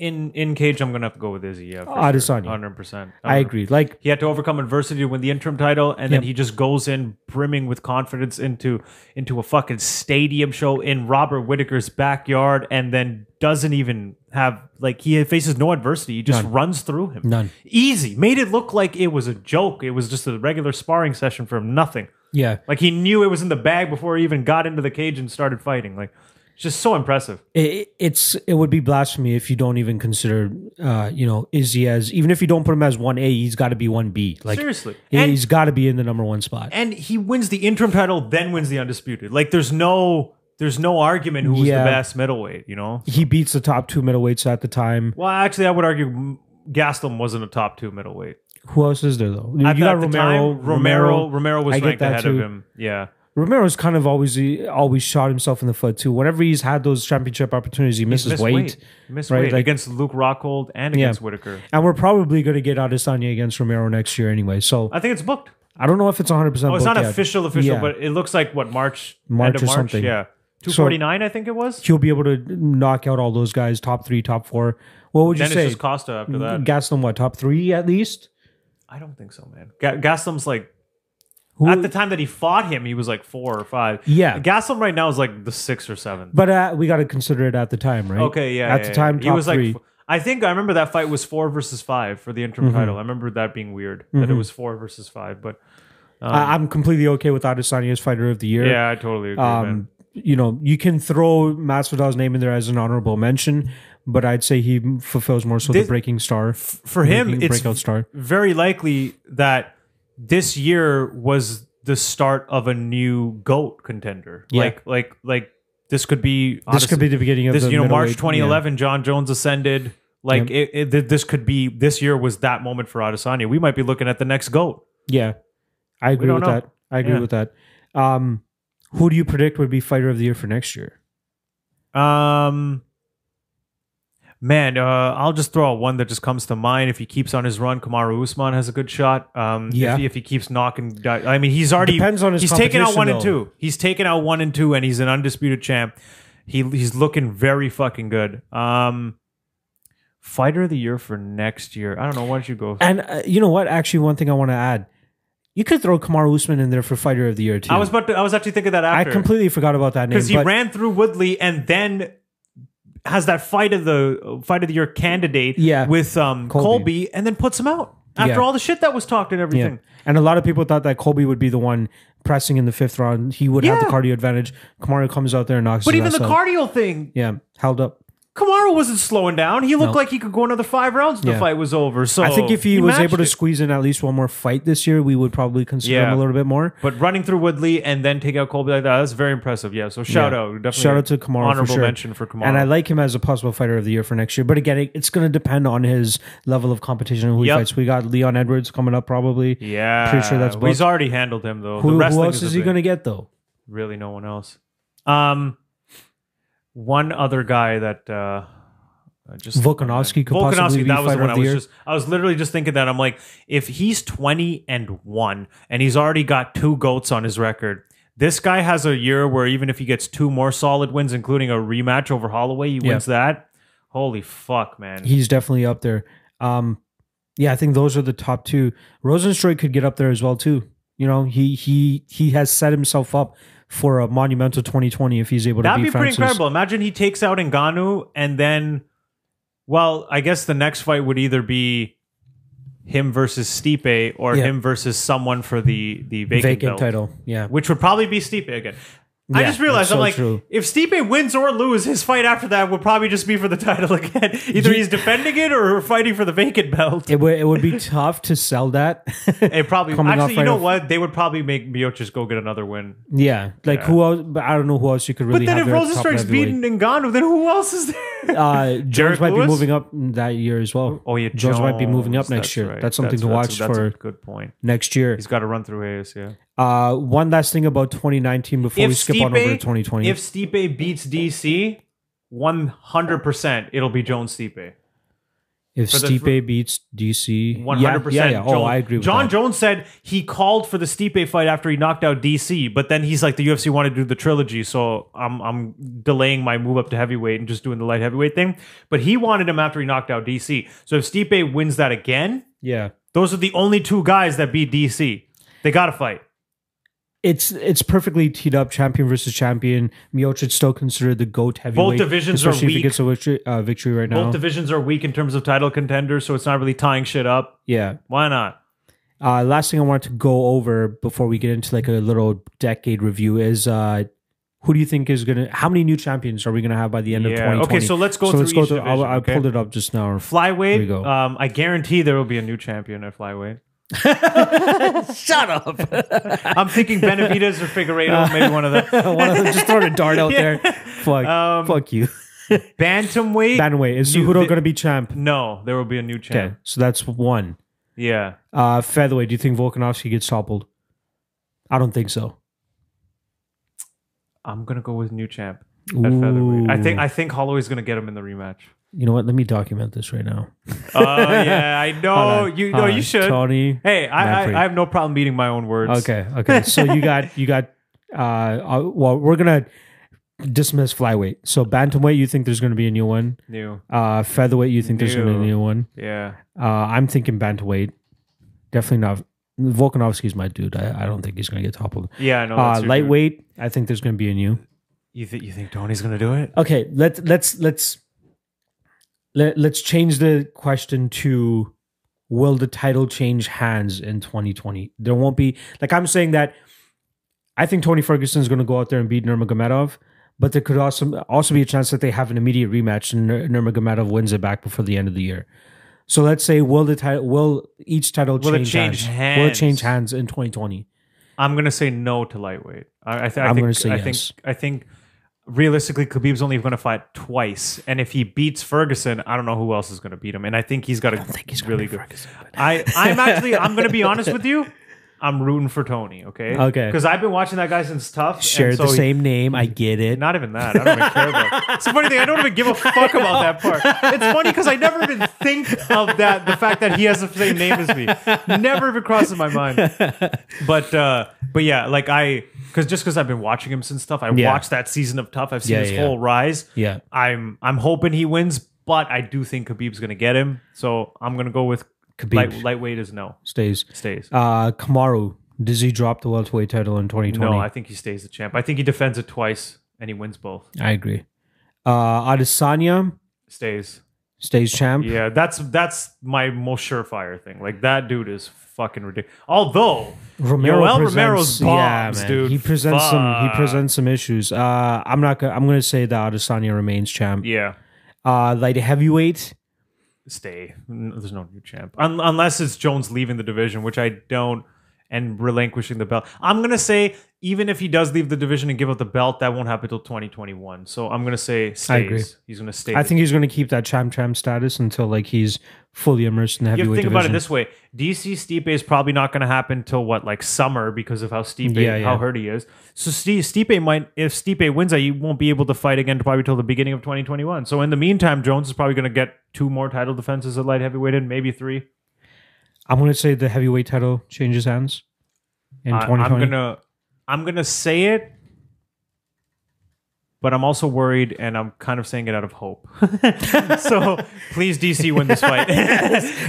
Speaker 2: in in cage, I'm gonna have to go with Izzy. Yeah,
Speaker 1: Adesanya.
Speaker 2: hundred percent.
Speaker 1: I agree. Like,
Speaker 2: He had to overcome adversity to win the interim title, and then he just goes in brimming with confidence into into a fucking stadium show in Robert Whitaker's backyard, and then doesn't even have like he faces no adversity. He just runs through him.
Speaker 1: None.
Speaker 2: Easy. Made it look like it was a joke. It was just a regular sparring session for him. Nothing.
Speaker 1: yeah,
Speaker 2: Like he knew it was in the bag before he even got into the cage and started fighting. Like it's just so impressive.
Speaker 1: it, it's it would be blasphemy if you don't even consider, uh, you know, Izzy as even if you don't put him as one A, he's got to be one B. Like,
Speaker 2: Seriously. And-
Speaker 1: he's got to be in the number one spot.
Speaker 2: and he wins the interim title, then wins the undisputed. Like there's no there's no argument who's
Speaker 1: Yeah.
Speaker 2: the best middleweight. You know.
Speaker 1: he beats the top two middleweights at the time.
Speaker 2: Well, actually, I would argue mm, Gastelum wasn't a top two middleweight.
Speaker 1: Who else is there though?
Speaker 2: At the- at the time, Romero. Romero was
Speaker 1: I get
Speaker 2: ranked
Speaker 1: that
Speaker 2: ahead
Speaker 1: too.
Speaker 2: of him. Yeah.
Speaker 1: Romero's kind of always always shot himself in the foot too. Whenever he's had those championship opportunities, he misses
Speaker 2: Miss
Speaker 1: weight.
Speaker 2: weight. Miss
Speaker 1: right?
Speaker 2: weight
Speaker 1: Like-
Speaker 2: against Luke Rockhold and against Whitaker.
Speaker 1: And we're probably going to get Adesanya against Romero next year anyway. So
Speaker 2: I think it's booked.
Speaker 1: I don't know if it's 100. percent
Speaker 2: Oh, it's not official, official,
Speaker 1: Yeah.
Speaker 2: but it looks like what March,
Speaker 1: March
Speaker 2: end of
Speaker 1: or
Speaker 2: March?
Speaker 1: something.
Speaker 2: Yeah, two forty nine, I think it was.
Speaker 1: He'll be able to knock out all those guys, top three, top four. What would
Speaker 2: Then
Speaker 1: you
Speaker 2: it's
Speaker 1: say?
Speaker 2: just Costa after that.
Speaker 1: Gaslam, what top three at least?
Speaker 2: I don't think so, man. Ga- Gaslam's like
Speaker 1: Who,
Speaker 2: at the time that he fought him, he was like four or five.
Speaker 1: Yeah.
Speaker 2: Gaslam right now is like the sixth or seventh.
Speaker 1: but uh, we got to consider it at the time, right?
Speaker 2: Okay, yeah.
Speaker 1: At
Speaker 2: yeah,
Speaker 1: the
Speaker 2: yeah.
Speaker 1: time,
Speaker 2: he
Speaker 1: top
Speaker 2: was
Speaker 1: three.
Speaker 2: like. I think I remember that fight was four versus five for the interim title. I remember that being weird that it was four versus five, but
Speaker 1: I, I'm completely okay with Adesanya as fighter of the year.
Speaker 2: Um, yeah, I totally agree. man.
Speaker 1: um, you know, you can throw Masvidal's name in there as an honorable mention, but I'd say he fulfills more so the
Speaker 2: This-
Speaker 1: breaking star
Speaker 2: For him,
Speaker 1: breaking
Speaker 2: it's
Speaker 1: breakout star.
Speaker 2: very likely that this year was the start of a new goat contender.
Speaker 1: Yeah.
Speaker 2: Like, like, like this could be
Speaker 1: This could be the beginning of
Speaker 2: this
Speaker 1: the
Speaker 2: you know March
Speaker 1: middleweight-
Speaker 2: 2011 John Jones ascended like it, it, th- this could be this year was that moment for Adesanya we might be looking at the next goat
Speaker 1: Yeah, yeah. I agree
Speaker 2: don't
Speaker 1: with
Speaker 2: know.
Speaker 1: that. I agree
Speaker 2: Yeah.
Speaker 1: with that. Um, who do you predict would be fighter of the year for next year?
Speaker 2: um man uh, I'll just throw out one that just comes to mind if he keeps on his run Kamaru Usman has a good shot um
Speaker 1: Yeah.
Speaker 2: if, he, if he keeps knocking di- I mean he's already
Speaker 1: Depends on his
Speaker 2: he's taken out
Speaker 1: competition,
Speaker 2: one and
Speaker 1: though.
Speaker 2: two he's taken out one and two and he's an undisputed champ he he's looking very fucking good um fighter of the year for next year I don't know why don't you go
Speaker 1: And uh, you know what? Actually, one thing I want to add, you could throw Kamaru Usman in there for fighter of the year too.
Speaker 2: I was about to, I was actually thinking that
Speaker 1: I
Speaker 2: after
Speaker 1: completely forgot about that name.
Speaker 2: because he
Speaker 1: but-
Speaker 2: ran through Woodley and then has that fight of the fight of the year candidate
Speaker 1: Yeah.
Speaker 2: with um
Speaker 1: Colby.
Speaker 2: Colby. and then puts him out after
Speaker 1: Yeah.
Speaker 2: all the shit that was talked and
Speaker 1: Yeah.
Speaker 2: everything.
Speaker 1: And a lot of people thought that Colby would be the one pressing in the fifth round. He would have the
Speaker 2: Yeah.
Speaker 1: cardio advantage. Kamaru comes out there and knocks
Speaker 2: But
Speaker 1: his
Speaker 2: even
Speaker 1: ass
Speaker 2: the
Speaker 1: out.
Speaker 2: cardio thing,
Speaker 1: Yeah, held up.
Speaker 2: Kamara wasn't slowing down. He looked like he could go another five rounds and
Speaker 1: Yeah.
Speaker 2: the fight was over. So
Speaker 1: I think if he, was
Speaker 2: Oh, matched
Speaker 1: able to
Speaker 2: it.
Speaker 1: squeeze in at least one more fight this year, we would probably consider
Speaker 2: Yeah.
Speaker 1: him a little bit more.
Speaker 2: But running through Woodley and then take out Colby like that, that's very impressive. Yeah. So shout
Speaker 1: Yeah.
Speaker 2: out. Definitely
Speaker 1: Shout out to Kamara for
Speaker 2: Honorable
Speaker 1: sure.
Speaker 2: mention for Kamara.
Speaker 1: And I like him as a possible fighter of the year for next year. But again, it, it's going to depend on his level of competition and who
Speaker 2: Yep.
Speaker 1: he fights. We got Leon Edwards coming up probably.
Speaker 2: yeah.
Speaker 1: Pretty sure that's
Speaker 2: Well, He's
Speaker 1: booked.
Speaker 2: already handled him though. the
Speaker 1: Who,
Speaker 2: wrestling
Speaker 1: who else is he
Speaker 2: going
Speaker 1: going to get though?
Speaker 2: really no one else. Um one other guy that uh I just
Speaker 1: Volkanovski could possibly be
Speaker 2: that was
Speaker 1: fighter
Speaker 2: the
Speaker 1: of
Speaker 2: one I
Speaker 1: the
Speaker 2: was
Speaker 1: year.
Speaker 2: just I was literally just thinking that I'm like if he's 20 and 1 and he's already got two goats on his record. This guy has a year where even if he gets two more solid wins including a rematch over Holloway, he
Speaker 1: Yeah.
Speaker 2: wins that. Holy fuck, man.
Speaker 1: He's definitely up there. Um, yeah, I think those are the top two. Rosenstroy could get up there as well too. You know, he he he has set himself up for a monumental 2020 if he's able to
Speaker 2: That'd
Speaker 1: beat
Speaker 2: be
Speaker 1: Francis.
Speaker 2: pretty incredible. Imagine he takes out Ngannou and then, well, I guess the next fight would either be him versus Stipe or
Speaker 1: Yeah.
Speaker 2: him versus someone for the the vacant,
Speaker 1: Vacant
Speaker 2: belt,
Speaker 1: title, yeah.
Speaker 2: which would probably be Stipe again. I
Speaker 1: Yeah,
Speaker 2: just realized
Speaker 1: that's
Speaker 2: I'm
Speaker 1: so
Speaker 2: like,
Speaker 1: true.
Speaker 2: if Stipe wins or lose, his fight after that would probably just be for the title again. Either he's defending it or fighting for the vacant belt.
Speaker 1: It would it would be tough to sell that.
Speaker 2: It probably
Speaker 1: Coming off
Speaker 2: actually, you
Speaker 1: right
Speaker 2: know
Speaker 1: off-
Speaker 2: what? They would probably make Miocic go get another win.
Speaker 1: yeah, like who else? But I don't know who else you could
Speaker 2: But
Speaker 1: really.
Speaker 2: then if
Speaker 1: have there at the top
Speaker 2: Rosenstrike's
Speaker 1: heavyweight.
Speaker 2: beaten Ngannou, then who else is there?
Speaker 1: uh, Jones
Speaker 2: Derek
Speaker 1: might
Speaker 2: Lewis?
Speaker 1: be moving up that year as well.
Speaker 2: Oh yeah,
Speaker 1: Jones, might be moving up
Speaker 2: Jones,
Speaker 1: next
Speaker 2: that's
Speaker 1: year.
Speaker 2: right.
Speaker 1: That's something to watch
Speaker 2: that's
Speaker 1: for
Speaker 2: a good point.
Speaker 1: next year.
Speaker 2: He's got to run through Hayes. Yeah.
Speaker 1: Uh, one last thing about 2019 before we skip on over to 2020.
Speaker 2: if Stipe beats DC, one hundred percent, it'll be Jones Stipe.
Speaker 1: If
Speaker 2: for the-
Speaker 1: Stipe beats DC,
Speaker 2: One hundred
Speaker 1: Yeah,
Speaker 2: percent.
Speaker 1: yeah, yeah. Oh, I agree. With
Speaker 2: John
Speaker 1: that.
Speaker 2: Jones said he called for the Stipe fight after he knocked out DC, but then he's like, the UFC wanted to do the trilogy, so I'm I'm delaying my move up to heavyweight and just doing the light heavyweight thing. But he wanted him after he knocked out DC. So if Stipe wins that again,
Speaker 1: Yeah,
Speaker 2: those are the only two guys that beat DC. They got to fight.
Speaker 1: it's it's perfectly teed up. Champion versus champion. Miocic still considered the goat heavyweight.
Speaker 2: divisions are
Speaker 1: especially if he
Speaker 2: weak.
Speaker 1: gets a victory, uh, victory right now.
Speaker 2: Both divisions are weak in terms of title contenders, so it's not really tying shit up.
Speaker 1: yeah.
Speaker 2: Why not?
Speaker 1: Uh, last thing I wanted to go over before we get into like a little decade review is uh, who do you think is gonna? How many new champions are we gonna have by the end of
Speaker 2: Yeah.
Speaker 1: 2020?
Speaker 2: Okay, so let's go
Speaker 1: So
Speaker 2: through
Speaker 1: let's go
Speaker 2: each
Speaker 1: through.
Speaker 2: division.
Speaker 1: I, I
Speaker 2: okay?
Speaker 1: pulled it up just now.
Speaker 2: Flyweight.
Speaker 1: we go.
Speaker 2: Um, I guarantee there will be a new champion at flyweight.
Speaker 1: Shut up!
Speaker 2: I'm thinking Benavides or Figueredo, maybe one of them.
Speaker 1: One of them just throwing a dart out there. Fuck,
Speaker 2: Um,
Speaker 1: fuck you.
Speaker 2: Bantamweight.
Speaker 1: Anyway, is
Speaker 2: You-
Speaker 1: Cejudo
Speaker 2: the-
Speaker 1: going to be champ?
Speaker 2: no, there will be a new champ.
Speaker 1: Okay, so that's one.
Speaker 2: Yeah.
Speaker 1: Uh, featherweight, do you think Volkanovski gets toppled? I don't think so.
Speaker 2: I'm gonna go with new champ at featherweight. I think I think Holloway's gonna get him in the rematch.
Speaker 1: You know what? Let me document this right now.
Speaker 2: Oh yeah, I know.
Speaker 1: Hold on,
Speaker 2: Oh, you
Speaker 1: hold
Speaker 2: no, you
Speaker 1: on.
Speaker 2: should.
Speaker 1: Tony.
Speaker 2: Hey, I,
Speaker 1: Manfred.
Speaker 2: I I have no problem meeting my own words.
Speaker 1: Okay, okay. So you got you got. Uh, uh, well, we're gonna dismiss flyweight. So bantamweight, you think there's going to be a new one?
Speaker 2: New.
Speaker 1: Uh, featherweight, you think there's going to be a
Speaker 2: New.
Speaker 1: new one?
Speaker 2: Yeah.
Speaker 1: Uh, I'm thinking bantamweight. Definitely not. Volkanovski's my dude. I, I don't think he's going to get toppled.
Speaker 2: Yeah, I know.
Speaker 1: uh,
Speaker 2: Oh, that's your dude.
Speaker 1: lightweight, I think there's going to be a new.
Speaker 2: You think you think Tony's gonna do it?
Speaker 1: okay let let's let's let, let's change the question to will the title change hands in 2020 there won't be like i'm saying that i think tony ferguson's going to go out there and beat nurmagomedov but there could also also be a chance that they have an immediate rematch and Nur- nurmagomedov wins it back before the end of the year so let's say will the title will each title
Speaker 2: Will it
Speaker 1: change,
Speaker 2: change
Speaker 1: hands? will it
Speaker 2: hands?
Speaker 1: change hands in 2020
Speaker 2: I'm gonna say no to lightweight. I, I, th- I
Speaker 1: I'm
Speaker 2: think,
Speaker 1: gonna say
Speaker 2: I
Speaker 1: yes.
Speaker 2: think I think realistically Khabib's only gonna fight twice, and if he beats Ferguson, I don't know who else is gonna beat him. And I think he's got a
Speaker 1: think he's gonna
Speaker 2: really
Speaker 1: beat
Speaker 2: good.
Speaker 1: Ferguson,
Speaker 2: I I'm actually I'm gonna be honest with you. I'm rooting for Tony. Okay.
Speaker 1: Okay.
Speaker 2: Because I've been watching that guy since Tough. and
Speaker 1: share
Speaker 2: so
Speaker 1: the
Speaker 2: he-
Speaker 1: same name i get it
Speaker 2: not even that. I don't even care about. It's a funny thing. I don't even give a fuck about that part. It's funny because I never even think of that. The fact that he has the same name as me never even crosses my mind. But uh, but yeah, like I because just because I've been watching him since stuff. I
Speaker 1: Yeah.
Speaker 2: watched that season of Tough. I've seen
Speaker 1: Yeah,
Speaker 2: his
Speaker 1: yeah.
Speaker 2: whole rise.
Speaker 1: yeah
Speaker 2: I'm I'm hoping he wins, but I do think Khabib's gonna get him. So I'm gonna go with
Speaker 1: Khabib.
Speaker 2: Light, lightweight is no
Speaker 1: stays
Speaker 2: stays.
Speaker 1: Uh, Kamaru, does he drop the welterweight title in 2020?
Speaker 2: no, I
Speaker 1: I,
Speaker 2: think he stays the champ. I think he defends it twice and he wins both.
Speaker 1: agree. Uh, Adesanya
Speaker 2: Stays.
Speaker 1: stays champ.
Speaker 2: Yeah, that's that's my most surefire thing. Like that dude is fucking ridiculous. Although
Speaker 1: Romero
Speaker 2: Yoel
Speaker 1: presents,
Speaker 2: Romero's bombs, dude.
Speaker 1: He presents some. He
Speaker 2: Fuck.
Speaker 1: presents some issues. Uh, I'm not. Gonna, I'm going to say that Adesanya remains champ.
Speaker 2: yeah,
Speaker 1: uh, light heavyweight.
Speaker 2: Stay. N- There's no new champ. Un- unless it's Jones leaving the division, which I don't, and relinquishing the belt. I'm going to say, even if he does leave the division and give up the belt, that won't happen until 2021. So I'm going to say stays.
Speaker 1: agree.
Speaker 2: He's going to stay.
Speaker 1: I think he's going to keep that champ champ status until like he's fully immersed in the
Speaker 2: you have to
Speaker 1: heavyweight
Speaker 2: think
Speaker 1: division.
Speaker 2: about it this way: DC Stipe is probably not going to happen till what, like summer, because of how Stipe,
Speaker 1: Yeah, yeah.
Speaker 2: how hurt he is. So Sti- Stipe might, if Stipe wins that, you won't be able to fight again probably till the beginning of 2021. So in the meantime, Jones is probably going to get two more title defenses at light heavyweight and maybe three.
Speaker 1: I'm going to say the heavyweight title changes hands in
Speaker 2: I-
Speaker 1: 2020.
Speaker 2: I'm gonna, I'm gonna say it, but I'm also worried, and I'm kind of saying it out of hope. so please, DC, win this fight.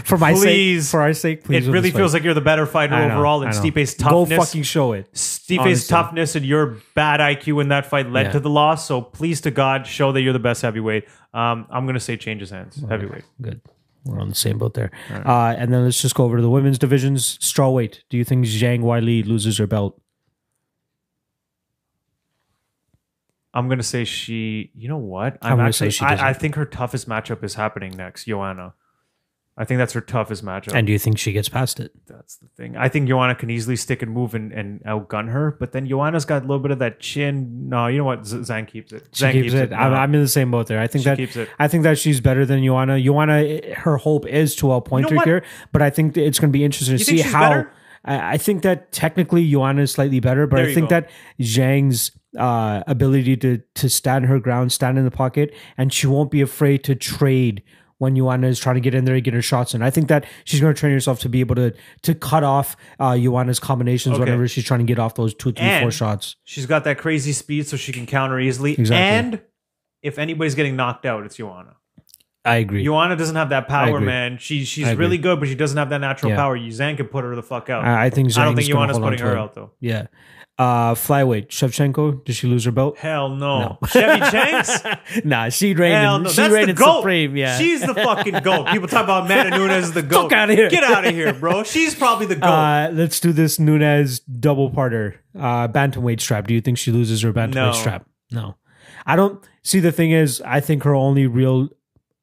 Speaker 1: for my
Speaker 2: please.
Speaker 1: sake, for our sake, please.
Speaker 2: it
Speaker 1: win
Speaker 2: really
Speaker 1: this fight.
Speaker 2: feels like you're the better fighter
Speaker 1: I know,
Speaker 2: overall, and
Speaker 1: I know.
Speaker 2: Stipe's
Speaker 1: Go
Speaker 2: toughness.
Speaker 1: fucking show it.
Speaker 2: Stipe's
Speaker 1: Honestly.
Speaker 2: toughness and your bad IQ in that fight led
Speaker 1: Yeah.
Speaker 2: to the loss. So please to God, show that you're the best heavyweight. Um, I'm gonna say change his hands. Heavyweight.
Speaker 1: Good. We're on the same boat there. Uh, and then let's just go over to the women's divisions. Strawweight. Do you think Zhang Wiley loses her belt?
Speaker 2: I'm gonna say she. You know what? I'm,
Speaker 1: I'm gonna
Speaker 2: actually.
Speaker 1: say she doesn't.
Speaker 2: I, I think her toughest matchup is happening next, Joanna. I think that's her toughest matchup.
Speaker 1: And do you think she gets past it?
Speaker 2: that's the thing. I think Joanna can easily stick and move and, and outgun her, but then Joanna's got a little bit of that chin. No, you know what? Z- Zhang keeps it.
Speaker 1: She
Speaker 2: Zhang
Speaker 1: keeps it. I'm,
Speaker 2: No.
Speaker 1: I'm in the same boat there. I think
Speaker 2: She
Speaker 1: that
Speaker 2: keeps it.
Speaker 1: I think that she's better than Joanna. Joanna, her hope is to outpoint
Speaker 2: You know
Speaker 1: her here, but I think that it's going to be interesting to
Speaker 2: think
Speaker 1: see
Speaker 2: she's
Speaker 1: how.
Speaker 2: better?
Speaker 1: I I think that technically Joanna is slightly better, but
Speaker 2: There
Speaker 1: I
Speaker 2: you
Speaker 1: think
Speaker 2: go.
Speaker 1: that Zhang's uh, ability to to stand her ground, stand in the pocket, and she won't be afraid to trade when Joanna is trying to get in there and get her shots in. I think that she's going to train herself to be able to to cut off uh, Joanna's combinations
Speaker 2: Okay.
Speaker 1: whenever she's trying to get off those two, three, four
Speaker 2: And-
Speaker 1: shots.
Speaker 2: She's got that crazy speed, so she can counter easily.
Speaker 1: Exactly.
Speaker 2: And if anybody's getting knocked out, it's Joanna.
Speaker 1: I agree.
Speaker 2: Joanna doesn't have that power,
Speaker 1: agree.
Speaker 2: man. She she's
Speaker 1: I agree.
Speaker 2: really good, but she doesn't have that natural
Speaker 1: Yeah.
Speaker 2: power. Zhang can put her the fuck out. I,
Speaker 1: I, I think Zhang's
Speaker 2: don't think
Speaker 1: gonna
Speaker 2: Joanna's
Speaker 1: hold on to
Speaker 2: putting her
Speaker 1: it.
Speaker 2: out though.
Speaker 1: Yeah. Uh, flyweight Shevchenko. Did she lose her belt?
Speaker 2: Hell no. Chevy Chase?
Speaker 1: nah, she reigned.
Speaker 2: Hell
Speaker 1: in-
Speaker 2: no.
Speaker 1: She
Speaker 2: That's
Speaker 1: reigned
Speaker 2: the
Speaker 1: in
Speaker 2: goat.
Speaker 1: supreme. Yeah.
Speaker 2: She's the fucking goat. People talk about Amanda Nunes as the goat.
Speaker 1: outta here.
Speaker 2: Get out of here, bro. She's probably the goat.
Speaker 1: uh, let's do this Nunez double parter. Uh, bantamweight strap. Do you think she loses her bantamweight
Speaker 2: No.
Speaker 1: strap? No. I don't see. The thing is, I think her only real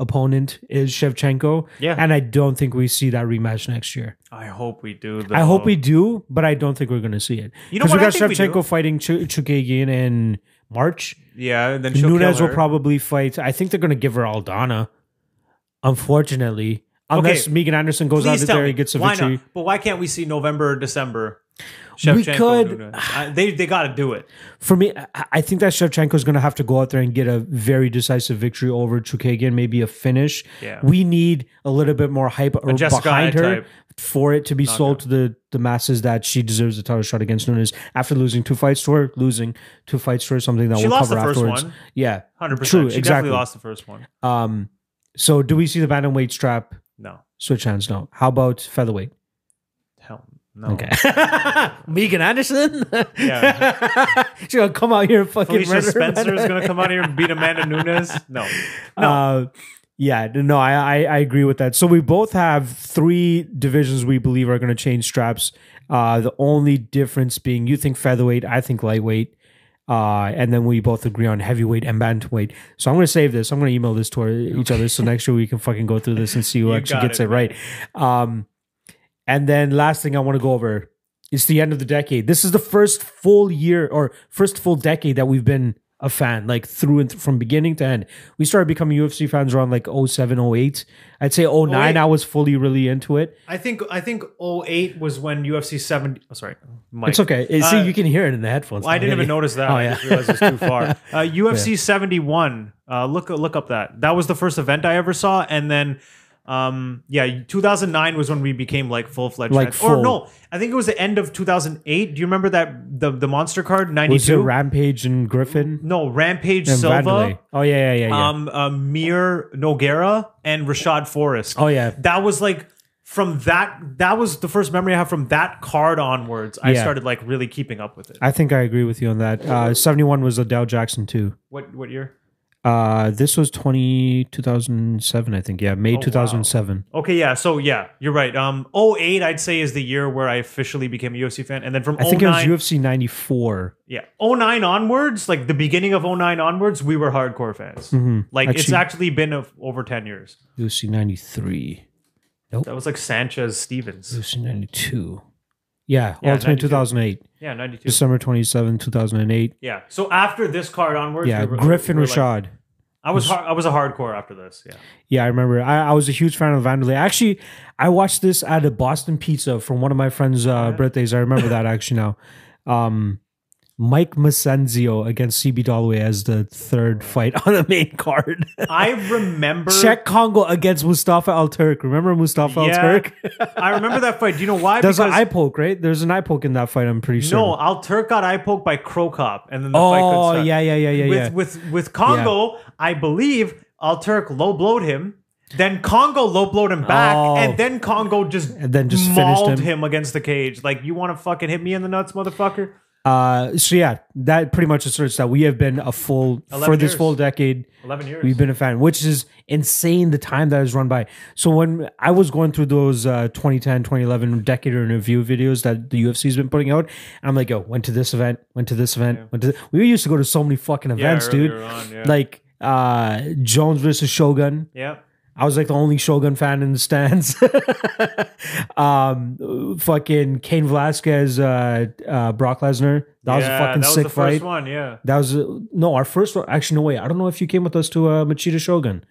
Speaker 1: opponent is Shevchenko.
Speaker 2: Yeah.
Speaker 1: And I don't think we see that rematch next year.
Speaker 2: I hope we do. Though.
Speaker 1: I hope we do, but I don't think we're going to see it.
Speaker 2: You know
Speaker 1: Because
Speaker 2: what?
Speaker 1: we
Speaker 2: I
Speaker 1: got
Speaker 2: think we do.
Speaker 1: Shevchenko fighting Ch- Chukagian in March.
Speaker 2: Yeah, and then she'll
Speaker 1: Nunez
Speaker 2: kill
Speaker 1: will
Speaker 2: her.
Speaker 1: probably fight. I think they're going to give her Aldana, unfortunately, unless Megan Anderson goes
Speaker 2: Please
Speaker 1: out
Speaker 2: tell
Speaker 1: there
Speaker 2: me,
Speaker 1: and gets a
Speaker 2: why
Speaker 1: victory.
Speaker 2: Not? But why can't we see November or December?
Speaker 1: could-
Speaker 2: Nunes? I- they they got to do it.
Speaker 1: For me, I- I think that Shevchenko is going to have to go out there and get a very decisive victory over Chukagian, maybe a finish.
Speaker 2: Yeah.
Speaker 1: We need a little bit more hype or
Speaker 2: Jessica
Speaker 1: behind
Speaker 2: Hyde
Speaker 1: her
Speaker 2: type.
Speaker 1: for it to be sold to the, the masses that she deserves a title shot against Nunes after losing two fights to her, losing two fights to her, something that
Speaker 2: She
Speaker 1: we'll
Speaker 2: lost
Speaker 1: cover
Speaker 2: the first
Speaker 1: afterwards.
Speaker 2: one.
Speaker 1: Yeah.
Speaker 2: Hundred
Speaker 1: True,
Speaker 2: percent. She
Speaker 1: exactly.
Speaker 2: definitely lost the first one.
Speaker 1: Um, so do we see the bantamweight strap
Speaker 2: No,
Speaker 1: switch hands? No. How about featherweight?
Speaker 2: hell no.
Speaker 1: Okay. Megan Anderson?
Speaker 2: Yeah.
Speaker 1: She's going to come out here and fucking
Speaker 2: Felicia
Speaker 1: murder
Speaker 2: Spencer is
Speaker 1: Amanda.
Speaker 2: going to come out here and beat Amanda Nunes. No, no.
Speaker 1: Uh, yeah, no, I, I, I agree with that. So we both have three divisions we believe are going to change straps. Uh, the only difference being you think featherweight, I think lightweight. Uh, and then we both agree on heavyweight and bantamweight. So I'm going to save this. I'm going to email this to our, each other so next year we can fucking go through this and see who
Speaker 2: You
Speaker 1: actually
Speaker 2: got
Speaker 1: gets
Speaker 2: it,
Speaker 1: it right. Um, and then last thing I want to go over it's the end of the decade. This is the first full year or first full decade that we've been a fan, like through and th- from beginning to end. We started becoming UFC fans around like 07, 08. I'd say 09,
Speaker 2: Oh, wait.
Speaker 1: I was fully really into it.
Speaker 2: I think I think 08 was when UFC 70. Oh, sorry, Mike.
Speaker 1: It's okay. It-
Speaker 2: Uh,
Speaker 1: See, you can hear it in the headphones.
Speaker 2: Well, I didn't even
Speaker 1: know.
Speaker 2: notice that.
Speaker 1: Oh,
Speaker 2: I
Speaker 1: yeah.
Speaker 2: just realized it's too far. Uh, UFC 71. Uh, look look up that. That was the first event I ever saw, and then. Um. Yeah. 2009 was when we became like full fledged.
Speaker 1: Like
Speaker 2: Or
Speaker 1: full.
Speaker 2: no, I think it was the end of 2008. Do you remember that the the monster card
Speaker 1: Was it
Speaker 2: 92?
Speaker 1: Rampage and Griffin?
Speaker 2: no, Rampage
Speaker 1: And
Speaker 2: Silva.
Speaker 1: Vanderlei. Oh, yeah, yeah, yeah. yeah.
Speaker 2: um, uh, Mir Noguera and Rashad Forrest.
Speaker 1: oh, yeah.
Speaker 2: That was like from that. That was the first memory I have from that card onwards. I
Speaker 1: Yeah.
Speaker 2: started like really keeping up with it.
Speaker 1: I think I agree with you on that. Uh, 71 was the Dow Jackson, too.
Speaker 2: What what year?
Speaker 1: Uh, this was 20, 2007, I think. Yeah, May
Speaker 2: Oh, wow.
Speaker 1: 2007.
Speaker 2: Okay, yeah. So yeah, you're right. Um, 08, I'd say, is the year where I officially became a UFC fan, and then from
Speaker 1: I think
Speaker 2: 09,
Speaker 1: it was UFC 94.
Speaker 2: yeah, 09 onwards, like the beginning of 09 onwards, we were hardcore fans. Like it's
Speaker 1: Mm-hmm. Actually-
Speaker 2: actually been of over 10 years.
Speaker 1: UFC 93.
Speaker 2: That was like Sanchez Stevens.
Speaker 1: UFC 92. Yeah,
Speaker 2: Yeah,
Speaker 1: Ultimate
Speaker 2: 92.
Speaker 1: 2008.
Speaker 2: Yeah, 92.
Speaker 1: December 27, 2008.
Speaker 2: Yeah. So after this card onwards,
Speaker 1: Yeah,
Speaker 2: we were-
Speaker 1: Griffin
Speaker 2: we were like-
Speaker 1: Rashad.
Speaker 2: I was har- I was a hardcore after this. Yeah.
Speaker 1: Yeah, I remember. I, I was a huge fan of Vanderlei. Actually, I watched this at a Boston Pizza from one of my friend's uh, birthdays. I remember that actually now. Um, Mike Masenzio against CB Dalloway as the third fight on the main card.
Speaker 2: I remember
Speaker 1: Czech Congo against Mustafa Al Turk. Remember Mustafa Al
Speaker 2: Yeah,
Speaker 1: Turk?
Speaker 2: I remember that fight. Do you know why?
Speaker 1: There's an eye poke, right? There's an eye poke in that fight. I'm pretty sure.
Speaker 2: no, Al Turk got eye poked by Crow Cop, and then the fight couldn't
Speaker 1: oh
Speaker 2: start.
Speaker 1: yeah, yeah, yeah, yeah, yeah.
Speaker 2: with with with Congo, I believe Al Turk low blowed him. Then Congo low blowed him back,
Speaker 1: Oh.
Speaker 2: and then Congo just
Speaker 1: And then just finished
Speaker 2: mauled
Speaker 1: him.
Speaker 2: him. against the cage. Like you want to fucking hit me in the nuts, motherfucker?
Speaker 1: Uh, so yeah, that pretty much asserts that we have been a full
Speaker 2: 11
Speaker 1: for this
Speaker 2: years.
Speaker 1: full decade.
Speaker 2: Eleven years.
Speaker 1: We've been a fan, which is insane the time that has run by. So when I was going through those uh, 2010, 2011 decade in review videos that the UFC's been putting out, and I'm like, yo, went to this event, went to this event, went to. This. We used to go to so many fucking events, dude.
Speaker 2: earlier on, yeah.
Speaker 1: Like uh, Jones versus Shogun.
Speaker 2: yeah.
Speaker 1: I was like the only Shogun fan in the stands. um, fucking Kane Velasquez, uh, uh, Brock Lesnar. That was a
Speaker 2: Yeah,
Speaker 1: fucking
Speaker 2: that was
Speaker 1: sick
Speaker 2: the
Speaker 1: fight.
Speaker 2: First one, yeah.
Speaker 1: That was uh, no our first one. Actually, no wait. I don't know if you came with us to uh, Machida Shogun.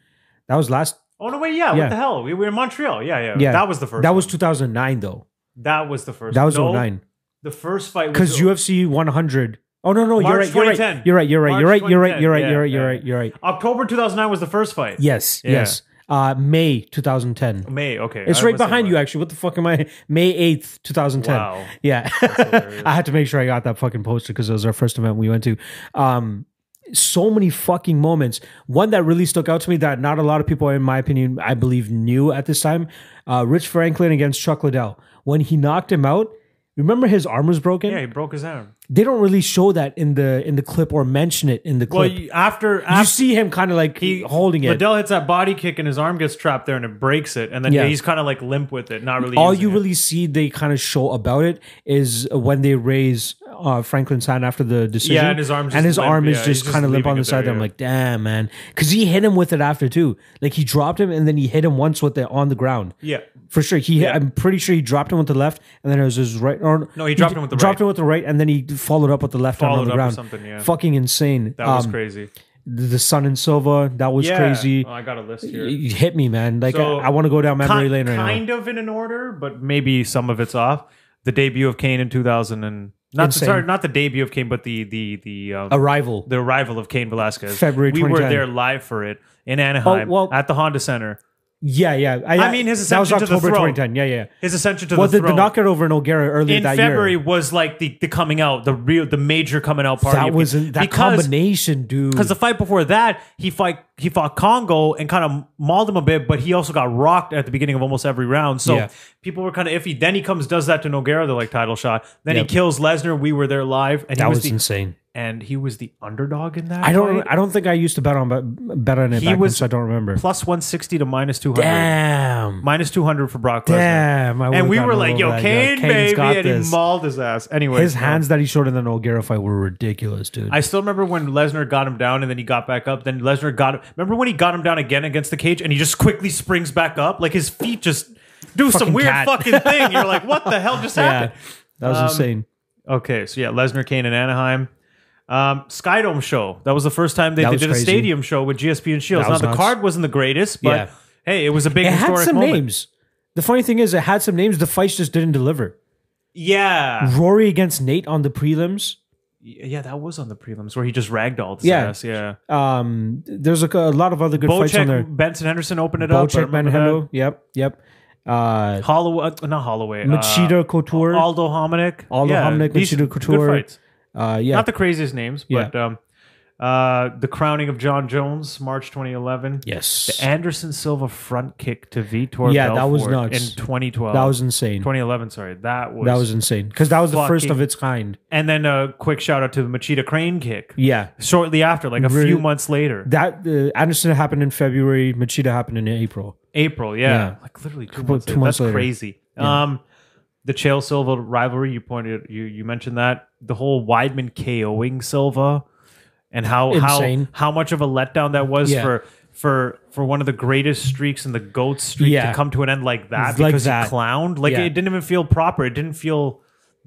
Speaker 1: That was last.
Speaker 2: Oh no, wait, yeah.
Speaker 1: Yeah.
Speaker 2: What the hell? We were in Montreal. Yeah, yeah.
Speaker 1: Yeah,
Speaker 2: that was the first.
Speaker 1: That
Speaker 2: one.
Speaker 1: was 2009 though.
Speaker 2: that was the first.
Speaker 1: That was
Speaker 2: no,
Speaker 1: 09
Speaker 2: The first fight was oh
Speaker 1: because UFC 100. Oh no no
Speaker 2: March
Speaker 1: you're right
Speaker 2: 2010.
Speaker 1: you're right you're right you're
Speaker 2: March
Speaker 1: right you're right you're right
Speaker 2: 2010.
Speaker 1: you're right you're
Speaker 2: Yeah,
Speaker 1: right you're right.
Speaker 2: October 2009 was the first fight.
Speaker 1: Yes
Speaker 2: Yeah.
Speaker 1: yes. Uh, May 2010.
Speaker 2: May. Okay,
Speaker 1: It's
Speaker 2: I
Speaker 1: right
Speaker 2: must have
Speaker 1: behind
Speaker 2: lied.
Speaker 1: you actually. What the fuck am I? May 8th 2010.
Speaker 2: Wow.
Speaker 1: Yeah.
Speaker 2: hilarious.
Speaker 1: I had to make sure I got that fucking poster because it was our first event we went to. Um, so many fucking moments. One that really stuck out to me that not a lot of people, in my opinion, I believe knew at this time uh, Rich Franklin against Chuck Liddell. When he knocked him out, remember his arm was broken?
Speaker 2: Yeah, he broke his arm.
Speaker 1: They don't really show that in the in the clip or mention it in the
Speaker 2: Well,
Speaker 1: clip. you,
Speaker 2: you- after after
Speaker 1: see him kind of like holding it.
Speaker 2: Liddell hits that body kick and his arm gets trapped there and it breaks it, and then
Speaker 1: Yeah.
Speaker 2: he's kind of like limp with it, not really.
Speaker 1: all
Speaker 2: using
Speaker 1: you
Speaker 2: it.
Speaker 1: really see they kind of show about it is when they raise uh, Franklin's hand after the decision.
Speaker 2: Yeah, and his arm's
Speaker 1: and
Speaker 2: just
Speaker 1: his
Speaker 2: limp.
Speaker 1: arm
Speaker 2: Yeah,
Speaker 1: is
Speaker 2: he's
Speaker 1: just
Speaker 2: just
Speaker 1: kind of limp
Speaker 2: leaving
Speaker 1: on the
Speaker 2: it
Speaker 1: side. there.
Speaker 2: there,
Speaker 1: I'm
Speaker 2: yeah.
Speaker 1: like, damn, man, because he hit him with it after too. Like he dropped him and then he hit him once with it on the ground.
Speaker 2: yeah.
Speaker 1: For sure, he. hit I'm pretty sure he dropped him with the left, and then it was his right. Or
Speaker 2: No, he dropped him with the
Speaker 1: dropped
Speaker 2: right.
Speaker 1: him with the right, and then he followed up with the left arm on
Speaker 2: Followed
Speaker 1: the
Speaker 2: up or
Speaker 1: ground.
Speaker 2: something, yeah.
Speaker 1: Fucking insane.
Speaker 2: That was
Speaker 1: Um,
Speaker 2: crazy.
Speaker 1: The Sun and Silva. That was
Speaker 2: Yeah.
Speaker 1: crazy.
Speaker 2: Oh, I got a list here.
Speaker 1: It hit me, man. Like
Speaker 2: So-
Speaker 1: I, want to go down memory
Speaker 2: Ki-
Speaker 1: lane right now.
Speaker 2: kind of in an order, but maybe some of it's off. The debut of Kane in 2000 and not
Speaker 1: Insane.
Speaker 2: sorry, not the debut of Kane, but the the the um,
Speaker 1: Arrival.
Speaker 2: the arrival of Kane Velasquez.
Speaker 1: February
Speaker 2: we were
Speaker 1: 2010.
Speaker 2: there live for it in Anaheim
Speaker 1: Oh, well-
Speaker 2: at the Honda Center.
Speaker 1: Yeah, yeah.
Speaker 2: I mean, his
Speaker 1: that was
Speaker 2: ascension to the
Speaker 1: October
Speaker 2: thrrow.
Speaker 1: 2010. Yeah, yeah.
Speaker 2: His ascension to
Speaker 1: Well,
Speaker 2: the
Speaker 1: the,
Speaker 2: throne
Speaker 1: the knockout over Noguera earlier
Speaker 2: in
Speaker 1: that
Speaker 2: February
Speaker 1: year.
Speaker 2: was like the, the coming out, the real the major coming out party.
Speaker 1: That
Speaker 2: of
Speaker 1: was
Speaker 2: Kane.
Speaker 1: that
Speaker 2: because
Speaker 1: combination, dude.
Speaker 2: Because the fight before that, he fight he fought Congo and kind of mauled him a bit, but he also got rocked at the beginning of almost every round. So
Speaker 1: Yeah.
Speaker 2: people were kind of iffy. Then he comes, does that to Noguera, they're like title shot. Then
Speaker 1: Yep.
Speaker 2: he kills Lesnar. We were there live, and he
Speaker 1: that
Speaker 2: was,
Speaker 1: was
Speaker 2: the
Speaker 1: insane.
Speaker 2: and he was the underdog in that.
Speaker 1: I
Speaker 2: fight.
Speaker 1: don't. I don't think I used to bet on bet on it.
Speaker 2: He
Speaker 1: back then,
Speaker 2: was-
Speaker 1: so I don't remember.
Speaker 2: plus one sixty to minus two hundred,
Speaker 1: Damn.
Speaker 2: minus two hundred for Brock Lesnar.
Speaker 1: Damn. I would've
Speaker 2: And we
Speaker 1: gotten
Speaker 2: were
Speaker 1: all
Speaker 2: like,
Speaker 1: over
Speaker 2: "Yo,
Speaker 1: that.
Speaker 2: Kane,
Speaker 1: Kane's
Speaker 2: baby!"
Speaker 1: got
Speaker 2: And
Speaker 1: this.
Speaker 2: he mauled his ass. Anyway,
Speaker 1: His hands that he showed in the Noguera fight were ridiculous, dude.
Speaker 2: I still remember when Lesnar got him down and then he got back up. Then Lesnar got him. Remember when he got him down again against the cage and he just quickly springs back up? Like his feet just do some
Speaker 1: Fucking
Speaker 2: weird
Speaker 1: cat.
Speaker 2: fucking thing. You're like, what the hell just
Speaker 1: yeah,
Speaker 2: happened?
Speaker 1: that
Speaker 2: Um,
Speaker 1: was insane.
Speaker 2: Okay, so yeah, Lesnar, Kane, and Anaheim. Um, Skydome show. That was the first time they,
Speaker 1: That
Speaker 2: they
Speaker 1: was
Speaker 2: did
Speaker 1: crazy.
Speaker 2: a stadium show with GSP and Shields.
Speaker 1: That
Speaker 2: Now,
Speaker 1: was
Speaker 2: the
Speaker 1: nuts.
Speaker 2: card wasn't the greatest, but
Speaker 1: Yeah.
Speaker 2: hey, it was a big
Speaker 1: It had
Speaker 2: historic
Speaker 1: some
Speaker 2: moment.
Speaker 1: names. The funny thing is, it had some names. The fights just didn't deliver.
Speaker 2: Yeah.
Speaker 1: Rory against Nate on the prelims.
Speaker 2: Yeah, that was on the prelims where he just ragdolled his
Speaker 1: Yeah.
Speaker 2: ass. Yeah.
Speaker 1: Um, there's a, a lot of other good fights on there.
Speaker 2: Bochek, Benson Henderson opened it up. I
Speaker 1: Belichick,
Speaker 2: remember that.
Speaker 1: Manhandle. Yep, yep. Uh,
Speaker 2: Holloway, uh, not Holloway. uh,
Speaker 1: Machida Couture.
Speaker 2: Aldo Hominick.
Speaker 1: Aldo Hominick,
Speaker 2: these
Speaker 1: Machida
Speaker 2: good
Speaker 1: Couture.
Speaker 2: fights.
Speaker 1: uh, yeah,
Speaker 2: Not the craziest names, but um, Uh, the crowning of John Jones, March 2011.
Speaker 1: Yes.
Speaker 2: The Anderson Silva front kick to Vitor
Speaker 1: Yeah, that was
Speaker 2: Belfort
Speaker 1: nuts.
Speaker 2: in 2012.
Speaker 1: That was insane.
Speaker 2: 2011, sorry. That was.
Speaker 1: That was insane because that was the first
Speaker 2: fucking-
Speaker 1: of its kind.
Speaker 2: and then a quick shout out to the Machida Crane kick
Speaker 1: Yeah,
Speaker 2: shortly after, like a
Speaker 1: Really-
Speaker 2: few months later.
Speaker 1: that uh, Anderson happened in February. Machida happened in April.
Speaker 2: April, yeah.
Speaker 1: Yeah.
Speaker 2: Like literally two
Speaker 1: Couple-
Speaker 2: months,
Speaker 1: two
Speaker 2: later.
Speaker 1: months
Speaker 2: That's
Speaker 1: later.
Speaker 2: crazy. Um, the Chael Silva rivalry, you pointed, you you mentioned that. The whole Weidman KOing Silva and how
Speaker 1: Insane.
Speaker 2: how how much of a letdown that was
Speaker 1: Yeah.
Speaker 2: for for for one of the greatest streaks and the GOAT streak
Speaker 1: Yeah.
Speaker 2: to come to an end like that
Speaker 1: Like
Speaker 2: because
Speaker 1: that.
Speaker 2: he clowned. Like
Speaker 1: Yeah.
Speaker 2: it didn't even feel proper. It didn't feel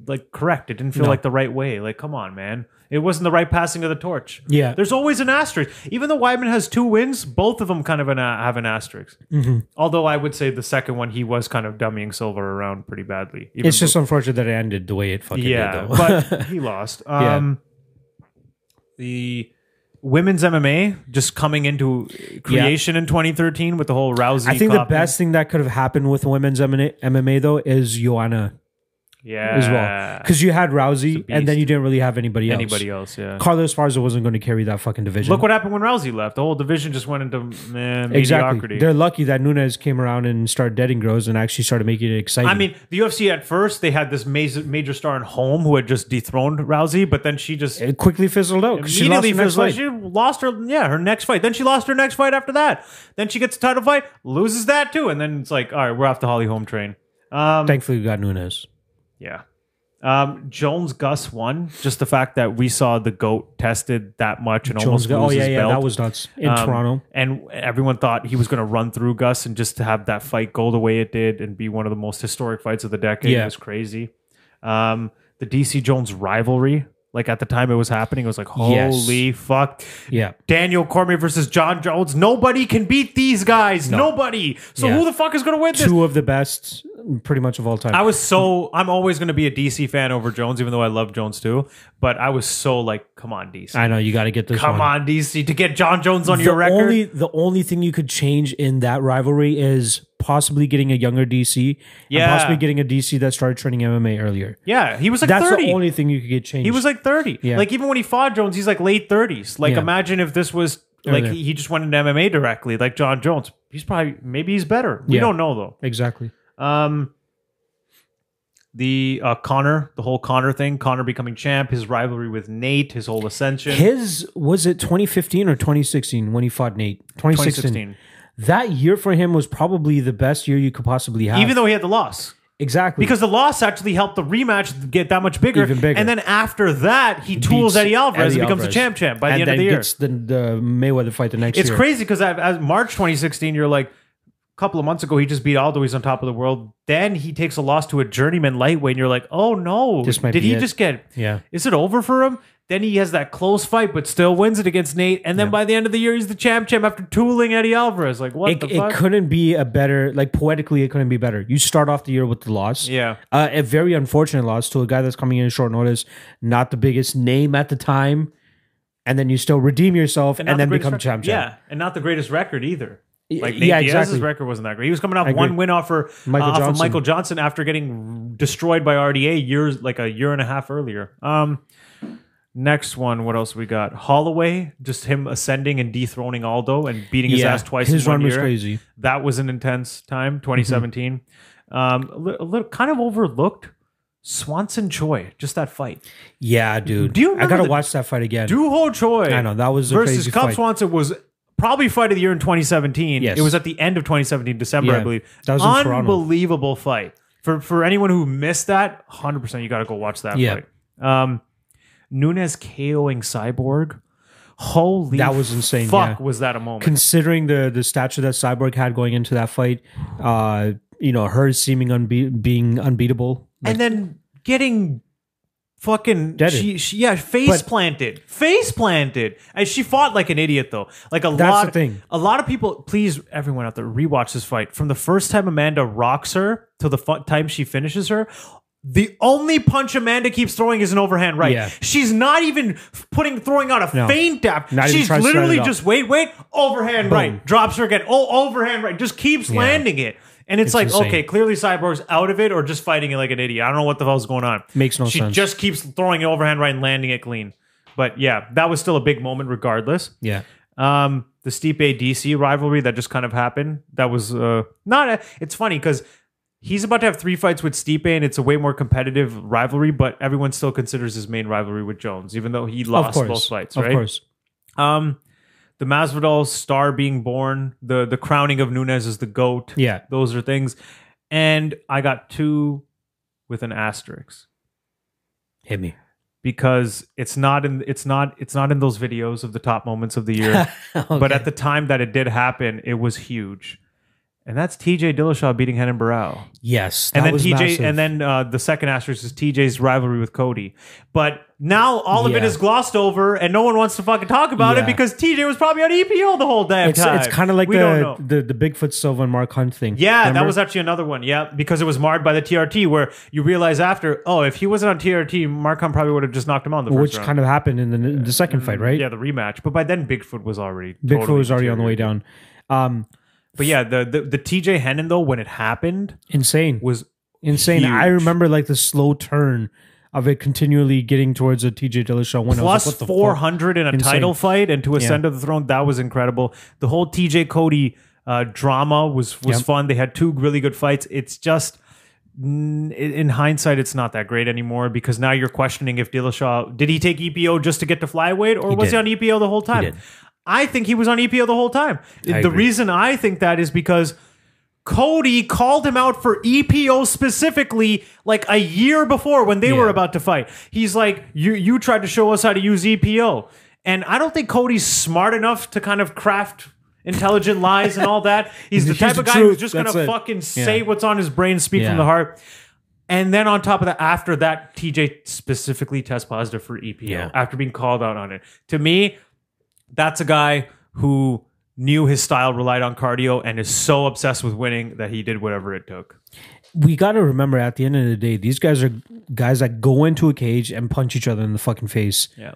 Speaker 2: like correct. It didn't feel
Speaker 1: No.
Speaker 2: like the right way. Like, come on, man. It wasn't the right passing of the torch.
Speaker 1: Yeah.
Speaker 2: There's always an asterisk. Even though Weidman has two wins, both of them kind of an, uh, have an asterisk.
Speaker 1: Mm-hmm.
Speaker 2: Although I would say the second one, he was kind of dummying Silver around pretty badly. Even
Speaker 1: It's just unfortunate that it ended the way it fucking
Speaker 2: yeah,
Speaker 1: did. Though.
Speaker 2: but he lost. Um, The women's MMA just coming into creation in 2013 with the whole Rousey.
Speaker 1: I think the
Speaker 2: copy.
Speaker 1: best thing that could have happened with women's MMA, MMA though is Joanna
Speaker 2: yeah,
Speaker 1: as well because you had Rousey and then
Speaker 2: beast.
Speaker 1: you didn't really have anybody else.
Speaker 2: anybody else, yeah.
Speaker 1: Carlos Farza wasn't going to carry that fucking division.
Speaker 2: Look what happened when Rousey left. The whole division just went into man, mediocrity.
Speaker 1: exactly. They're lucky that Nunez came around and started deading girls and actually started making it exciting.
Speaker 2: I mean, the UFC at first they had this major, major star in Home who had just dethroned Rousey, but then she just
Speaker 1: it quickly fizzled out because she lost
Speaker 2: immediately
Speaker 1: her next
Speaker 2: feels like
Speaker 1: fight.
Speaker 2: she lost her yeah her next fight. Then she lost her next fight after that. Then she gets a title fight, loses that too, and then it's like all right, we're off the Holly Home train. Um,
Speaker 1: Thankfully, we got Nunez.
Speaker 2: yeah. Um, Jones Gus won. Just the fact that we saw the goat tested that much and
Speaker 1: Jones
Speaker 2: almost
Speaker 1: got,
Speaker 2: lose
Speaker 1: oh yeah,
Speaker 2: his
Speaker 1: yeah,
Speaker 2: belt.
Speaker 1: that was nuts in
Speaker 2: Um,
Speaker 1: Toronto.
Speaker 2: And everyone thought he was going to run through Gus and just to have that fight go the way it did and be one of the most historic fights of the decade
Speaker 1: Yeah.
Speaker 2: was crazy. Um, the DC Jones rivalry, like at the time it was happening, it was like,
Speaker 1: Yes.
Speaker 2: holy fuck.
Speaker 1: Yeah.
Speaker 2: Daniel Cormier versus John Jones. Nobody can beat these guys. Nobody. So
Speaker 1: Yeah.
Speaker 2: who the fuck is going to win this?
Speaker 1: two of the best, pretty much of all time.
Speaker 2: I was so I'm always going to be a DC fan over Jones, even though I love Jones too. But I was so like, come on DC,
Speaker 1: I know you got to get this.
Speaker 2: come
Speaker 1: one.
Speaker 2: on DC, to get John Jones on
Speaker 1: The
Speaker 2: your record.
Speaker 1: only the only thing you could change in that rivalry is possibly getting a younger DC, and
Speaker 2: Yeah.
Speaker 1: possibly getting a DC that started training MMA earlier.
Speaker 2: yeah, he was like
Speaker 1: That's
Speaker 2: thirty.
Speaker 1: the only thing you could get changed.
Speaker 2: He was like 30.
Speaker 1: Yeah.
Speaker 2: Like even when he fought Jones, he's like late 30s. Like
Speaker 1: Yeah.
Speaker 2: imagine if this was like
Speaker 1: Earlier.
Speaker 2: he, he just went into MMA directly, like John Jones. He's probably maybe he's better. We
Speaker 1: Yeah.
Speaker 2: don't know
Speaker 1: exactly.
Speaker 2: though. Um the uh, Connor, the whole Connor thing, Connor becoming champ, his rivalry with Nate, his whole ascension.
Speaker 1: His was it 2015 or 2016 when he fought Nate? 2016.
Speaker 2: 2016.
Speaker 1: That year for him was probably the best year you could possibly have.
Speaker 2: Even though he had the loss.
Speaker 1: exactly
Speaker 2: Because the loss actually helped the rematch get that much bigger.
Speaker 1: Even bigger.
Speaker 2: And then after that, he tools
Speaker 1: Beats
Speaker 2: Eddie Alvarez
Speaker 1: Eddie
Speaker 2: and becomes
Speaker 1: Alvarez.
Speaker 2: a champ champ by
Speaker 1: and
Speaker 2: the end of
Speaker 1: then
Speaker 2: the year.
Speaker 1: gets the, the Mayweather fight the next
Speaker 2: It's
Speaker 1: year.
Speaker 2: crazy because as March 2016, you're like, a couple of months ago, he just beat Aldo. He's on top of the world. Then he takes a loss to a journeyman lightweight, and you're like, oh no,
Speaker 1: This might
Speaker 2: did
Speaker 1: be
Speaker 2: he
Speaker 1: it.
Speaker 2: just get?
Speaker 1: Yeah.
Speaker 2: Is it over for him? Then he has that close fight, but still wins it against Nate. And then by the end of the year, he's the champ champ after tooling Eddie Alvarez. Like what
Speaker 1: It,
Speaker 2: the
Speaker 1: it
Speaker 2: fuck?
Speaker 1: couldn't be a better like poetically it couldn't be better. You start off the year with the loss.
Speaker 2: yeah,
Speaker 1: Uh, a very unfortunate loss to a guy that's coming in short notice, not the biggest name at the time, and then you still redeem yourself and,
Speaker 2: not
Speaker 1: then
Speaker 2: the greatest
Speaker 1: become
Speaker 2: record.
Speaker 1: champ. champ.
Speaker 2: Yeah, and not the greatest record either.
Speaker 1: Y-
Speaker 2: Like Nate
Speaker 1: yeah,
Speaker 2: Diaz's
Speaker 1: exactly.
Speaker 2: record wasn't that great. He was coming off
Speaker 1: agree.
Speaker 2: one win off, for,
Speaker 1: Michael
Speaker 2: uh, off of
Speaker 1: Johnson.
Speaker 2: Michael Johnson after getting destroyed by RDA years like a year and a half earlier. Um, next one, what else we got? Holloway, just him ascending and dethroning Aldo and beating his
Speaker 1: Yeah,
Speaker 2: ass twice.
Speaker 1: His
Speaker 2: in one
Speaker 1: run was
Speaker 2: year.
Speaker 1: crazy. Mm-hmm.
Speaker 2: That was an intense time, 2017. Um, a li- a little kind of overlooked. Swanson Choi, just that fight.
Speaker 1: Yeah, dude.
Speaker 2: Do you
Speaker 1: I
Speaker 2: remember
Speaker 1: gotta
Speaker 2: the-
Speaker 1: watch that fight again.
Speaker 2: Duho Choi.
Speaker 1: I know that was a
Speaker 2: versus
Speaker 1: crazy
Speaker 2: Cub
Speaker 1: fight.
Speaker 2: Swanson was probably fight of the year in 2017.
Speaker 1: Yes.
Speaker 2: It was at the end of 2017, December,
Speaker 1: Yeah.
Speaker 2: I believe.
Speaker 1: That was in Toronto.
Speaker 2: Unbelievable fight. For for anyone who missed that, 100% you got to go watch that
Speaker 1: Yeah.
Speaker 2: fight. Um, Nunes KOing Cyborg. Holy
Speaker 1: That was insane,
Speaker 2: Fuck,
Speaker 1: yeah.
Speaker 2: was that a moment?
Speaker 1: Considering the the stature that Cyborg had going into that fight, uh, you know, her seeming unbe- being unbeatable.
Speaker 2: and then getting fucking
Speaker 1: Deaded.
Speaker 2: she, she yeah face
Speaker 1: But-
Speaker 2: planted face planted and she fought like an idiot though like a
Speaker 1: That's
Speaker 2: lot
Speaker 1: the thing.
Speaker 2: a lot of people please everyone out there rewatch this fight from the first time amanda rocks her till the fu- time she finishes her the only punch Amanda keeps throwing is an overhand right.
Speaker 1: Yeah.
Speaker 2: She's not even f- putting throwing out a
Speaker 1: No.
Speaker 2: feint after.
Speaker 1: Not even
Speaker 2: She's
Speaker 1: trying to set
Speaker 2: literally
Speaker 1: it up.
Speaker 2: just wait, wait, overhand right, drops her again. Oh, overhand right, just keeps landing it. And it's, like,
Speaker 1: insane.
Speaker 2: okay, clearly Cyborg's out of it or just fighting it like an idiot. I don't know what the hell's going on.
Speaker 1: Makes no
Speaker 2: she
Speaker 1: sense.
Speaker 2: just keeps throwing an overhand right and landing it clean. But yeah, that was still a big moment regardless.
Speaker 1: Yeah.
Speaker 2: Um, the Stipe DC rivalry that just kind of happened. That was uh, not. A, it's funny because he's about to have three fights with Stipe, and it's a way more competitive rivalry. But everyone still considers his main rivalry with Jones, even though he
Speaker 1: of
Speaker 2: lost
Speaker 1: course.
Speaker 2: both fights.
Speaker 1: Of
Speaker 2: right?
Speaker 1: course.
Speaker 2: Um, the Masvidal star being born, the the crowning of Nunez as the goat.
Speaker 1: Yeah.
Speaker 2: Those are things, and I got two with an asterisk
Speaker 1: Hit me.
Speaker 2: because it's not in it's not it's not in those videos of the top moments of the year. But at the time that it did happen, it was huge. And that's TJ Dillashaw beating Henan Barrow.
Speaker 1: yes, that
Speaker 2: And then
Speaker 1: was
Speaker 2: TJ
Speaker 1: massive.
Speaker 2: and then uh, the second asterisk is TJ's rivalry with Cody. But now all of it
Speaker 1: Yeah.
Speaker 2: is glossed over and no one wants to fucking talk about it
Speaker 1: Yeah.
Speaker 2: because TJ was probably on EPO the whole damn
Speaker 1: it's
Speaker 2: time.
Speaker 1: it's kind of like
Speaker 2: we don't know.
Speaker 1: the, the the Bigfoot Silva and Mark Hunt thing.
Speaker 2: Yeah, that
Speaker 1: Remember?
Speaker 2: was actually another one. Yeah, because it was marred by the TRT, where you realize after, oh, if he wasn't on TRT, Markham probably would have just knocked him out in the first
Speaker 1: which
Speaker 2: round. Mm,
Speaker 1: kind of happened in the, in the second fight, right?
Speaker 2: yeah, the rematch. But by then, Bigfoot was already
Speaker 1: Bigfoot
Speaker 2: totally
Speaker 1: was already on the way down. Um,
Speaker 2: But yeah, the the, the TJ Hennon though, when it happened,
Speaker 1: insane,
Speaker 2: was
Speaker 1: insane. I
Speaker 2: huge.
Speaker 1: remember like the slow turn of it continually getting towards a TJ Dillashaw win. I was
Speaker 2: plus
Speaker 1: like, what the
Speaker 2: four
Speaker 1: fuck?
Speaker 2: hundred in a
Speaker 1: Insane.
Speaker 2: title fight and to ascend to the throne. That was incredible. The whole TJ Cody uh, drama was was
Speaker 1: Yep.
Speaker 2: fun. They had two really good fights. It's just. n- In hindsight, it's not that great anymore because now you're questioning if Dillashaw did he take EPO just to get to flyweight or was
Speaker 1: did.
Speaker 2: he on EPO the whole time?
Speaker 1: did.
Speaker 2: I think he was on EPO the whole time. the
Speaker 1: agree.
Speaker 2: reason I think that is because Cody called him out for EPO specifically like a year before when they were about to fight. He's like, "You you tried to show us how to use EPO." And I don't think Cody's smart enough to kind of craft intelligent lies and all that. He's the
Speaker 1: Here's
Speaker 2: type of
Speaker 1: the
Speaker 2: guy who's
Speaker 1: truth,
Speaker 2: just going
Speaker 1: that's
Speaker 2: to
Speaker 1: it.
Speaker 2: fucking
Speaker 1: Yeah.
Speaker 2: say what's on his brain, speak from
Speaker 1: Yeah.
Speaker 2: the heart. And then on top of that, after that, TJ specifically test positive for EPO
Speaker 1: Yeah.
Speaker 2: after being called out on it. To me, that's a guy who knew his style relied on cardio and is so obsessed with winning that he did whatever it took.
Speaker 1: We got to remember at the end of the day, these guys are guys that go into a cage and punch each other in the fucking face.
Speaker 2: Yeah.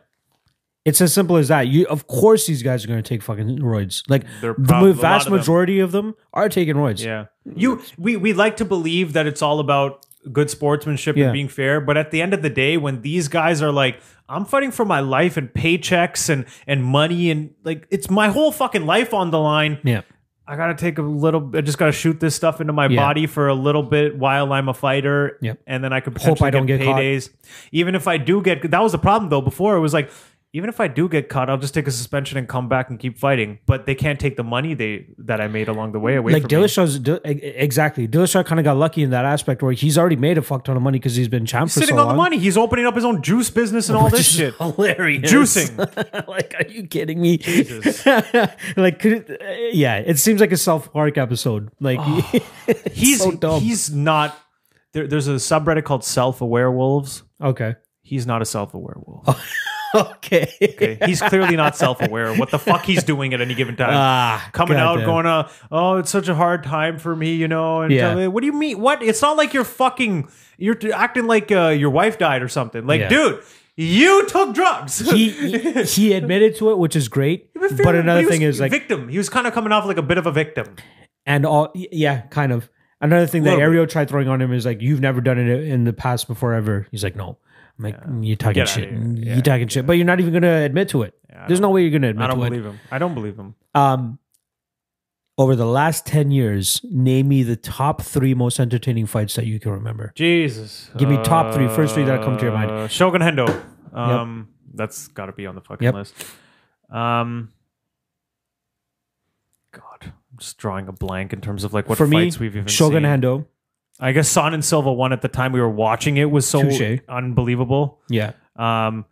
Speaker 1: It's as simple as that. You, of course, these guys are going to take fucking roids. Like
Speaker 2: They're
Speaker 1: the
Speaker 2: prob- a lot
Speaker 1: vast
Speaker 2: of them.
Speaker 1: majority of them are taking roids.
Speaker 2: Yeah. You we we like to believe that it's all about good sportsmanship
Speaker 1: Yeah.
Speaker 2: and being fair, but at the end of the day when these guys are like I'm fighting for my life and paychecks and and money and like it's my whole fucking life on the line.
Speaker 1: yeah.
Speaker 2: I gotta take a little. I just gotta shoot this stuff into my
Speaker 1: Yeah.
Speaker 2: body for a little bit while I'm a fighter,
Speaker 1: Yep.
Speaker 2: and then I could
Speaker 1: Hope
Speaker 2: potentially
Speaker 1: I don't
Speaker 2: get,
Speaker 1: get caught.
Speaker 2: paydays. Even if I do get, that was the problem though. Before it was like, even if I do get caught, I'll just take a suspension and come back and keep fighting. But they can't take the money they that I made along the way away
Speaker 1: like
Speaker 2: from me.
Speaker 1: Dillashaw's Dill- e- exactly. Dillashaw kind of got lucky in that aspect where he's already made a fuck ton of money because he's been champ for
Speaker 2: Sitting
Speaker 1: so
Speaker 2: on the
Speaker 1: long, Oh,
Speaker 2: money, he's opening up his own juice business and all
Speaker 1: which
Speaker 2: this
Speaker 1: is
Speaker 2: shit.
Speaker 1: hilarious.
Speaker 2: Juicing.
Speaker 1: like, are you kidding me? like, could it, uh, yeah, it seems like a South Park episode. Like,
Speaker 2: Oh. He's
Speaker 1: so dumb.
Speaker 2: he's not. There, there's a subreddit called Self Aware Wolves.
Speaker 1: okay,
Speaker 2: He's not a self aware wolf.
Speaker 1: Oh, okay,
Speaker 2: Okay. He's clearly not self aware of what the fuck he's doing at any given time.
Speaker 1: Ah,
Speaker 2: Coming out,
Speaker 1: goddamn.
Speaker 2: going, uh, oh, it's such a hard time for me, you know. And
Speaker 1: Yeah.
Speaker 2: tell me, what do you mean? What? It's not like you're fucking, you're t- acting like uh, your wife died or something. Like,
Speaker 1: Yeah.
Speaker 2: dude, you took drugs.
Speaker 1: He, he he admitted to it, which is great.
Speaker 2: But
Speaker 1: But another
Speaker 2: he was
Speaker 1: thing is like,
Speaker 2: victim. He was kind of coming off like a bit of a victim.
Speaker 1: and all y- yeah, kind of. Another thing that
Speaker 2: Little
Speaker 1: Ariel tried throwing on him is like, you've never done it in the past before ever. He's like, no. I'm like, "Mm, you're talking
Speaker 2: Get outta
Speaker 1: shit.
Speaker 2: here. Yeah,
Speaker 1: you're talking shit, but you're not even gonna admit to it.
Speaker 2: I
Speaker 1: There's no way you're gonna admit
Speaker 2: I don't
Speaker 1: to it.
Speaker 2: believe him. I don't believe him.
Speaker 1: Um, over the last ten years, name me the top three most entertaining fights that you can remember.
Speaker 2: Jesus.
Speaker 1: Give me top three, first three that come to your mind.
Speaker 2: Uh, Shogun Hendo. Um, That's got to be on the fucking
Speaker 1: Yep.
Speaker 2: list. Um, God, I'm just drawing a blank in terms of like what
Speaker 1: For me,
Speaker 2: fights we've even
Speaker 1: Shogun
Speaker 2: seen.
Speaker 1: Hendo.
Speaker 2: I guess Son and Silva won at the time we were watching it was so
Speaker 1: Touche.
Speaker 2: unbelievable.
Speaker 1: Yeah,
Speaker 2: Um,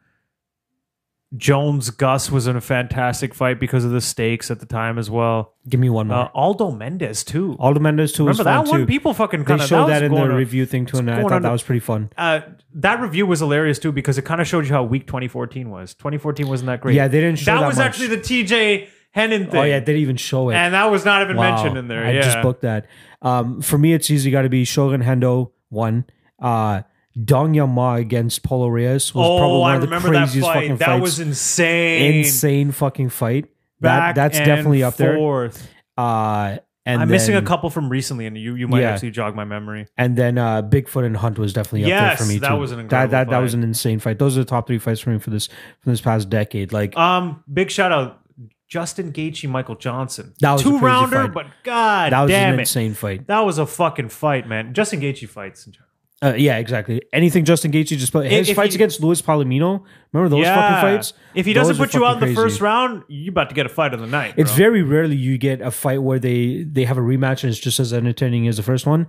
Speaker 2: Jones Gus was in a fantastic fight because of the stakes at the time as well.
Speaker 1: give me one more.
Speaker 2: Uh, Aldo Mendez too.
Speaker 1: Aldo Mendes too. was
Speaker 2: Remember that
Speaker 1: fun
Speaker 2: one?
Speaker 1: too.
Speaker 2: People fucking
Speaker 1: They
Speaker 2: kind of
Speaker 1: showed that in the review thing too, and I
Speaker 2: going
Speaker 1: thought
Speaker 2: under-
Speaker 1: that was pretty fun.
Speaker 2: uh, that review was hilarious too because it kind of showed you how weak 2014 was. 2014 wasn't that great.
Speaker 1: Yeah, they didn't show
Speaker 2: that,
Speaker 1: that
Speaker 2: was
Speaker 1: much.
Speaker 2: actually the TJ Hennon thing.
Speaker 1: Oh yeah, they didn't even show it.
Speaker 2: and that was not even
Speaker 1: Wow.
Speaker 2: mentioned in there.
Speaker 1: I
Speaker 2: yeah,
Speaker 1: just booked that. Um, for me, it's easy. Got to be Shogun Hendo one. Uh, Dong Ma against Polo Reyes was probably
Speaker 2: oh,
Speaker 1: one
Speaker 2: I
Speaker 1: of the
Speaker 2: remember that
Speaker 1: craziest
Speaker 2: fight.
Speaker 1: fucking
Speaker 2: That
Speaker 1: fights.
Speaker 2: was insane.
Speaker 1: insane fucking fight.
Speaker 2: Back
Speaker 1: that that's
Speaker 2: and
Speaker 1: definitely up there.
Speaker 2: forth.
Speaker 1: Uh, And
Speaker 2: I'm missing a
Speaker 1: then-
Speaker 2: couple from recently, and you you might
Speaker 1: Yeah.
Speaker 2: actually jog my memory.
Speaker 1: And then uh, Bigfoot and Hunt was definitely up there
Speaker 2: Yes,
Speaker 1: for me
Speaker 2: that
Speaker 1: too.
Speaker 2: was an
Speaker 1: that
Speaker 2: incredible
Speaker 1: that, that
Speaker 2: fight.
Speaker 1: was an insane fight. Those are the top three fights for me for this from this past decade. Like
Speaker 2: Um, big shout out Justin Gaethje, Michael Johnson.
Speaker 1: That was a
Speaker 2: two
Speaker 1: crazy
Speaker 2: rounder,
Speaker 1: fight.
Speaker 2: but god
Speaker 1: that was
Speaker 2: damn
Speaker 1: an
Speaker 2: it,
Speaker 1: insane fight.
Speaker 2: that was a fucking fight, man. Justin Gaethje fights in general.
Speaker 1: Uh, yeah, exactly. Anything Justin Gaethje just played. His
Speaker 2: if
Speaker 1: fights
Speaker 2: he-
Speaker 1: against Luis Palomino. Remember those
Speaker 2: yeah.
Speaker 1: fucking fights?
Speaker 2: If he doesn't
Speaker 1: Those are
Speaker 2: put you out in the
Speaker 1: fucking
Speaker 2: first
Speaker 1: crazy.
Speaker 2: round, you about to get a fight of the night.
Speaker 1: It's
Speaker 2: bro.
Speaker 1: very rarely you get a fight where they they have a rematch and it's just as entertaining as the first one.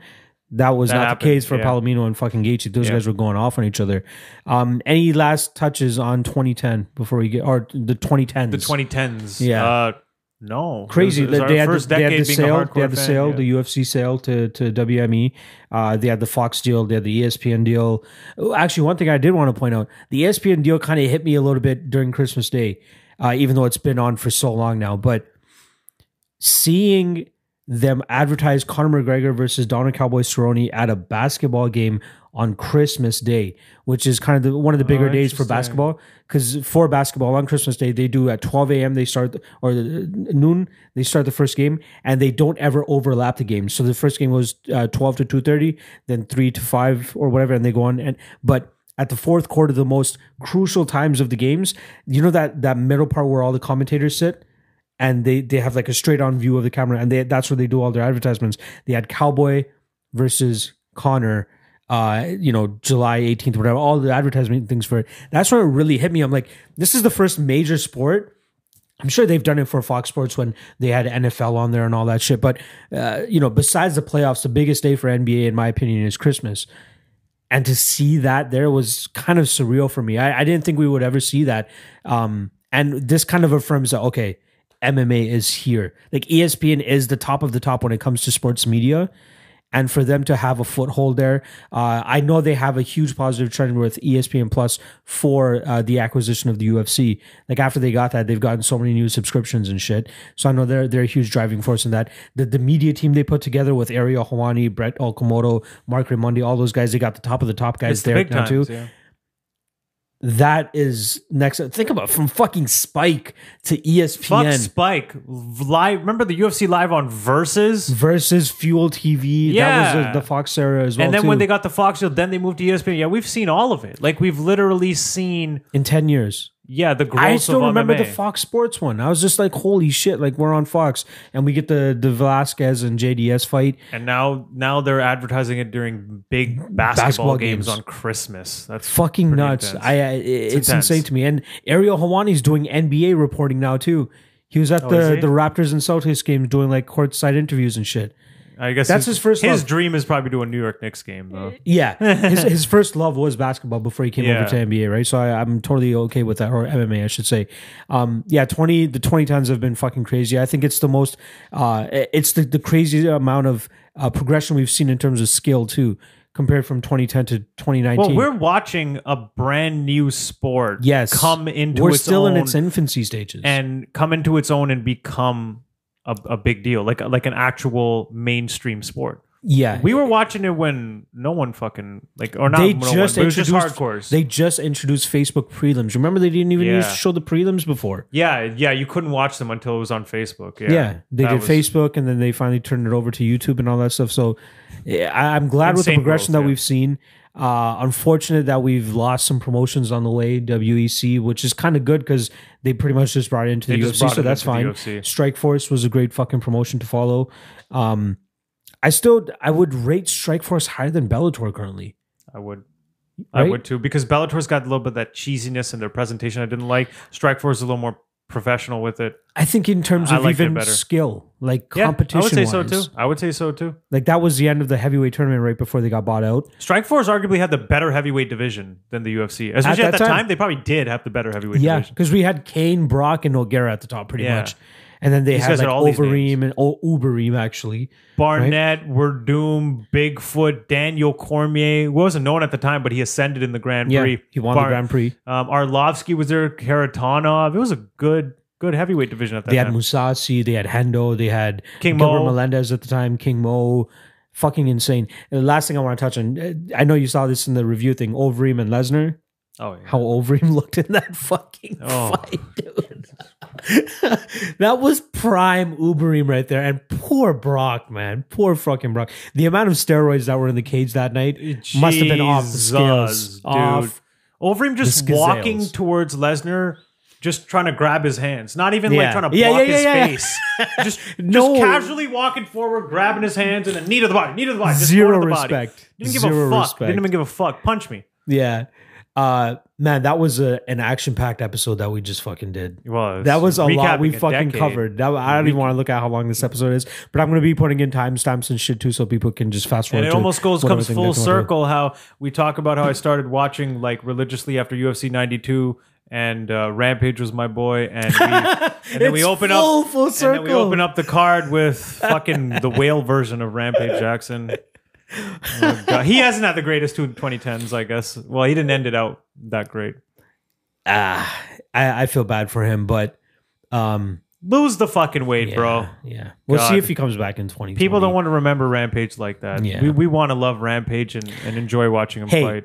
Speaker 1: That was
Speaker 2: That
Speaker 1: not
Speaker 2: happened,
Speaker 1: the case for
Speaker 2: yeah.
Speaker 1: Palomino and fucking Gaethje. Those
Speaker 2: Yeah.
Speaker 1: guys were going off on each other. Um, any last touches on 2010 before we get or the 2010s?
Speaker 2: the 2010s.
Speaker 1: Yeah.
Speaker 2: Uh, no.
Speaker 1: crazy.
Speaker 2: It was-
Speaker 1: that
Speaker 2: it was our
Speaker 1: they, had the,
Speaker 2: first
Speaker 1: they had
Speaker 2: decade
Speaker 1: the
Speaker 2: being a
Speaker 1: sale. They
Speaker 2: hardcore
Speaker 1: had the
Speaker 2: fan,
Speaker 1: sale,
Speaker 2: yeah.
Speaker 1: the UFC sale to to WME. Uh, they had the Fox deal. They had the E ESPN deal. Oh, Actually, one thing I did want to point out: the E ESPN deal kind of hit me a little bit during Christmas Day, uh, even though it's been on for so long now. But seeing them advertise Conor McGregor versus Donald Cowboy Cerrone at a basketball game on Christmas Day, which is kind of the, one of the bigger days for
Speaker 2: interesting.
Speaker 1: basketball. Because for basketball on Christmas Day, they do at 12 a.m. they start or the, uh, noon they start the first game, and they don't ever overlap the games. So the first game was uh, 12 to 2:30, then three to five or whatever, and they go on. And but at the fourth quarter, the most crucial times of the games, you know that that middle part where all the commentators sit and they they have like a straight on view of the camera and they that's where they do all their advertisements they had cowboy versus connor uh you know july 18th whatever all the advertisement things for it that's where it really hit me i'm like this is the first major sport I'm sure they've done it for Fox Sports when they had NFL on there and all that shit. But, uh, you know, besides the playoffs, the biggest day for NBA, in my opinion, is Christmas. And to see that there was kind of surreal for me. I, I didn't think we would ever see that. Um, and this kind of affirms that, okay, MMA is here. Like E ESPN is the top of the top when it comes to sports media. And for them to have a foothold there, uh, I know they have a huge positive trend with E ESPN Plus for uh, the acquisition of the UFC. Like after they got that, they've gotten so many new subscriptions and shit. So I know they're they're a huge driving force in that. The the media team they put together with Ariel Hawani, Brett Okamoto, Mark Raimondi, all those guys, they got the top of the top guys
Speaker 2: It's the
Speaker 1: there
Speaker 2: big
Speaker 1: now
Speaker 2: times,
Speaker 1: too
Speaker 2: yeah.
Speaker 1: that is next. Think about it, from fucking Spike to E
Speaker 2: Fuck
Speaker 1: ESPN
Speaker 2: Spike live. Remember the UFC live on Versus,
Speaker 1: versus Fuel TV. that was
Speaker 2: Yeah.
Speaker 1: uh, the Fox era as well.
Speaker 2: and then when
Speaker 1: too,
Speaker 2: they got the Fox deal, then they moved to E ESPN. Yeah, we've seen all of it. Like we've literally seen.
Speaker 1: in ten years,
Speaker 2: Yeah, the growth
Speaker 1: I still
Speaker 2: of
Speaker 1: remember the
Speaker 2: MMA.
Speaker 1: Fox Sports one. I was just like, holy shit! Like we're on Fox, and we get the the Velasquez and JDS fight.
Speaker 2: And now, now they're advertising it during big basketball,
Speaker 1: Basketball
Speaker 2: games.
Speaker 1: games.
Speaker 2: on Christmas. That's
Speaker 1: Fucking
Speaker 2: pretty
Speaker 1: nuts!
Speaker 2: intense.
Speaker 1: I, I it's,
Speaker 2: intense.
Speaker 1: insane to me. And Ariel Hawani's doing NBA reporting now too. He was at
Speaker 2: Oh, is
Speaker 1: the
Speaker 2: he?
Speaker 1: the Raptors and Celtics game doing like courtside interviews and shit.
Speaker 2: I guess
Speaker 1: That's his first
Speaker 2: His
Speaker 1: love.
Speaker 2: dream is probably to a New York Knicks game, though.
Speaker 1: Yeah, his, his first love was basketball before he came
Speaker 2: Yeah.
Speaker 1: over to NBA, right? So I, I'm totally okay with that, or MMA, I should say. Um, yeah, twenty the twenty tons have been fucking crazy. I think it's the most, uh, it's the the craziest amount of uh, progression we've seen in terms of skill too, compared from 2010 to 2019.
Speaker 2: Well, we're watching a brand new sport.
Speaker 1: yes,
Speaker 2: come into
Speaker 1: we're
Speaker 2: its
Speaker 1: still
Speaker 2: own
Speaker 1: in its infancy stages.
Speaker 2: and come into its own and become a, a big deal, like like an actual mainstream sport.
Speaker 1: yeah,
Speaker 2: We were watching it when no one fucking like or not.
Speaker 1: they
Speaker 2: no
Speaker 1: just
Speaker 2: one, but it was
Speaker 1: introduced
Speaker 2: just hardcores.
Speaker 1: they just introduced Facebook prelims. Remember, they didn't even
Speaker 2: Yeah.
Speaker 1: use show the prelims before.
Speaker 2: yeah, yeah. You couldn't watch them until it was on Facebook. Yeah,
Speaker 1: Yeah, they
Speaker 2: That
Speaker 1: did
Speaker 2: was-
Speaker 1: Facebook, and then they finally turned it over to YouTube and all that stuff. So, yeah, I, I'm glad with the
Speaker 2: Insane
Speaker 1: progression
Speaker 2: growth,
Speaker 1: that
Speaker 2: yeah.
Speaker 1: we've seen. Uh, unfortunate that we've lost some promotions on the way, WEC, which is kind of good because they pretty much just brought it into
Speaker 2: They
Speaker 1: the
Speaker 2: just
Speaker 1: UFC,
Speaker 2: brought
Speaker 1: so
Speaker 2: it
Speaker 1: that's
Speaker 2: into the
Speaker 1: fine.
Speaker 2: UFC.
Speaker 1: Strike Force was a great fucking promotion to follow. Um, I still I would rate Strike Force higher than Bellator currently.
Speaker 2: I would. I
Speaker 1: Right?
Speaker 2: would too because Bellator's got a little bit of that cheesiness in their presentation. I didn't like. Strikeforce is a little more professional with it.
Speaker 1: I think in terms
Speaker 2: I
Speaker 1: of
Speaker 2: liked it
Speaker 1: even
Speaker 2: better.
Speaker 1: skill, like
Speaker 2: Yeah,
Speaker 1: competition.
Speaker 2: I would say so too.
Speaker 1: wise.
Speaker 2: I would say so too.
Speaker 1: Like that was the end of the heavyweight tournament right before they got bought out.
Speaker 2: Strikeforce arguably had the better heavyweight division than the UFC. Especially at that,
Speaker 1: that
Speaker 2: time,
Speaker 1: time.
Speaker 2: they probably did have the better heavyweight
Speaker 1: Yeah,
Speaker 2: division.
Speaker 1: because we had Kane, Brock, and Noguera at the top pretty
Speaker 2: Yeah.
Speaker 1: much, and then they had
Speaker 2: guys
Speaker 1: like
Speaker 2: had all these
Speaker 1: Overeem and o- Uberim actually.
Speaker 2: Barnett, Werdum, Bigfoot, Daniel Cormier. who wasn't known at the time, but he ascended in the Grand
Speaker 1: Yeah,
Speaker 2: Prix.
Speaker 1: he won
Speaker 2: Bar-
Speaker 1: the Grand Prix.
Speaker 2: Um, Arlovsky was there. Karatanov. It was a good, good heavyweight division at that
Speaker 1: They had
Speaker 2: time.
Speaker 1: Musasi, they had Hendo, they had
Speaker 2: King
Speaker 1: Gilbert
Speaker 2: Mo.
Speaker 1: Melendez at the time, King Mo. Fucking insane. And the last thing I want to touch on, uh, I know you saw this in the review thing, Overeem and Lesnar.
Speaker 2: Oh, yeah.
Speaker 1: how over him looked in that fucking
Speaker 2: Oh.
Speaker 1: fight, dude. that was prime Uberim right there. And poor Brock, man. Poor fucking Brock. The amount of steroids that were in the cage that night must have been off the
Speaker 2: Jesus,
Speaker 1: scales.
Speaker 2: dude.
Speaker 1: Off.
Speaker 2: Over him just
Speaker 1: The
Speaker 2: walking
Speaker 1: gazelles.
Speaker 2: towards Lesnar, just trying to grab his hands, not even like
Speaker 1: Yeah.
Speaker 2: trying to
Speaker 1: Yeah,
Speaker 2: block
Speaker 1: yeah, yeah, yeah.
Speaker 2: his face. just,
Speaker 1: No.
Speaker 2: just casually walking forward, grabbing his hands, and then knee to the body, knee to the body, just
Speaker 1: Zero
Speaker 2: going to the Body.
Speaker 1: respect.
Speaker 2: Didn't give
Speaker 1: Zero
Speaker 2: a fuck.
Speaker 1: respect.
Speaker 2: Didn't even give a fuck. Punch me.
Speaker 1: Yeah. Uh, man, that was a, an action packed episode that we just fucking did.
Speaker 2: Well,
Speaker 1: That was a lot we
Speaker 2: recapping a
Speaker 1: fucking
Speaker 2: decade.
Speaker 1: covered. That, I don't even want to look at how long this episode is, but I'm going to be putting in timestamps and shit too, so people can just fast forward.
Speaker 2: And it
Speaker 1: to
Speaker 2: almost goes
Speaker 1: whatever
Speaker 2: comes
Speaker 1: thing
Speaker 2: full
Speaker 1: they wanna do.
Speaker 2: circle. How we talk about how I started watching like religiously after UFC '92, and uh, Rampage was my boy, and we, and then we
Speaker 1: It's
Speaker 2: open
Speaker 1: full,
Speaker 2: up
Speaker 1: full
Speaker 2: and then we
Speaker 1: circle.
Speaker 2: open up the card with fucking the whale version of Rampage Jackson. Oh, God. he hasn't had the greatest two 2010s, I guess. Well, he didn't end it out that great.
Speaker 1: Ah, I, I feel bad for him, but um,
Speaker 2: Lose the fucking weight,
Speaker 1: yeah,
Speaker 2: bro.
Speaker 1: Yeah, we'll
Speaker 2: God.
Speaker 1: see if he comes back in 2020.
Speaker 2: People don't want to remember Rampage like that.
Speaker 1: Yeah.
Speaker 2: We, we want to love Rampage and, and enjoy watching him
Speaker 1: Hey,
Speaker 2: fight.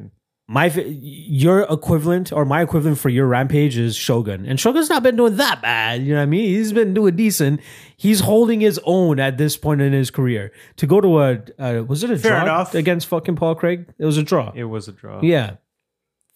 Speaker 1: my fa- your equivalent or my equivalent for your rampage is Shogun, and Shogun's not been doing that bad. You know what I mean? He's been doing decent. He's holding his own at this point in his career. To go to a uh, was it a
Speaker 2: Fair
Speaker 1: draw
Speaker 2: enough.
Speaker 1: against fucking Paul Craig? It was a draw.
Speaker 2: It was a draw.
Speaker 1: yeah,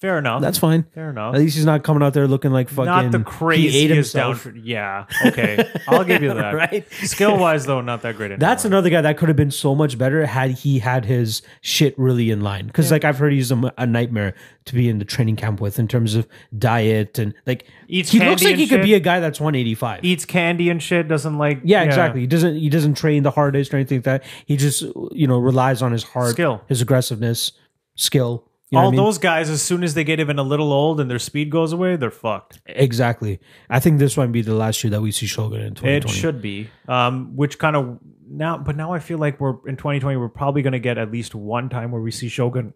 Speaker 2: Fair enough.
Speaker 1: that's fine.
Speaker 2: Fair enough.
Speaker 1: At least he's not coming out there looking like fucking
Speaker 2: not the
Speaker 1: he ate
Speaker 2: craziest
Speaker 1: himself.
Speaker 2: downfall. Yeah. Okay. I'll give you that.
Speaker 1: Right?
Speaker 2: Skill wise, though, not that great. Anymore.
Speaker 1: That's another guy that could have been so much better had he had his shit really in line. Because like I've heard he's a, a nightmare to be in the training camp with in terms of diet and like
Speaker 2: Eats
Speaker 1: he
Speaker 2: candy
Speaker 1: looks like
Speaker 2: and
Speaker 1: he could
Speaker 2: shit.
Speaker 1: be a guy that's 185.
Speaker 2: eats candy and shit. Doesn't like.
Speaker 1: yeah, exactly. He doesn't he doesn't train the hardest or anything like that. He just you know relies on his heart,
Speaker 2: Skill.
Speaker 1: his aggressiveness, skill. You know
Speaker 2: All
Speaker 1: what I mean?
Speaker 2: those guys, as soon as they get even a little old and their speed goes away, they're fucked.
Speaker 1: exactly. I think this might be the last year that we see Shogun in 2020.
Speaker 2: It should be. Um, which kind of now, but now I feel like we're in 2020. We're probably going to get at least one time where we see Shogun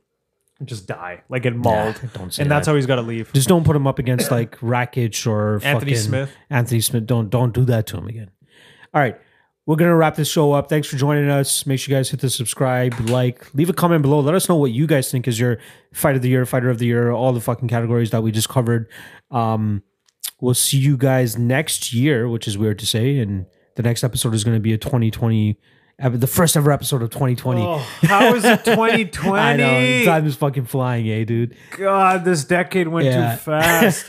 Speaker 2: just die, like get mauled,
Speaker 1: don't say
Speaker 2: and that's
Speaker 1: that.
Speaker 2: how he's got to leave.
Speaker 1: Just don't put him up against like Rakic or
Speaker 2: Anthony
Speaker 1: fucking
Speaker 2: Smith.
Speaker 1: Anthony Smith. Don't don't do that to him again. All right. We're gonna wrap this show up. Thanks for joining us. Make sure you guys hit the subscribe, like, leave a comment below. Let us know what you guys think is your fight of the year, fighter of the year, all the fucking categories that we just covered. Um, we'll see you guys next year, which is weird to say. And the next episode is gonna be a 2020, ep- the first ever episode of 2020.
Speaker 2: Oh, how is it
Speaker 1: I know
Speaker 2: 2020?
Speaker 1: time is fucking flying, eh, dude.
Speaker 2: God, this decade went
Speaker 1: Yeah.
Speaker 2: too fast.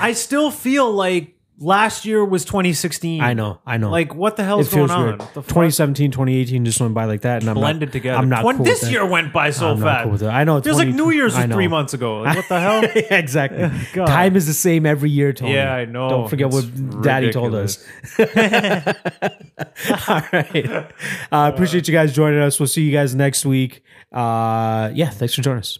Speaker 2: I still feel like last year was 2016.
Speaker 1: I know, I know.
Speaker 2: Like, what the hell
Speaker 1: it
Speaker 2: is going
Speaker 1: feels
Speaker 2: on?
Speaker 1: weird.
Speaker 2: The fuck?
Speaker 1: 2017, 2018 just went by like that, and I'm
Speaker 2: blended
Speaker 1: not,
Speaker 2: together.
Speaker 1: I'm not
Speaker 2: When
Speaker 1: cool
Speaker 2: this
Speaker 1: with that.
Speaker 2: year went by so
Speaker 1: I'm not
Speaker 2: fast.
Speaker 1: cool with it. I know.
Speaker 2: There's like
Speaker 1: 20
Speaker 2: New Year's
Speaker 1: I
Speaker 2: was
Speaker 1: know.
Speaker 2: three months ago. Like, what the hell?
Speaker 1: exactly.
Speaker 2: God.
Speaker 1: Time is the same every year, Tony.
Speaker 2: Yeah, I know.
Speaker 1: Don't forget what
Speaker 2: It's
Speaker 1: Daddy told us. All right. Uh, appreciate you guys joining us. We'll see you guys next week. Uh, yeah, thanks for joining us.